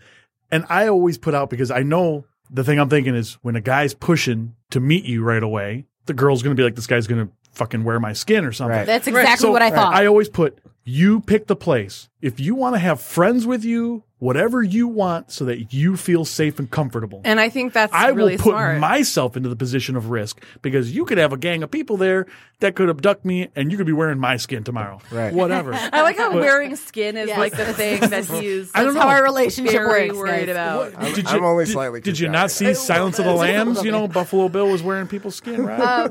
S5: And I always put out because I know the thing I'm thinking is when a guy's pushing to meet you right away, the girl's going to be like, this guy's going to fucking wear my skin or something.
S6: Right. That's exactly
S5: So
S6: what I thought.
S5: I always put, you pick the place. If you want to have friends with you, whatever you want so that you feel safe and comfortable.
S3: and I think that's
S5: I
S3: really
S5: will put
S3: smart.
S5: myself into the position of risk because you could have a gang of people there that could abduct me and you could be wearing my skin tomorrow. Right. Whatever.
S3: I like how
S5: But-
S3: wearing skin is
S6: Yes.
S3: like the thing that he's.
S5: I don't
S3: that's
S5: know.
S6: Our relationship
S3: very
S6: works.
S3: worried
S6: guys.
S3: about.
S8: I'm, I'm only slightly
S5: Did
S8: creeped
S5: you
S8: out.
S5: not see Silence of the Lambs? You know, Buffalo Bill was wearing people's skin, right?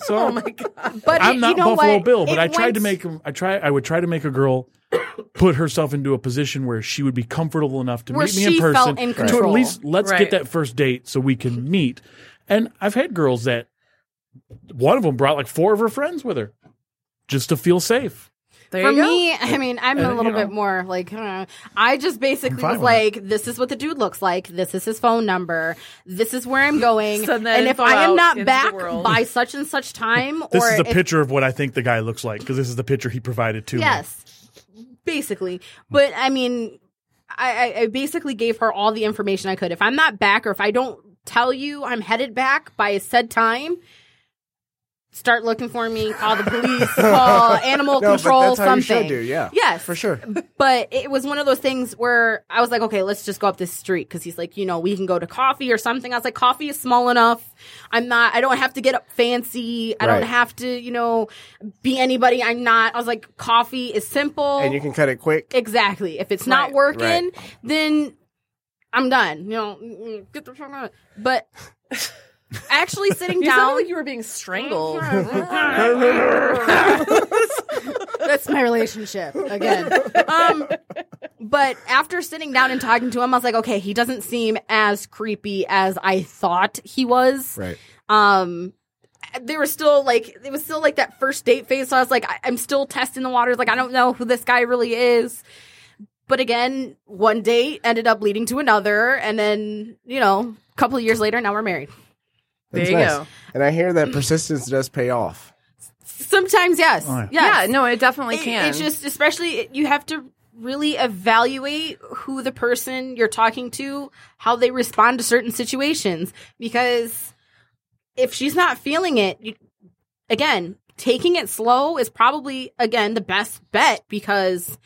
S5: so
S6: But
S5: I'm
S6: it-
S5: not
S6: you know
S5: Buffalo
S6: what?
S5: Bill, but
S6: It
S5: I tried to
S6: went-
S5: make him. I try. I would try to make a girl put herself into a position where she would be comfortable enough to
S6: Where
S5: meet me in
S6: she felt
S5: person.
S6: in
S5: to at
S6: control.
S5: least let's
S3: Right.
S5: get that first date so we can meet. And I've had girls that one of them brought like four of her friends with her just to feel safe.
S3: There
S6: For
S3: you go.
S6: me, I mean, I'm
S5: Uh,
S6: a
S5: you
S6: little
S5: know.
S6: bit more like uh, I just basically was
S5: fine with that.
S6: like, this is what the dude looks like. This is his phone number. This is where I'm going.
S3: Send that
S6: and if
S3: info
S6: I am
S3: out
S6: not
S3: into the
S6: back
S3: world.
S6: by such and such time,
S5: This
S6: or
S5: is a
S6: if-
S5: picture of what I think the guy looks like because this is the picture he provided to me.
S6: Yes, basically. But I mean, I, I- I basically gave her all the information I could. If I'm not back, or if I don't tell you I'm headed back by a said time. Start looking for me. Call the police. Call animal
S8: No, but
S6: control.
S8: that's how you should
S6: something.
S8: do, yeah.
S6: Yes,
S8: For sure.
S6: but it was one of those things where I was like, okay, let's just go up this street because he's like, you know, we can go to coffee or something. I was like, coffee is small enough. I'm not. I don't have to get up fancy. I
S8: Right.
S6: don't have to, you know, be anybody. I'm not. I was like, coffee is simple.
S8: And you can cut it quick.
S6: exactly. If it's not
S3: Right.
S6: working,
S8: Right.
S6: then I'm done. You know, mm, mm, get the fuck out. But actually sitting
S3: You sounded
S6: down.
S3: like you were being strangled.
S6: That's my relationship again. Um, but after sitting down and talking to him, I was like, okay, he doesn't seem as creepy as I thought he was.
S8: Right.
S6: Um, there was still like it was still like that first date phase. So I was like, I- I'm still testing the waters. Like I don't know who this guy really is. But again, one date ended up leading to another, and then you know, a couple of years later, now we're married.
S3: There
S8: That's
S3: you
S8: nice.
S3: go.
S8: And I hear that persistence does pay off.
S6: Sometimes, yes,
S5: Oh, yeah.
S6: yes.
S3: Yeah, no, it definitely
S6: It-
S3: can.
S6: It's just, especially, it- you have to really evaluate who the person you're talking to, how they respond to certain situations. Because if she's not feeling it, you, again, taking it slow is probably, again, the best bet because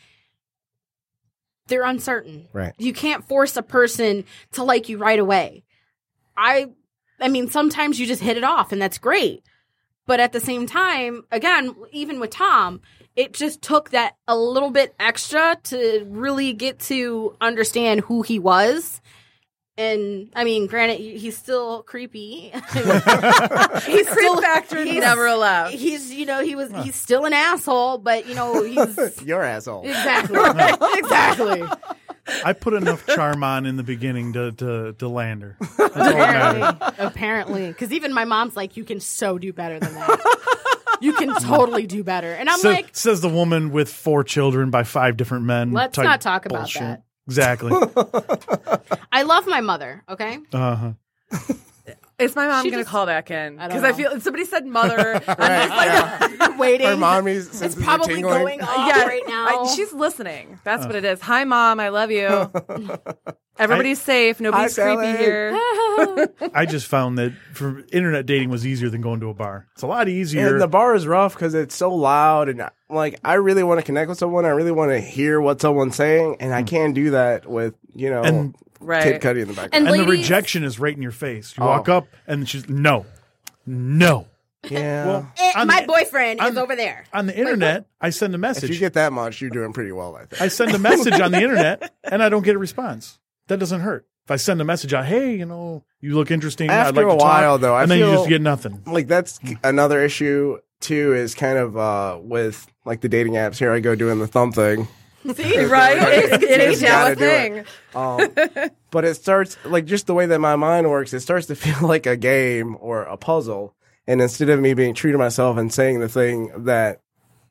S6: they're uncertain.
S8: Right.
S6: You can't force a person to like you right away. I I mean, sometimes you just hit it off and that's great. But at the same time, again, even with Tom, it just took that a little bit extra to really get to understand who he was. And I mean, granted, he- he's still creepy. he's
S12: creep factor is never allowed.
S6: He's, you know, he was, he's still an asshole, but you know, he's
S8: Your asshole.
S6: exactly, exactly.
S5: I put enough charm on in the beginning to to, to land her.
S6: apparently, apparently, because even my mom's like, you can so do better than that. You can totally do better, and I'm
S5: Sa-
S6: like,
S5: says the woman with four children by five different men.
S6: Let's
S5: type
S6: not talk about
S5: bullshit.
S6: that.
S5: Exactly.
S6: I love my mother. Okay,
S5: Uh-huh.
S3: Is my mom
S12: She
S3: going to
S12: just-
S3: call back in?
S6: I don't
S3: Because I,
S6: know.
S3: feel somebody said mother. I'm
S8: Right,
S3: just like,
S6: waiting.
S8: Her mommy's senses are
S6: probably
S8: tingling.
S6: going off
S3: uh, Yeah,
S6: right now.
S3: I- she's listening. That's what it is. Hi, mom. I love you. Everybody's safe. Nobody's
S8: Hi,
S3: creepy
S8: Sally.
S3: here.
S5: I just found that for internet dating was easier than going to a bar. It's a lot easier.
S8: And the bar is rough because it's so loud, and like I really want to connect with someone. I really want to hear what someone's saying, and I can't do that with you know
S5: And-
S8: Kid
S3: Right.
S8: Cudi in the background.
S6: and
S5: And the
S6: ladies,
S5: rejection is right in your face. You
S8: Oh.
S5: walk up and she's no, no.
S8: yeah.
S5: Well,
S6: eh,
S5: on
S6: my
S5: the-
S6: boyfriend
S5: I'm-
S6: is over there.
S5: on the internet, I send a
S8: if you
S5: message.
S8: get that much, you're doing pretty well, I think.
S5: I send a message on the internet and I don't get a response. That doesn't hurt. If I send a message out, hey, you know, you look interesting. I'd
S8: After
S5: like
S8: a
S5: to
S8: while,
S5: talk,
S8: though, I
S5: and then you
S8: feel-
S5: just get nothing.
S8: like that's another issue too. Is kind of uh, with like the dating apps. Here I go doing the thumb thing.
S3: See, right? It's, it
S8: Just
S3: is now
S8: gotta
S3: a
S8: do it.
S3: thing.
S8: Um, but it starts like just the way that my mind works. It starts to feel like a game or a puzzle. And instead of me being true to myself and saying the thing that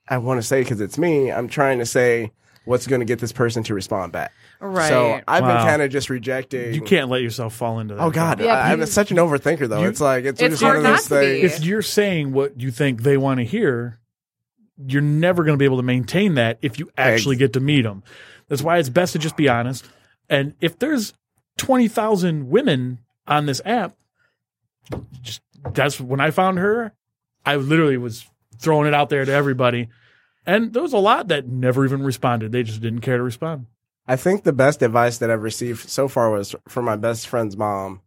S8: I want to say because it's me, I'm trying to say what's going to get this person to respond back.
S3: Right.
S8: So I've
S5: Wow.
S8: been kind of just rejecting.
S5: You can't let yourself fall into that.
S8: Oh God,
S6: Yeah,
S8: I, am
S6: you-
S8: such an overthinker though.
S5: you-
S8: it's like it's,
S3: It's
S8: just one
S3: hard
S8: of
S3: not
S8: those
S3: to be.
S8: things.
S5: If you're saying what you think they want to hear, you're never going to be able to maintain that if you actually get to meet them. That's why it's best to just be honest. And if there's 20,000 women on this app, just that's when I found her, I literally was throwing it out there to everybody. And there was a lot that never even responded. They just didn't care to respond.
S8: I think the best advice that I've received so far was from my best friend's mom,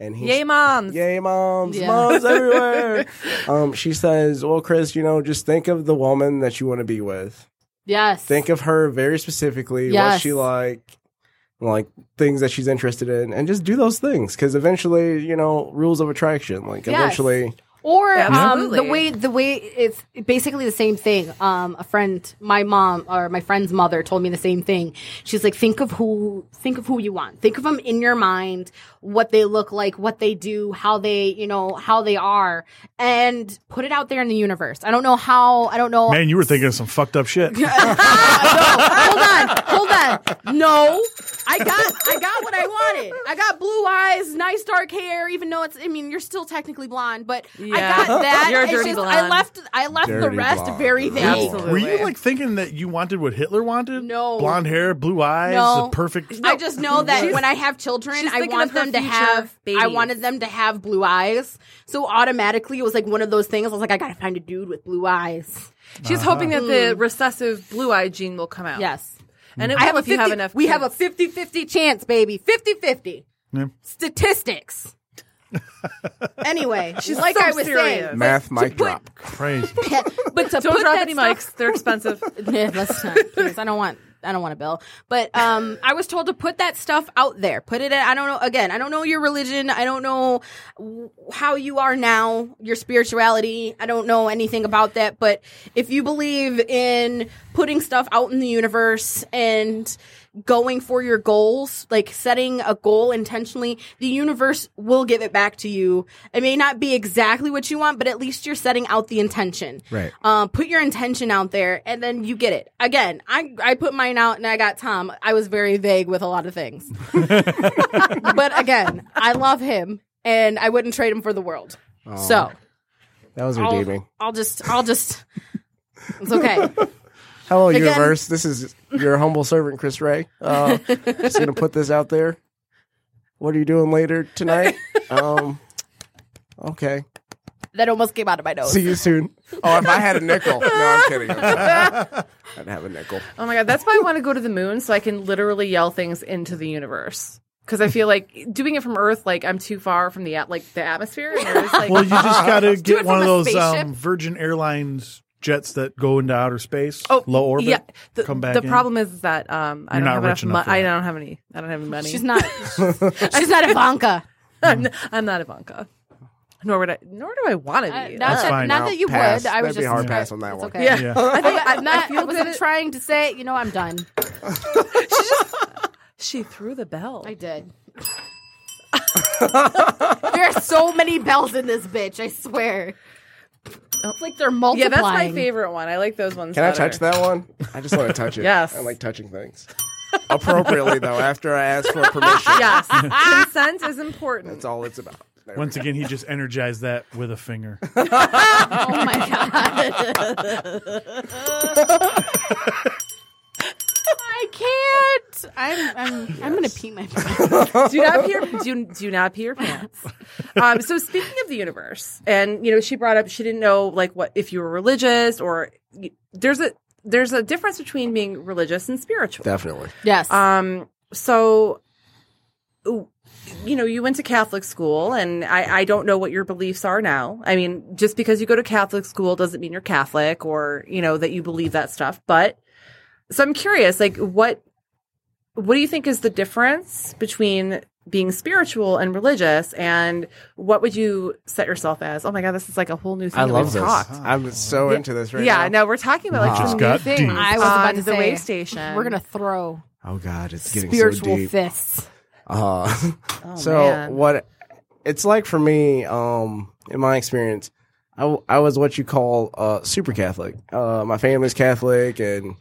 S8: and he
S3: Yay, moms.
S8: Yay, moms,
S6: Yeah.
S8: moms everywhere. um, she says, Well, Chris, you know, just think of the woman that you want to be with.
S6: Yes,
S8: Think of her very specifically,
S6: Yes.
S8: what she like, like things that she's interested in, and just do those things. Because eventually, you know, rules of attraction. Like
S6: Yes.
S8: eventually,
S6: or um,
S3: Absolutely.
S6: the way the way it's basically the same thing. Um, a friend, my mom or my friend's mother told me the same thing. She's like, think of who, think of who you want. Think of them in your mind, what they look like, what they do, how they, you know, how they are, and put it out there in the universe. I don't know how. I don't know.
S5: Man, you were thinking of some fucked up shit.
S6: Ah, no, hold on, hold on. No, I got, I got what I wanted. I got blue eyes, nice dark hair. Even though it's, I mean, you're still technically blonde, but I
S3: Yeah.
S6: got that.
S3: You're a
S6: It's
S3: dirty
S6: just- I
S3: blonde.
S6: left, I left the
S8: Dirty
S6: rest
S8: blonde.
S6: very vague.
S3: Absolutely.
S5: Were you like thinking that you wanted what Hitler wanted?
S6: No.
S5: Blonde hair, blue eyes,
S6: No.
S5: the perfect.
S6: I just know that when I have children,
S3: she's
S6: I
S3: thinking
S6: want
S3: of her
S6: them to
S3: future
S6: have. I
S3: babies.
S6: wanted them to have blue eyes. So automatically, it was like one of those things. I was like, I gotta find a dude with blue eyes.
S3: She's hoping that the recessive blue eye gene will come out.
S6: Mm. Yes.
S3: And it
S6: I have
S3: will
S6: a
S3: if you
S6: 50,
S3: have enough.
S6: We have a
S3: kids.
S6: 50-50 chance, baby. 50-50.
S5: Yeah.
S6: Statistics. anyway, she's like
S3: so
S6: I was
S3: serious.
S8: math mic
S6: put-
S8: drop.
S5: Crazy.
S6: saying, but to
S3: Don't
S6: put
S3: drop
S6: that
S3: any
S6: stuff-
S3: mics. They're expensive.
S6: yeah, let's not. Please, I don't want. I don't want a bill. But um, I was told to put that stuff out there. Put it. I don't know. Again, I don't know your religion. I don't know w- how you are now. Your spirituality. I don't know anything about that. But if you believe in putting stuff out in the universe and going for your goals, like setting a goal intentionally, the universe will give it back to you. It may not be exactly what you want, but at least you're setting out the intention.
S8: Right.
S6: Uh, put your intention out there, and then you get it. Again, I I put mine out, and I got Tom. I was very vague with a lot of things, but again, I love him, and I wouldn't trade him for the world.
S8: Oh,
S6: So
S8: That was
S6: I'll,
S8: redeeming.
S6: I'll just I'll just. It's okay.
S8: Hello,
S6: Again-
S8: universe. This is your humble servant, Chris Ray. Uh, just gonna put this out there. What are you doing later tonight? Um, okay.
S6: That almost came out of my nose.
S8: See you soon. Oh, if I had a nickel. No, I'm kidding. I'm kidding. I'd have a nickel.
S3: Oh my god, that's why I want to go to the moon so I can literally yell things into the universe. Because I feel like doing it from Earth, like I'm too far from the at- like the atmosphere. And there's, like,
S5: well, you just got to
S3: Do it
S5: get one
S3: from
S5: of
S3: a
S5: those
S3: spaceship.
S5: um, Virgin Airlines jets that go into outer space,
S3: Oh,
S5: low orbit.
S3: Yeah, the,
S5: come back.
S3: the
S5: in.
S3: problem is that um, I
S5: You're
S3: don't
S5: not
S3: have enough.
S5: rich enough
S3: Mo-
S5: for
S3: I don't have any. I don't have any money.
S6: She's not. she's not Ivanka.
S3: I'm, n- I'm not Ivanka. Nor would I. Nor do I want to
S6: Uh,
S3: be.
S6: not
S8: That's
S6: that,
S8: fine.
S6: not
S8: I'll
S6: that you
S8: pass.
S6: would. I
S8: That'd
S6: was
S8: be
S6: just
S8: a hard
S6: surprised.
S8: pass on that
S6: It's
S8: one.
S6: okay.
S5: Yeah. Yeah.
S6: I, think I'm not.
S3: feel
S6: I wasn't trying to say. You know, I'm done.
S3: she threw the bell.
S6: I did. there are so many bells in this bitch. I swear. It's like they're
S3: yeah,
S6: multiplying.
S3: that's my favorite one. I like those ones.
S8: Can I
S3: better.
S8: touch that one? I just want to touch it.
S3: Yes.
S8: I like touching things. Appropriately, though, after I ask for permission.
S3: Yes, consent is important.
S8: That's all it's about. There we
S5: Once again, he just energized that with a finger.
S6: Oh my god. I can't. I'm. I'm. I'm gonna pee my pants.
S3: do not pee your, do, do not pee your pants. Um, so speaking of the universe, and you know, she brought up she didn't know like what if you were religious or there's a there's a difference between being religious and spiritual.
S8: go. Definitely.
S6: Yes.
S3: Um, so, you know, you went to Catholic school, and I, I don't know what your beliefs are now. I mean, just because you go to Catholic school doesn't mean you're Catholic or, you know, that you believe that stuff. But so I'm curious, like, what, what do you think is the difference between being spiritual and religious and what would you set yourself as? Oh my God, this is like a whole new thing.
S8: I
S3: that
S8: love
S3: we've
S8: this.
S3: talked.
S8: I'm so into this right
S3: yeah,
S8: now.
S3: no, we're talking about like
S8: Just
S3: some new
S5: got
S3: things.
S5: deep.
S6: I was about
S3: on
S6: to
S3: the
S6: say,
S3: way station.
S6: We're gonna throw
S8: Oh, God. It's getting
S6: spiritual
S8: so deep.
S6: fists.
S8: Uh,
S3: Oh,
S8: so what it's like for me, um, in my experience, I, w- I was what you call uh, super Catholic. Uh, my family's Catholic, and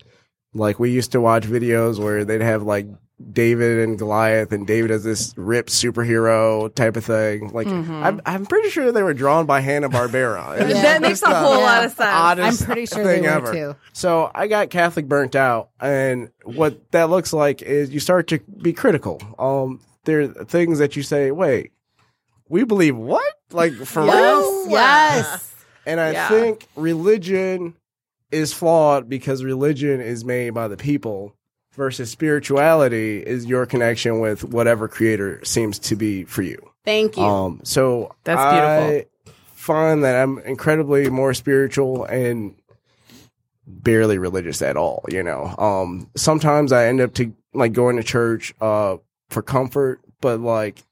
S8: like we used to watch videos where they'd have like David and Goliath, and David as this ripped superhero type of thing. Like I'm, I'm pretty sure they were drawn by Hanna Barbera.
S3: Mm-hmm. That makes a
S8: uh,
S3: whole lot of sense.
S6: I'm pretty sure they
S8: thing
S6: were
S8: ever.
S6: too.
S8: So I got Catholic burnt out, and what that looks like is you start to be critical. Um, there are things that you say, "Wait, we believe what?" Like for real?
S6: Yes.
S8: And I
S3: Yeah.
S8: think religion is flawed because religion is made by the people versus spirituality is your connection with whatever creator seems to be for you.
S6: Thank you.
S8: Um, so
S3: That's
S8: I find that I'm incredibly more spiritual and barely religious at all. You know, um, sometimes I end up to like going to church uh, for comfort, but like.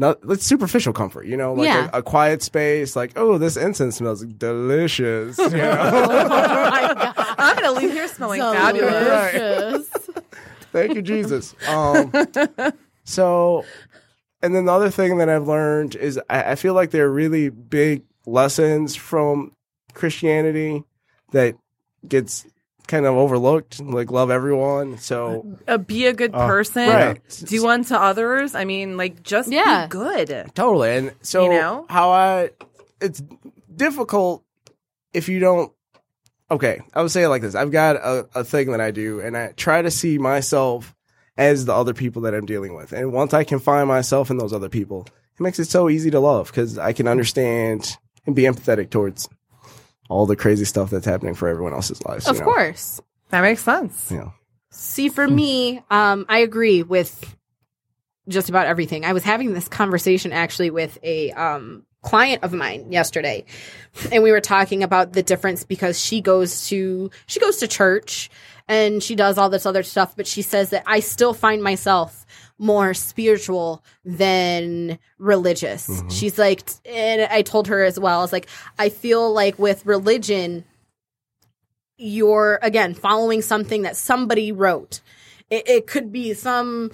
S8: Not it's superficial comfort, you know, like
S6: Yeah.
S8: a, a quiet space, like oh, this incense smells delicious. You know?
S3: I'm going to leave here smelling
S6: So
S3: Oh fabulous.
S6: delicious.
S8: Thank you, Jesus. Um, so, and then the other thing that I've learned is I, I feel like there are really big lessons from Christianity that gets kind of overlooked, like love everyone. So,
S3: uh, be a good
S5: Uh,
S3: person,
S8: right.
S3: do unto others. I mean, like just
S6: Yeah.
S3: be good.
S8: totally. And so,
S3: You know?
S8: how I, it's difficult if you don't. Okay, I would say it like this I've got a, a thing that I do, and I try to see myself as the other people that I'm dealing with. And once I can find myself in those other people, it makes it so easy to love because I can understand and be empathetic towards all the crazy stuff that's happening for everyone else's lives.
S6: of
S8: you know?
S6: course.
S3: That makes sense.
S8: Yeah.
S6: See, for me, um, I agree with just about everything. I was having this conversation actually with a um, client of mine yesterday, and we were talking about the difference because she goes to she goes to church and she does all this other stuff, but she says that I still find myself more spiritual than religious. She's like, t- and I told her as well. I was like, I feel like with religion, you're again following something that somebody wrote. It, it could be some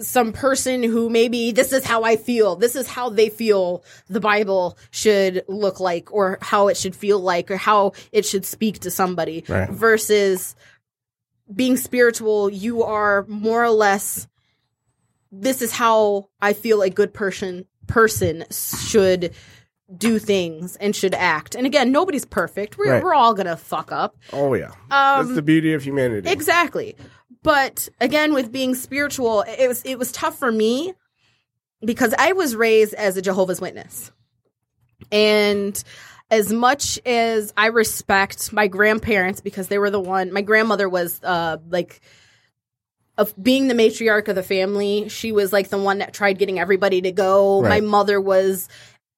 S6: some person who maybe this is how I feel. This is how they feel the Bible should look like, or how it should feel like, or how it should speak to somebody.
S8: Right.
S6: Versus being spiritual, you are more or less. This is how I feel a good person person should do things and should act. And again, nobody's perfect. We're,
S8: Right.
S6: we're all gonna fuck up.
S8: Oh yeah, that's
S6: Um,
S8: the beauty of humanity.
S6: Exactly. But again, with being spiritual, it was it was tough for me because I was raised as a Jehovah's Witness. And as much as I respect my grandparents because they were the one my grandmother was uh like of being the matriarch of the family, she was like the one that tried getting everybody to go.
S13: Right.
S6: My mother was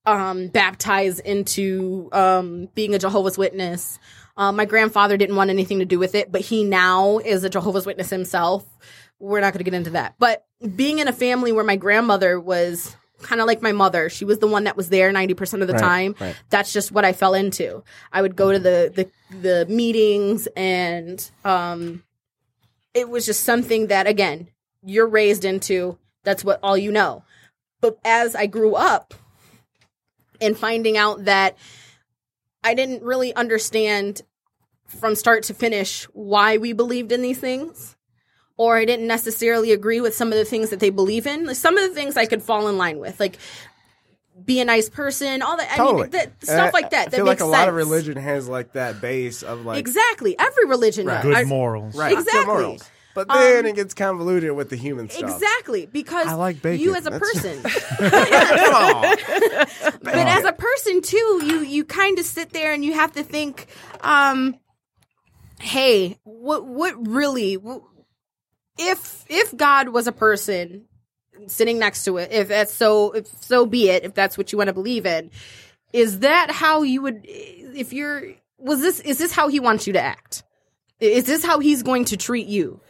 S6: um, baptized into um, being a Jehovah's Witness. Uh, my grandfather didn't want anything to do with it, but he now is a Jehovah's Witness himself. We're not going to get into that. But being in a family where my grandmother was kind of like my mother, she was the one that was there 90% of the
S13: Right,
S6: time.
S13: right.
S6: That's just what I fell into. I would go to the, the, the meetings and, um, it was just something that again you're raised into that's what all you know but as i grew up and finding out that i didn't really understand from start to finish why we believed in these things or i didn't necessarily agree with some of the things that they believe in Like, some of the things i could fall in line with like be a nice person all that i
S8: totally
S6: mean that,
S8: And I-
S6: stuff like that
S8: I
S6: that
S8: feel
S6: makes
S8: like a
S6: sense
S8: lot of religion has like that base of like
S6: exactly every religion
S8: Right.
S6: does.
S8: Good
S6: I-
S5: morals.
S8: Right.
S6: exactly
S8: Good morals. But then
S6: Um,
S8: it gets convoluted with the human stuff.
S6: Exactly, because
S8: I like bacon.
S6: you as a
S8: That's-
S6: person,
S8: Come on.
S6: but as a person too, you you kind of sit there and you have to think, um, hey, what what really, wh- if if God was a person sitting next to it, if that's so, if so be it, if that's what you want to believe in, is that how you would, if you're, was this is this how He wants you to act? Is this how He's going to treat you?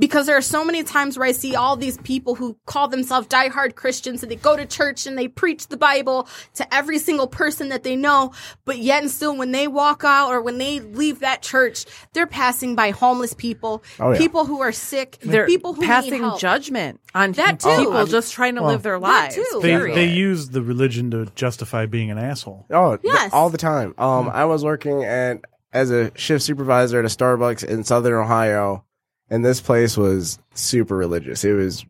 S6: because there are so many times where I see all these people who call themselves diehard Christians and they go to church and they preach the Bible to every single person that they know, but yet and still when they walk out or when they leave that church, they're passing by homeless people,
S3: Oh, yeah.
S6: people who are sick,
S3: They're
S6: people who need
S3: passing
S6: help.
S3: judgment on
S6: that too.
S3: people just trying to
S5: Well,
S3: live their
S5: that
S3: lives.
S6: too.
S5: They,
S6: Period.
S5: they use the religion to justify being an asshole.
S8: Oh, th-
S6: Yes.
S8: all the time. Um, I was working at as a shift supervisor at a Starbucks in Southern Ohio, and this place was super religious. It was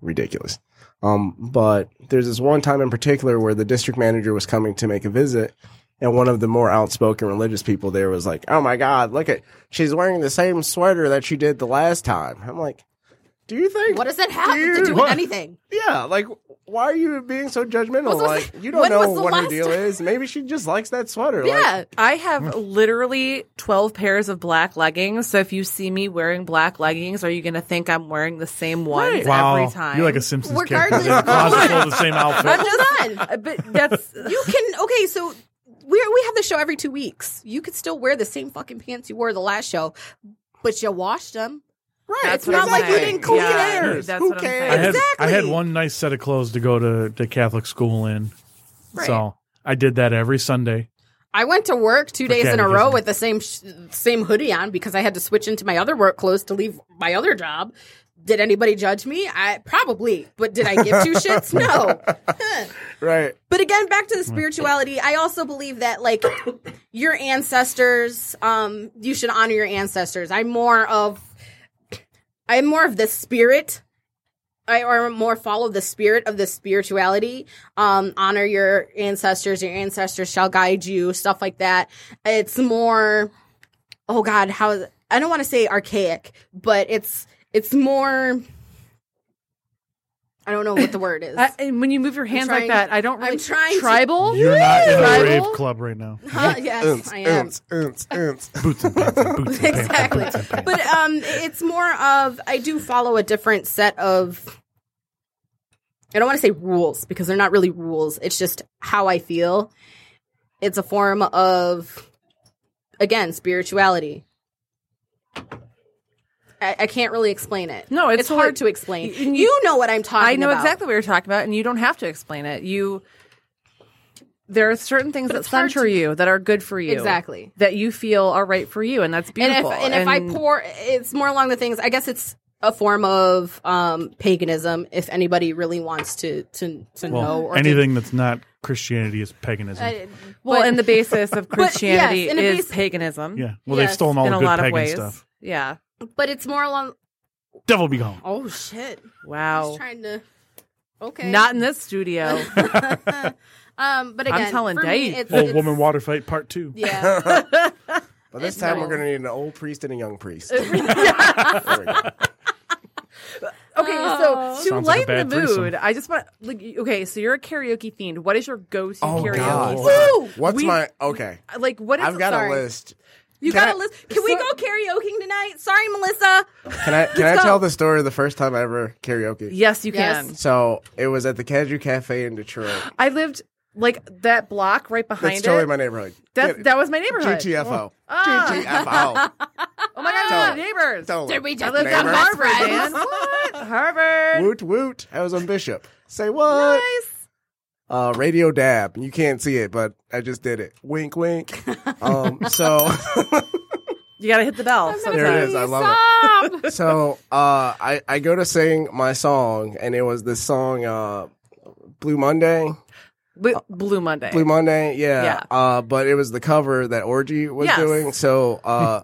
S8: ridiculous. Um, but there's this one time in particular where the district manager was coming to make a visit, and one of the more outspoken religious people there was like, "Oh my God, look at she's wearing the same sweater that she did the last time." I'm like, Do you think?
S6: What does that have to
S8: Dude,
S6: do with
S8: what?
S6: anything?
S8: Yeah, like why are you being so judgmental?
S6: Was- was-
S8: like you don't
S6: when
S8: know
S6: was the
S8: what her
S6: last
S8: deal
S6: time-
S8: is. Maybe she just likes that sweater.
S3: Yeah,
S8: Like,
S3: I have literally 12 pairs of black leggings. So if you see me wearing black leggings, are you going to think I'm wearing the same ones every time?
S5: You're like a Simpsons
S6: Regardless-
S5: character. Closet full of the same outfit.
S6: I'm
S3: Uh,
S6: done. But that's you can okay. So we we have the show every two weeks. You could still wear the same fucking pants you wore the last show, but you washed them. Right.
S3: That's
S6: it's
S3: what
S6: not
S3: I'm
S6: like you
S3: saying.
S6: didn't clean
S3: Yeah,
S6: it.
S3: that's
S6: Who
S3: what I'm saying.
S6: cares?
S5: I had,
S6: exactly.
S5: I had one nice set of clothes to go to, to Catholic school in. So I did that every Sunday.
S6: I went to work two
S5: For
S6: days in a
S5: catechism.
S6: row with the same sh- same hoodie on because I had to switch into my other work clothes to leave my other job. Did anybody judge me? I probably, but did I give two shits? No.
S8: right.
S6: But again, back to the spirituality. I also believe that like your ancestors, um, you should honor your ancestors. I'm more of, I'm more of the spirit. I or more follow the spirit of the spirituality. Um, honor your ancestors. Your ancestors shall guide you. Stuff like that. It's more. Oh God, how is- I don't want to say archaic, but it's it's more. I don't know what the word is.
S3: I- and when you move your
S6: I'm
S3: hands
S6: trying-
S3: like that, I don't really
S6: I'm trying to-
S3: tribal.
S5: You're not in a
S3: Tribal?
S5: rave club right now.
S6: Huh? Yes, I am.
S5: Boots and pants and boots and pants.
S6: exactly. But um, it's more of I do follow a different set of. I don't want to say rules because they're not really rules. It's just how I feel. It's a form of, again, spirituality. I, I can't really explain it.
S3: No, it's
S6: hard
S3: totally-
S6: to explain.
S3: You-
S6: You know what I'm talking.
S3: I know
S6: about.
S3: exactly what you're talking about, and you don't have to explain it. You there are certain things that center you that are good for you,
S6: Exactly.
S3: that you feel are right for you, and that's
S6: And if,
S3: beautiful.
S6: and if I pour, it's more along the things. I guess it's a form of um, paganism. If anybody really wants to to to
S5: Well,
S6: know or to
S5: anything that's not Christianity is paganism.
S6: I-
S3: well,
S6: but-
S3: and the basis of
S6: But yes,
S3: Christianity
S6: and the
S3: is
S6: basi-
S3: paganism.
S5: yeah. Well, they've stolen all
S3: in
S5: the
S3: a
S5: good
S3: lot
S5: pagan
S3: of ways.
S5: stuff.
S3: Yeah.
S6: But it's more along.
S5: Devil be gone.
S6: Oh shit! I was
S3: Wow.
S6: trying to. Okay.
S3: Not in this studio.
S6: Um, but
S3: I'm
S6: again,
S3: telling
S6: for
S3: Dave.
S6: me, it's,
S5: Old
S6: it's-
S5: woman water fight part two.
S6: Yeah.
S8: But this time
S6: No.
S8: we're going to need an old priest and a young priest.
S3: Okay,
S6: Oh.
S3: so to
S8: Sounds like a
S3: lighten
S8: bad
S3: the mood,
S8: threesome.
S3: I just want like okay. So you're a karaoke fiend. What is your go-to
S8: Oh,
S3: karaoke?
S8: God.
S3: song?
S8: What's
S3: We-
S8: my. Okay.
S3: like? What is?
S8: I've got
S3: sorry.
S8: a list.
S3: You
S8: Can
S3: got
S8: I-
S3: a list.
S6: Can we go karaokeing tonight? Sorry, Melissa.
S8: Can I can I
S6: Let's go.
S8: tell the story of the first time I ever karaoke?
S3: Yes, you
S6: Yes.
S3: can.
S8: So it was at the Kaju Cafe in Detroit.
S3: I lived like that block right behind
S8: That's
S3: it.
S8: totally my neighborhood.
S3: that that was my neighborhood.
S8: GTFO.
S3: Ah.
S8: GTFO.
S3: Oh my god, we were neighbors.
S8: Don't Did we look.
S3: I
S8: just
S3: lived at
S8: neighbors?
S3: Harvard, man. What? Harvard.
S8: woot woot. I was on Bishop. Say what? Uh, Radio Dab. You can't see it, but I just did it. Wink, wink. Um, so
S3: You gotta hit the bell.
S8: there it is. I love it.
S6: Stop.
S8: so uh, I I go to sing my song, and it was this song, uh, Blue Monday.
S3: But Blue Monday.
S8: Blue Monday, yeah.
S3: Yeah.
S8: Uh, but it was the cover that Orgy was
S3: Yes.
S8: doing. So uh,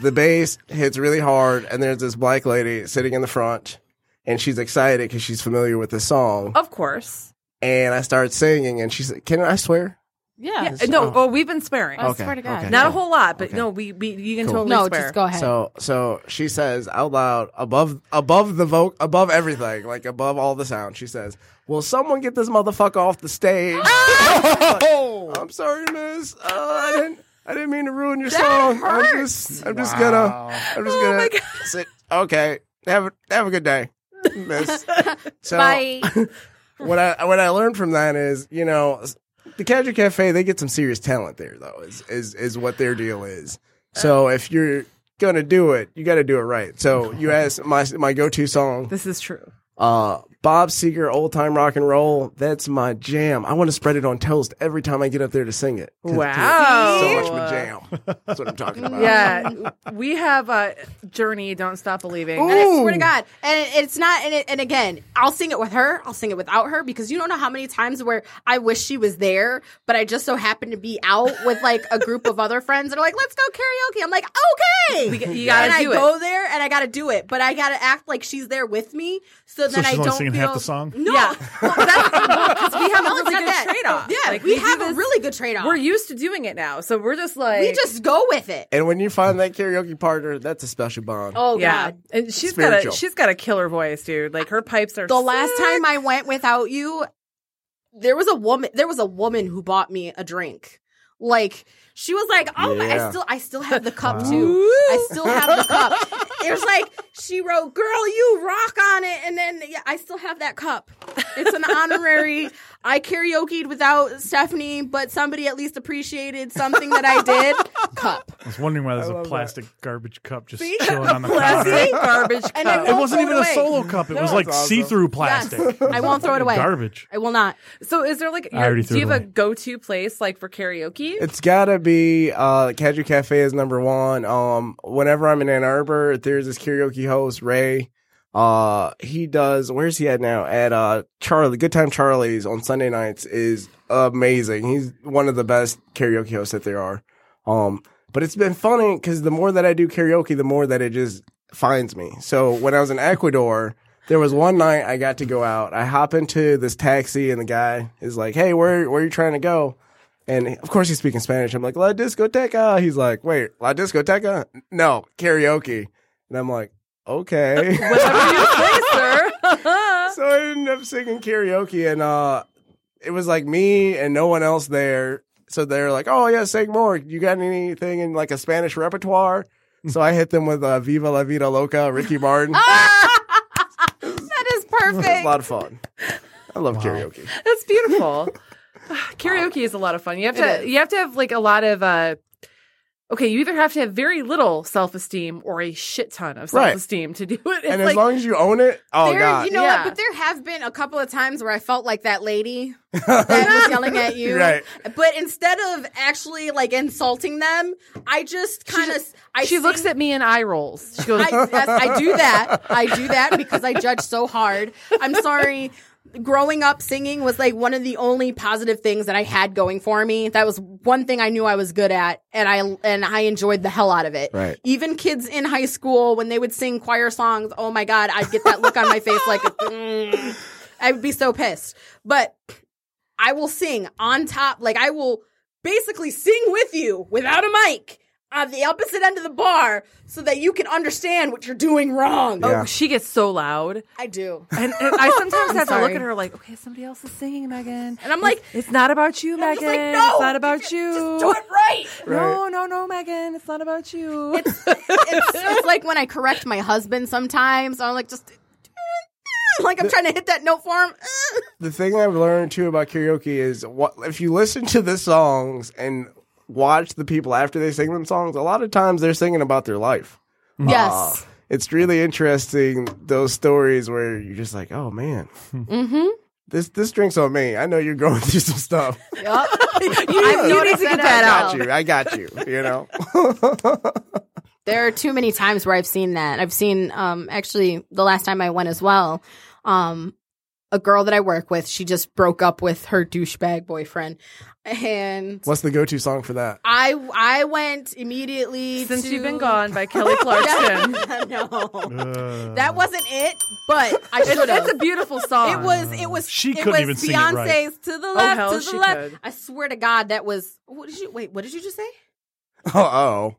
S8: the bass hits really hard, and there's this black lady sitting in the front, and she's excited because she's familiar with the song.
S3: Of course.
S8: And I start singing, and she said, "Can I swear?"
S6: Yeah.
S3: Yeah, no, oh, we've been swearing.
S8: I Okay, swear to God. okay,
S3: Not a
S8: cool.
S3: whole lot, but
S8: Okay.
S3: no, we, we you can
S8: Cool.
S3: totally
S6: No,
S3: swear.
S6: just go ahead.
S8: So so she says out loud above above the vote above everything like above all the sound. She says, "Will someone get this motherfucker off the stage?"
S5: Oh!
S8: I'm sorry, miss. Uh, I didn't. I didn't mean to ruin your
S6: That
S8: song. I'm
S6: hurts. Oh
S8: just. I'm just
S5: Wow.
S8: gonna. I'm just gonna sit. Okay. Have a, have a good day, miss. So
S6: Bye.
S8: what I what I learned from that is you know the Casual Cafe they get some serious talent there though is is is what their deal is.
S3: Uh,
S8: So if you're gonna do it, you got to do it right. So you asked my my go to song,
S3: This is true.
S8: uh, Bob Seger, old time rock and roll. That's my jam. I want to spread it on toast every time I get up there to sing it. 'Cause- 'cause
S3: Wow.
S8: it's so much my jam. That's what I'm talking about.
S3: Yeah, we have a journey. Don't stop believing.
S6: And I swear
S8: Ooh.
S6: to God, and it's not. And, it, and again, I'll sing it with her. I'll sing it without her because you don't know how many times where I wish she was there, but I just so happened to be out with like a group of other friends that are like, "Let's go karaoke." I'm like, "Okay."
S3: We, you gotta
S6: and
S3: do
S6: I
S3: it.
S6: go there and I gotta do it, but I gotta act like she's there with me, so
S5: So
S6: that I
S5: she's only
S6: don't
S5: singing
S6: feel
S5: half the song.
S6: No,
S3: Yeah, Well, that's- 'cause we have a
S6: no, it's
S3: really
S6: not
S3: good
S6: that.
S3: trade off.
S6: Yeah, we, have a really good trade off.
S3: We're used to doing it now, so we're just like
S6: We just go with it.
S8: And when you find that karaoke partner, that's a special bond.
S6: Oh
S3: yeah.
S6: God.
S3: And she's got
S8: Spiritual.
S3: a she's got a killer voice, dude. Like her pipes are
S6: the last
S3: sick.
S6: time I went without you, there was a woman. There was a woman who bought me a drink. Like she was like, "Oh, my, I
S8: Yeah.
S6: still, I still have the cup
S5: Wow.
S6: too. I still have the cup." It was like she wrote, "Girl, you rock on it," and then yeah, I still have that cup. It's an honorary. I karaokeed without Stephanie, but somebody at least appreciated something that I did. cup.
S5: I was wondering why there's
S8: love
S5: a
S8: that.
S5: plastic garbage cup just
S6: See?
S5: chilling on the counter.
S3: plastic garbage cup.
S6: And I
S5: It
S6: won't throw
S5: wasn't even
S6: it
S5: a
S6: away.
S5: solo cup. It was
S8: No,
S5: like
S8: it's awesome.
S5: see-through
S6: Yes,
S5: plastic.
S6: I won't throw it away.
S5: Garbage.
S6: I will not.
S3: so is there like
S5: I
S3: your,
S5: already threw
S3: do you
S5: it
S3: have a
S5: away.
S3: go to place like for karaoke?
S8: It's gotta be uh Kaju Cafe is number one. Um whenever I'm in Ann Arbor, there's this karaoke host, Ray. Uh he does where's he at now? At uh Charlie Good Time Charlie's on Sunday nights is amazing. He's one of the best karaoke hosts that there are. Um but it's been funny because the more that I do karaoke, the more that it just finds me. So when I was in Ecuador, there was one night I got to go out. I hop into this taxi and the guy is like, Hey, where where are you trying to go? And of course he's speaking Spanish. I'm like, La discoteca. He's like, wait, La discoteca? No, karaoke. And I'm like, okay.
S3: Uh, Whatever you say, sir.
S8: so I ended up singing karaoke and uh it was like me and no one else there. So they're like, Oh yeah, sing more. You got anything in like a Spanish repertoire? So I hit them with uh, Viva la Vida Loca, Ricky Martin.
S6: That
S8: It was
S6: is
S8: a
S6: perfect.
S8: lot of fun. I love karaoke.
S3: That's beautiful. Karaoke is a lot of fun. You have
S6: It
S3: to you have to have like a lot of uh okay, you either have to have very little self esteem or a shit ton of
S8: Right.
S3: self esteem to do it. It's
S8: and as
S3: like
S8: long as you own it, oh
S6: there,
S8: god.
S6: you know
S3: Yeah.
S6: what? But there have been a couple of times where I felt like that lady that was yelling at you.
S8: Right.
S6: But instead of actually like insulting them, I just kind of I
S3: she
S6: sing-
S3: looks at me and eye rolls. She goes,
S6: I, yes, I do that. I do that because I judge so hard. I'm sorry. Growing up singing was like one of the only positive things that I had going for me. That was one thing I knew I was good at and I and I enjoyed the hell out of it.
S8: Right.
S6: Even kids in high school when they would sing choir songs, oh my god, I'd get that look on my face like mm. I'd be so pissed. But I will sing on top. Like I will basically sing with you without a mic on the opposite end of the bar so that you can understand what you're doing wrong.
S3: Oh, she gets so loud.
S6: I do.
S3: And, and I sometimes
S6: I'm
S3: have to
S6: sorry.
S3: look at her like, okay, somebody else is singing, Megan.
S6: And I'm like,
S3: it's not about you,
S6: I'm just
S3: Megan.
S6: like,
S3: it's
S6: no,
S3: not about you.
S6: do it right.
S3: No, no, no, Megan. It's not about you.
S6: it's, it's like when I correct my husband sometimes. I'm like, just like I'm trying to hit that note for him.
S8: the thing I've learned too about karaoke is what if you listen to the songs and watch the people after they sing them songs, a lot of times they're singing about their life.
S6: Yes.
S8: Uh, it's really interesting those stories where you're just like, oh man,
S6: Mm-hmm.
S8: this this drink's on me. I know you're going through some stuff.
S6: you,
S8: need to get I got you. I got you. You know.
S6: There are too many times where I've seen that. I've seen um actually the last time I went as well, um a girl that I work with, she just broke up with her douchebag boyfriend. And
S8: What's the go-to song for that?
S6: I I went immediately
S3: Since
S6: to-
S3: You've Been Gone by Kelly Clarkson.
S6: no. That wasn't it, but I
S3: It's-
S6: should have.
S3: it's a beautiful song.
S6: It was. It was.
S5: She
S6: it
S5: couldn't
S6: was
S5: even sing it
S6: Beyonce's
S5: right.
S6: to the
S3: Oh,
S6: left,
S3: hell,
S6: to
S3: she
S6: the left.
S3: could.
S6: I swear to God, that was. What did you? Wait, what did you just say?
S8: oh.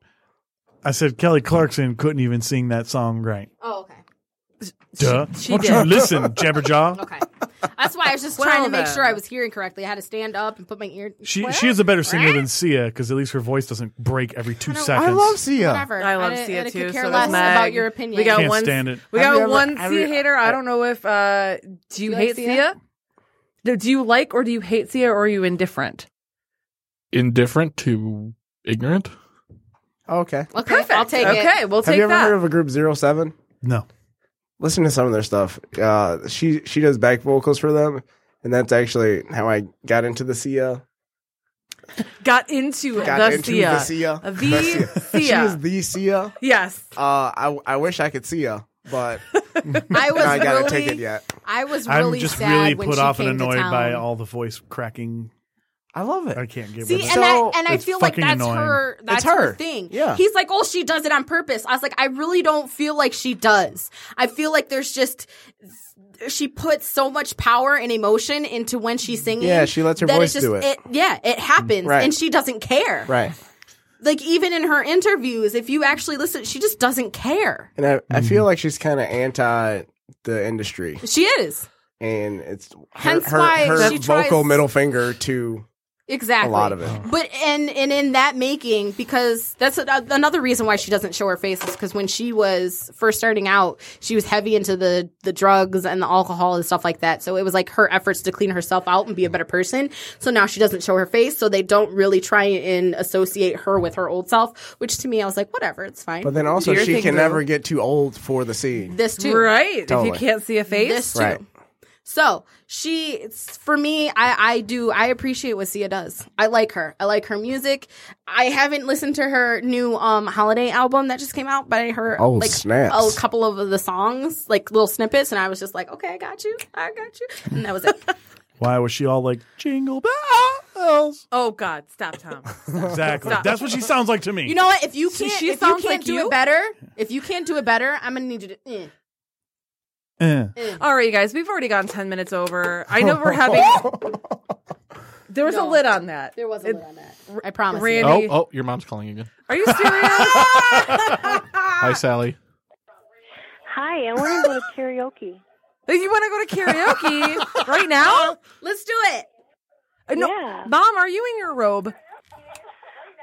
S5: I said Kelly Clarkson couldn't even sing that song right.
S6: Oh, okay.
S5: Duh.
S6: she
S5: Won't
S6: did.
S5: you listen, Jabberjaw?
S6: Okay. That's why I was just
S3: Well,
S6: trying to make
S3: then.
S6: sure I was hearing correctly. I had to stand up and put my ear.
S5: She
S6: What?
S5: she is a better singer than Sia because at least her voice doesn't break every two seconds.
S6: Whatever.
S3: I love
S6: didn't-
S3: Sia
S6: didn't
S3: too.
S6: care
S3: so does
S6: less
S3: Meg.
S6: about your opinion.
S3: We got
S5: Can't
S3: one.
S5: stand it.
S3: We
S8: Have
S3: got
S8: you ever-
S3: one
S8: have
S3: Sia
S8: you-
S3: hater. I don't know if uh, do you,
S6: You like
S3: hate
S6: Sia?
S3: Sia? Do- Do you like or do you hate Sia or are you indifferent?
S7: Indifferent to ignorant.
S8: Okay.
S6: Okay, I'll take
S3: okay,
S6: it.
S3: we'll
S8: Have
S3: take
S8: you ever
S3: that.
S8: heard of a group Zero Seven?
S5: No.
S8: listen to some of their stuff. Uh, she she does back vocals for them, and that's actually how I got into the Sia.
S3: Got into
S8: Got
S3: the
S8: into
S3: Sia.
S8: the Sia.
S3: The
S8: She
S3: Sia.
S8: was the Sia.
S3: Yes.
S8: Uh, I I wish I could see her, but
S6: I was
S8: I gotta
S6: really,
S8: take it yet.
S6: I was
S5: I'm
S6: really
S5: just
S6: sad
S5: really
S6: when
S5: put
S6: she
S5: off and
S6: came to
S5: annoyed by
S6: town.
S5: all the voice cracking.
S8: I love it.
S5: I can't get
S6: See,
S5: rid of
S6: and
S5: it.
S6: I and I
S5: It's
S6: feel like
S5: fucking
S6: that's
S5: annoying.
S6: her. That's
S8: It's
S6: her.
S8: her.
S6: thing.
S8: Yeah.
S6: He's like, oh, she does it on purpose. I was like, I really don't feel like she does. I feel like there's just she puts so much power and emotion into when she's singing.
S8: Yeah, she lets her
S6: that
S8: voice
S6: it's just,
S8: do it.
S6: Yeah, it happens,
S8: Right.
S6: and she doesn't care.
S8: Right.
S6: Like even in her interviews, if you actually listen, she just doesn't care.
S8: And I, I feel like she's kind of anti the industry,
S6: She is
S8: and it's her,
S6: Hence
S8: her,
S6: why
S8: her
S6: she
S8: vocal
S6: tries-
S8: middle finger to
S6: exactly
S8: a lot of it.
S6: But and and in that making, because that's a, another reason why she doesn't show her face is because when she was first starting out, she was heavy into the the drugs and the alcohol and stuff like that. So it was like her efforts to clean herself out and be a better person. So now she doesn't show her face, so they don't really try and associate her with her old self. Which to me, I was like, whatever, it's fine.
S8: But then also,
S3: Dear
S8: she
S3: thing,
S8: can
S3: though.
S8: never get too old for the scene.
S6: this too,
S3: Right. If
S8: Totally.
S3: you can't see a face.
S6: This too.
S8: Right.
S6: So she, it's- for me, I, I do, I appreciate what Sia does. I like her. I like her music. I haven't listened to her new um holiday album that just came out, but I heard
S8: Oh,
S6: like
S8: snaps.
S6: a couple of the songs, like little snippets, and I was just like, okay, I got you, I got you, and that was it.
S5: Why was she all like jingle bells?
S3: Oh God, stop, Tom.
S5: Exactly.
S3: Stop.
S5: That's what she sounds like to me.
S6: you know what? If you
S3: So
S6: can't,
S3: she
S6: if you
S3: sounds
S6: can't
S3: like
S6: do
S3: you?
S6: it better, if you can't do it better, I'm gonna need you to. eh.
S5: Eh.
S3: All right, you guys, we've already gone ten minutes over. I know we're having. There was a
S6: No.
S3: lid on that.
S6: There was a
S3: It-
S6: lid on that. I promise. you.
S3: Randy,
S7: Oh, oh, your mom's calling again.
S3: are you serious?
S7: Hi, Sally.
S9: Hi, I want to go to karaoke.
S3: you want to go to karaoke right now?
S6: Let's do it.
S3: Uh, No,
S9: Yeah.
S3: mom, are you in your robe?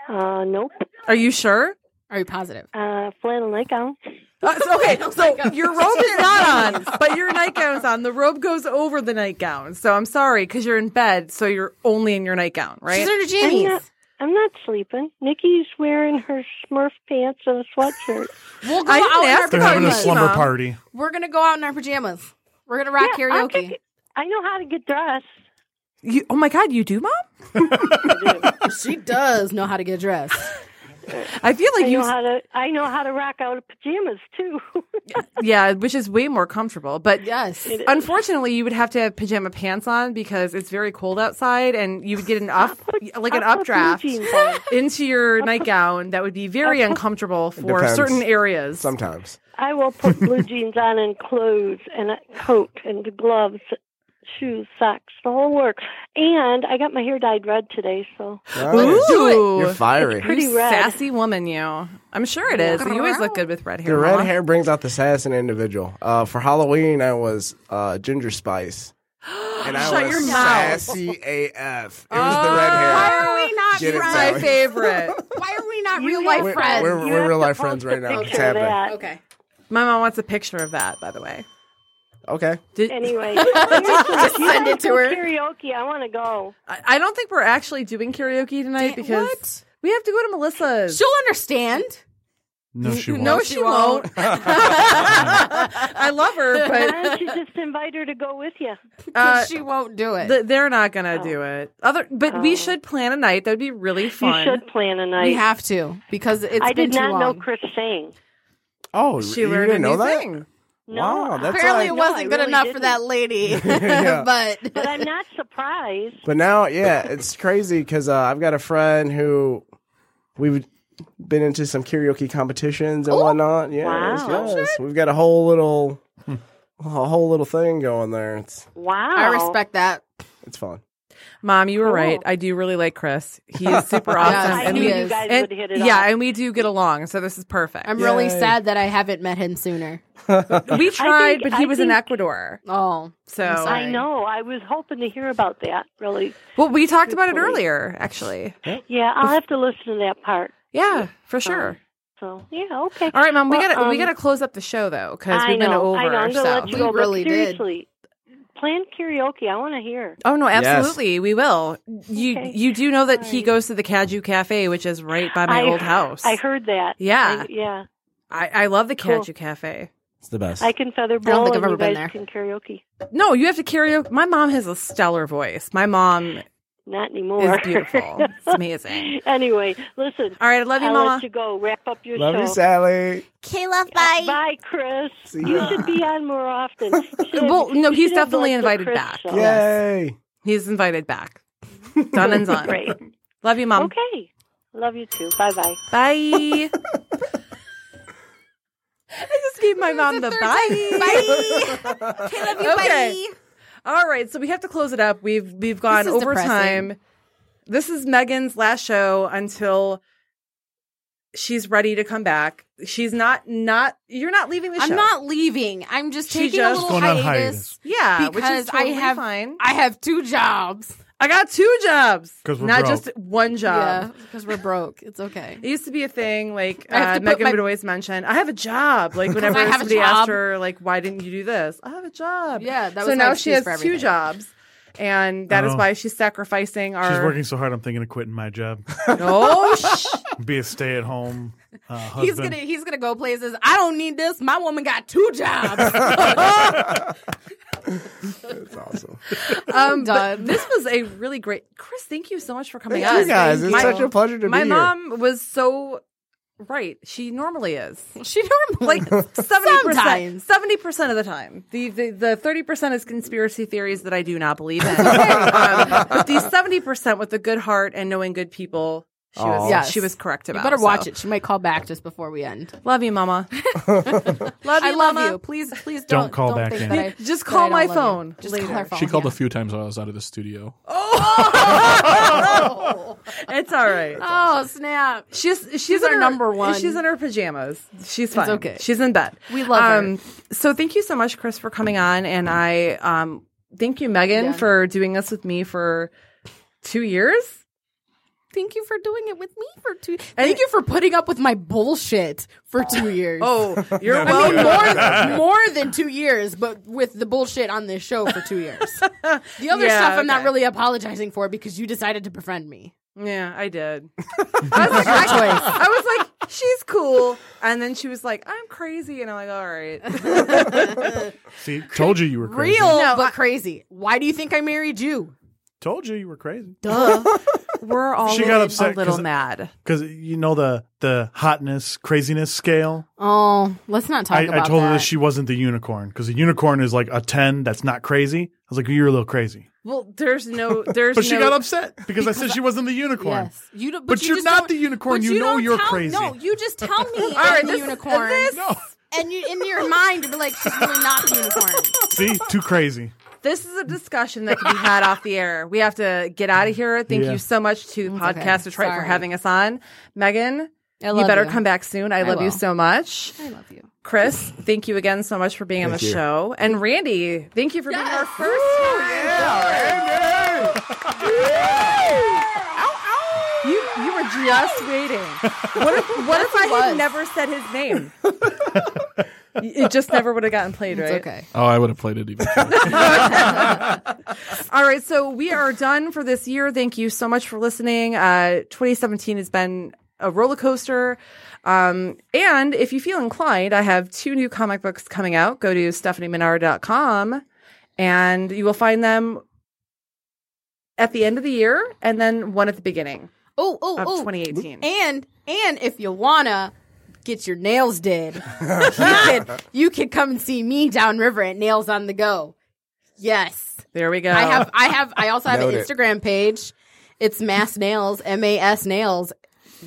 S9: Uh, nope.
S3: Are you sure?
S6: Are you positive?
S9: Uh, flannel nightgown.
S3: Uh, so- okay, so your robe is not on, but your nightgown's on. The robe goes over the nightgown. So I'm sorry because you're in bed, so you're only in your nightgown, right?
S6: She's in her
S9: I'm
S6: jammies.
S9: not, I'm not sleeping. Nikki's wearing her Smurf pants and a sweatshirt.
S6: We'll go
S3: I didn't
S6: out in our
S3: ask
S5: They're
S3: about
S5: having a
S3: Mickey,
S6: pajamas.
S5: slumber
S3: Mom.
S5: party.
S6: We're gonna go out in our pajamas. We're gonna rock
S9: Yeah, I'll
S6: karaoke.
S9: take I know how to get dressed.
S3: You, oh my God, you do, mom?
S6: she does know how to get dressed.
S3: I feel like
S9: I
S3: you,
S9: know how to. I know how to rock out of pajamas too.
S3: yeah, which is way more comfortable. But
S6: Yes.
S3: unfortunately, you would have to have pajama pants on because it's very cold outside, and you would get an up, like an
S9: I'll put blue
S3: updraft
S9: jeans on.
S3: into your nightgown that would be very uncomfortable for
S8: Depends.
S3: certain areas.
S8: Sometimes.
S9: I will put blue jeans on and clothes and a coat and gloves shoes, socks, the whole work. And I got my hair dyed red today, so
S8: Nice. You're fiery.
S9: It's pretty red.
S3: Sassy woman, you. I'm sure it is. You always look good with red hair.
S8: The red
S3: Mama.
S8: hair brings out the sass in an individual. Uh, for Halloween, I was uh, ginger spice. And I
S3: Shut
S8: was
S3: your mouth.
S8: sassy AF. It was the red hair.
S6: Why are we not
S8: Get it,
S6: friends?
S8: Sally.
S6: Why are we not
S3: You
S6: real
S3: have-
S6: life
S8: We're-
S6: friends?
S8: we're- we're You have real to life friends post a right now. Oh, It's picture of happening. that.
S6: Okay.
S3: My mom wants a picture of that, by the way.
S8: Okay.
S3: Did,
S9: anyway,
S3: Just
S9: You
S3: send
S9: guys
S3: it to
S9: do
S3: her.
S9: Karaoke. I want to go.
S3: I I don't think we're actually doing karaoke tonight because we have to go to Melissa's.
S6: She'll understand.
S5: No, she won't.
S3: No, she won't. I love her,
S9: Why don't
S3: but
S9: you just invite her to go with you?
S3: Uh,
S6: she won't do it.
S3: th- they're not
S9: Oh.
S3: gonna do it. Other, but we should plan a night. That would be really fun.
S9: should plan a night.
S6: we have to because it's
S9: I
S6: been
S9: did
S6: too
S9: not know
S6: long.
S9: Chris sang.
S8: Oh,
S3: She
S8: you
S3: learned
S8: didn't
S3: a
S8: know
S3: new
S8: that?
S3: thing.
S9: No,
S8: Wow, that's
S6: Apparently,
S8: like-
S6: it wasn't
S9: No, I
S6: good
S9: really
S6: enough for
S9: didn't.
S6: that lady.
S8: Yeah.
S6: But
S9: But I'm not surprised.
S8: But now, yeah, it's crazy because uh, I've got a friend who we've been into some karaoke competitions and whatnot. Yes,
S9: Wow.
S8: yes, we've got a whole little, a whole little thing going there. It's
S9: Wow.
S6: I respect that.
S8: it's fun.
S3: Mom, you were right. I do really like Chris. He is super awesome.
S6: Yes,
S9: I
S3: and
S9: knew
S3: we,
S9: you guys
S3: and-
S9: would hit it
S3: yeah,
S9: off.
S3: and we do get along, so this is perfect.
S6: I'm really
S8: Yay.
S6: sad that I haven't met him sooner.
S3: we tried,
S9: think-
S3: but he
S9: I
S3: was in
S9: think-
S3: Ecuador.
S6: Oh,
S3: So
S6: I'm sorry.
S9: I know. I was hoping to hear about that. Really.
S3: Well, we talked about it
S9: point.
S3: earlier, actually.
S9: Yeah, I'll have to listen to that part.
S3: Yeah, for sure.
S9: So yeah, okay.
S3: All right, mom, we
S9: um, Well,
S3: gotta we
S9: um,
S3: gotta close up the show though because
S9: I
S3: we've been
S9: know,
S3: over
S9: I know. I'm gonna let
S3: ourselves.
S9: you
S6: We
S9: go. but
S6: really did.
S9: seriously, plan karaoke. I want to hear.
S3: Oh no,
S8: Yes.
S3: absolutely, we will. You
S9: Okay.
S3: you do know that he
S9: Alright.
S3: goes to the Caju Cafe, which is right by my
S9: I,
S3: old house.
S9: I heard that.
S3: Yeah.
S9: I, yeah.
S3: I, I love the
S9: Cool.
S3: Caju Cafe.
S8: It's the best.
S9: I can feather bowl.
S6: think I've
S9: and
S6: ever
S9: you
S6: been
S9: guys
S6: there.
S9: Can karaoke?
S3: No, you have to karaoke. My mom has a stellar voice. My mom
S9: Not
S3: is
S9: anymore.
S3: beautiful. it's amazing.
S9: anyway, listen.
S3: All right, I love you,
S9: I'll
S3: mama.
S9: let you go. Wrap up your
S8: Love
S9: show.
S8: you, Sally.
S6: Kayla,
S9: Bye, Chris.
S8: See
S9: you
S8: ya.
S9: should be on more often. Should-
S3: Well, no,
S9: you
S3: he's
S9: should have,
S3: definitely
S9: like, the
S3: invited
S9: Chris
S3: back.
S9: show.
S8: Yay!
S3: He's invited back. Done and done.
S9: Great.
S3: Love you, mom.
S9: Okay. Love you too. Bye bye.
S3: Bye. I just gave my mom the bye.
S6: Bye. Kayla,
S3: Okay.
S6: you okay.
S3: All right, so we have to close it up. We've we've gone
S6: is
S3: over
S6: depressing.
S3: time. This is Megan's last show until she's ready to come back. She's not not you're not leaving the show.
S6: I'm not leaving. I'm just
S3: She
S6: taking
S3: just-
S6: a little
S5: Going on
S6: hiatus.
S5: hiatus.
S3: yeah, which is
S6: because I
S3: totally
S6: have-
S3: fine.
S6: I have two jobs.
S3: I got two jobs,
S5: 'Cause we're
S3: not
S5: broke.
S3: just one job.
S6: Yeah, because we're broke. It's okay.
S3: It used to be a thing, like
S6: I have
S3: uh,
S6: to put
S3: Megan
S6: my-
S3: would always mention, "I have a job." Like whenever
S6: I have a
S3: somebody asked
S6: job.
S3: her, "Like why didn't you do this?" I have a job.
S6: Yeah, that
S3: so
S6: was my
S3: now she
S6: excuse
S3: has two
S6: for everything.
S3: jobs, and that is
S5: Oh.
S3: why she's sacrificing our.
S5: She's working so hard. I'm thinking of quitting my job,
S3: Oh, sh-
S5: be a stay at home uh, husband.
S6: He's gonna he's gonna go places. I don't need this. My woman got two jobs.
S8: It's awesome.
S3: um, but this was a really great. Chris, thank you so much for coming
S8: Thank
S3: on.
S8: you guys. It's
S3: My-
S8: such a pleasure to
S3: My
S8: be
S3: mom was so right. She normally is.
S6: she normally
S3: like 70%
S6: Sometimes.
S3: 70% of the time the, the the 30% is conspiracy theories that i do not believe in um, but the 70% with a good heart and knowing good people she was
S8: Aw.
S6: Yes.
S3: she was correct about
S6: You better
S3: so.
S6: watch it. She might call back just before we end.
S3: love you mama love you
S6: I love
S3: mama.
S6: you. Please, please
S5: Don't
S6: don't,
S5: call
S6: don't
S5: back
S6: think
S5: in.
S6: that I-
S3: Just
S6: that
S3: call
S6: I don't
S3: my
S6: love you.
S3: phone
S6: Just
S3: later.
S6: call her phone.
S7: She called
S6: yeah.
S7: a few times while I was out of the studio.
S3: it's all right
S6: Oh snap!
S3: She's she's,
S6: our
S3: in her,
S6: number one.
S3: She's in her pajamas. She's fine.
S6: okay.
S3: She's in bed. Um,
S6: We love her.
S3: So thank you so much, Chris, for coming on, and I um thank you, Megan,
S6: Yeah.
S3: for doing this with me for two years.
S6: Thank you for doing it with me for two. Thank you for putting up with my bullshit for two years.
S3: Oh, you're
S6: I mean,
S3: welcome.
S6: more than, more than two years, but with the bullshit on this show for two years. The other
S3: Yeah,
S6: stuff I'm not
S3: okay.
S6: really apologizing for because you decided to befriend me.
S3: Yeah, I did. I was like, I, I was like, she's cool, and then she was like, I'm crazy, and I'm like, all right.
S5: See, told you you were crazy.
S6: Real,
S3: No,
S6: but
S3: I-
S6: crazy. Why do you think I married you?
S5: Told you you were crazy.
S6: Duh.
S3: We're all
S5: She got upset
S3: a little
S5: 'cause-
S3: mad.
S5: Because you know the the hotness craziness scale.
S6: oh, let's not talk
S5: I,
S6: about
S5: I told
S6: that.
S5: her that she wasn't the unicorn because the unicorn is like a ten. That's not crazy. I was like, you're a little crazy.
S3: Well, there's no, there's
S5: But she
S3: no-
S5: got upset because, I said she wasn't the unicorn.
S6: Yes. You don't,
S5: But
S6: you
S5: you're
S6: just
S5: not
S6: don't-
S5: the unicorn.
S6: but
S5: You know
S6: don't
S5: you're
S6: tell-
S5: crazy.
S6: No, you just tell me I'm
S3: right,
S6: the
S3: this-
S6: unicorn.
S3: this-
S5: No.
S6: And you in your mind, you're like, she's really not the unicorn.
S5: See, too crazy.
S3: This is a discussion that can be had off the air. We have to get out of here. Thank
S12: Yeah.
S3: you so much to
S12: okay.
S3: Podcast Detroit for
S12: Sorry.
S3: having us on. Megan, you
S12: love
S3: better
S12: you.
S3: come back soon. I,
S12: I
S3: love you
S12: will.
S3: so much. I love you. Chris, thank you again so much for being on
S12: Thank
S3: the
S12: you.
S3: show. And Randy, thank you for being our first time. You you were just waiting. What if, what if I had never said his name? it just never would have gotten played, right? okay.
S7: Oh, I would have played it even.
S3: All right, so we are done for this year. Thank you so much for listening. Uh, 2017 has been a roller coaster. Um, and if you feel inclined, I have two new comic books coming out. Go to stephanieminard.com and you will find them at the end of the year and then one at the beginning.
S6: Oh, oh,
S3: Of
S6: oh.
S3: 2018.
S6: And and if you wanna get your nails did, you can you can come and see me downriver at Nails on the Go. Yes.
S3: There we go.
S6: I have I have I also have an
S3: Oh. Noted.
S6: Instagram page. It's Mass Nails, M A S Nails.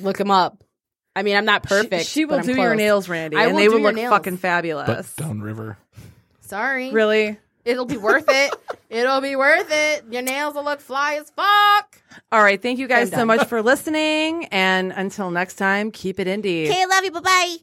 S6: Look them up. I mean, I'm not perfect.
S3: She
S6: but
S3: will
S6: I'm
S3: do your
S6: close.
S3: nails, Randy,
S6: I
S3: and they
S6: do
S3: will
S6: your
S3: look
S6: nails.
S3: fucking fabulous.
S7: downriver.
S6: Sorry.
S3: Really?
S6: It'll be worth it. It'll be worth it. Your nails will look fly as fuck.
S3: All right, thank you guys
S6: I'm
S3: so
S6: done.
S3: much for listening, and until next time, keep it indie.
S6: love you. Bye bye.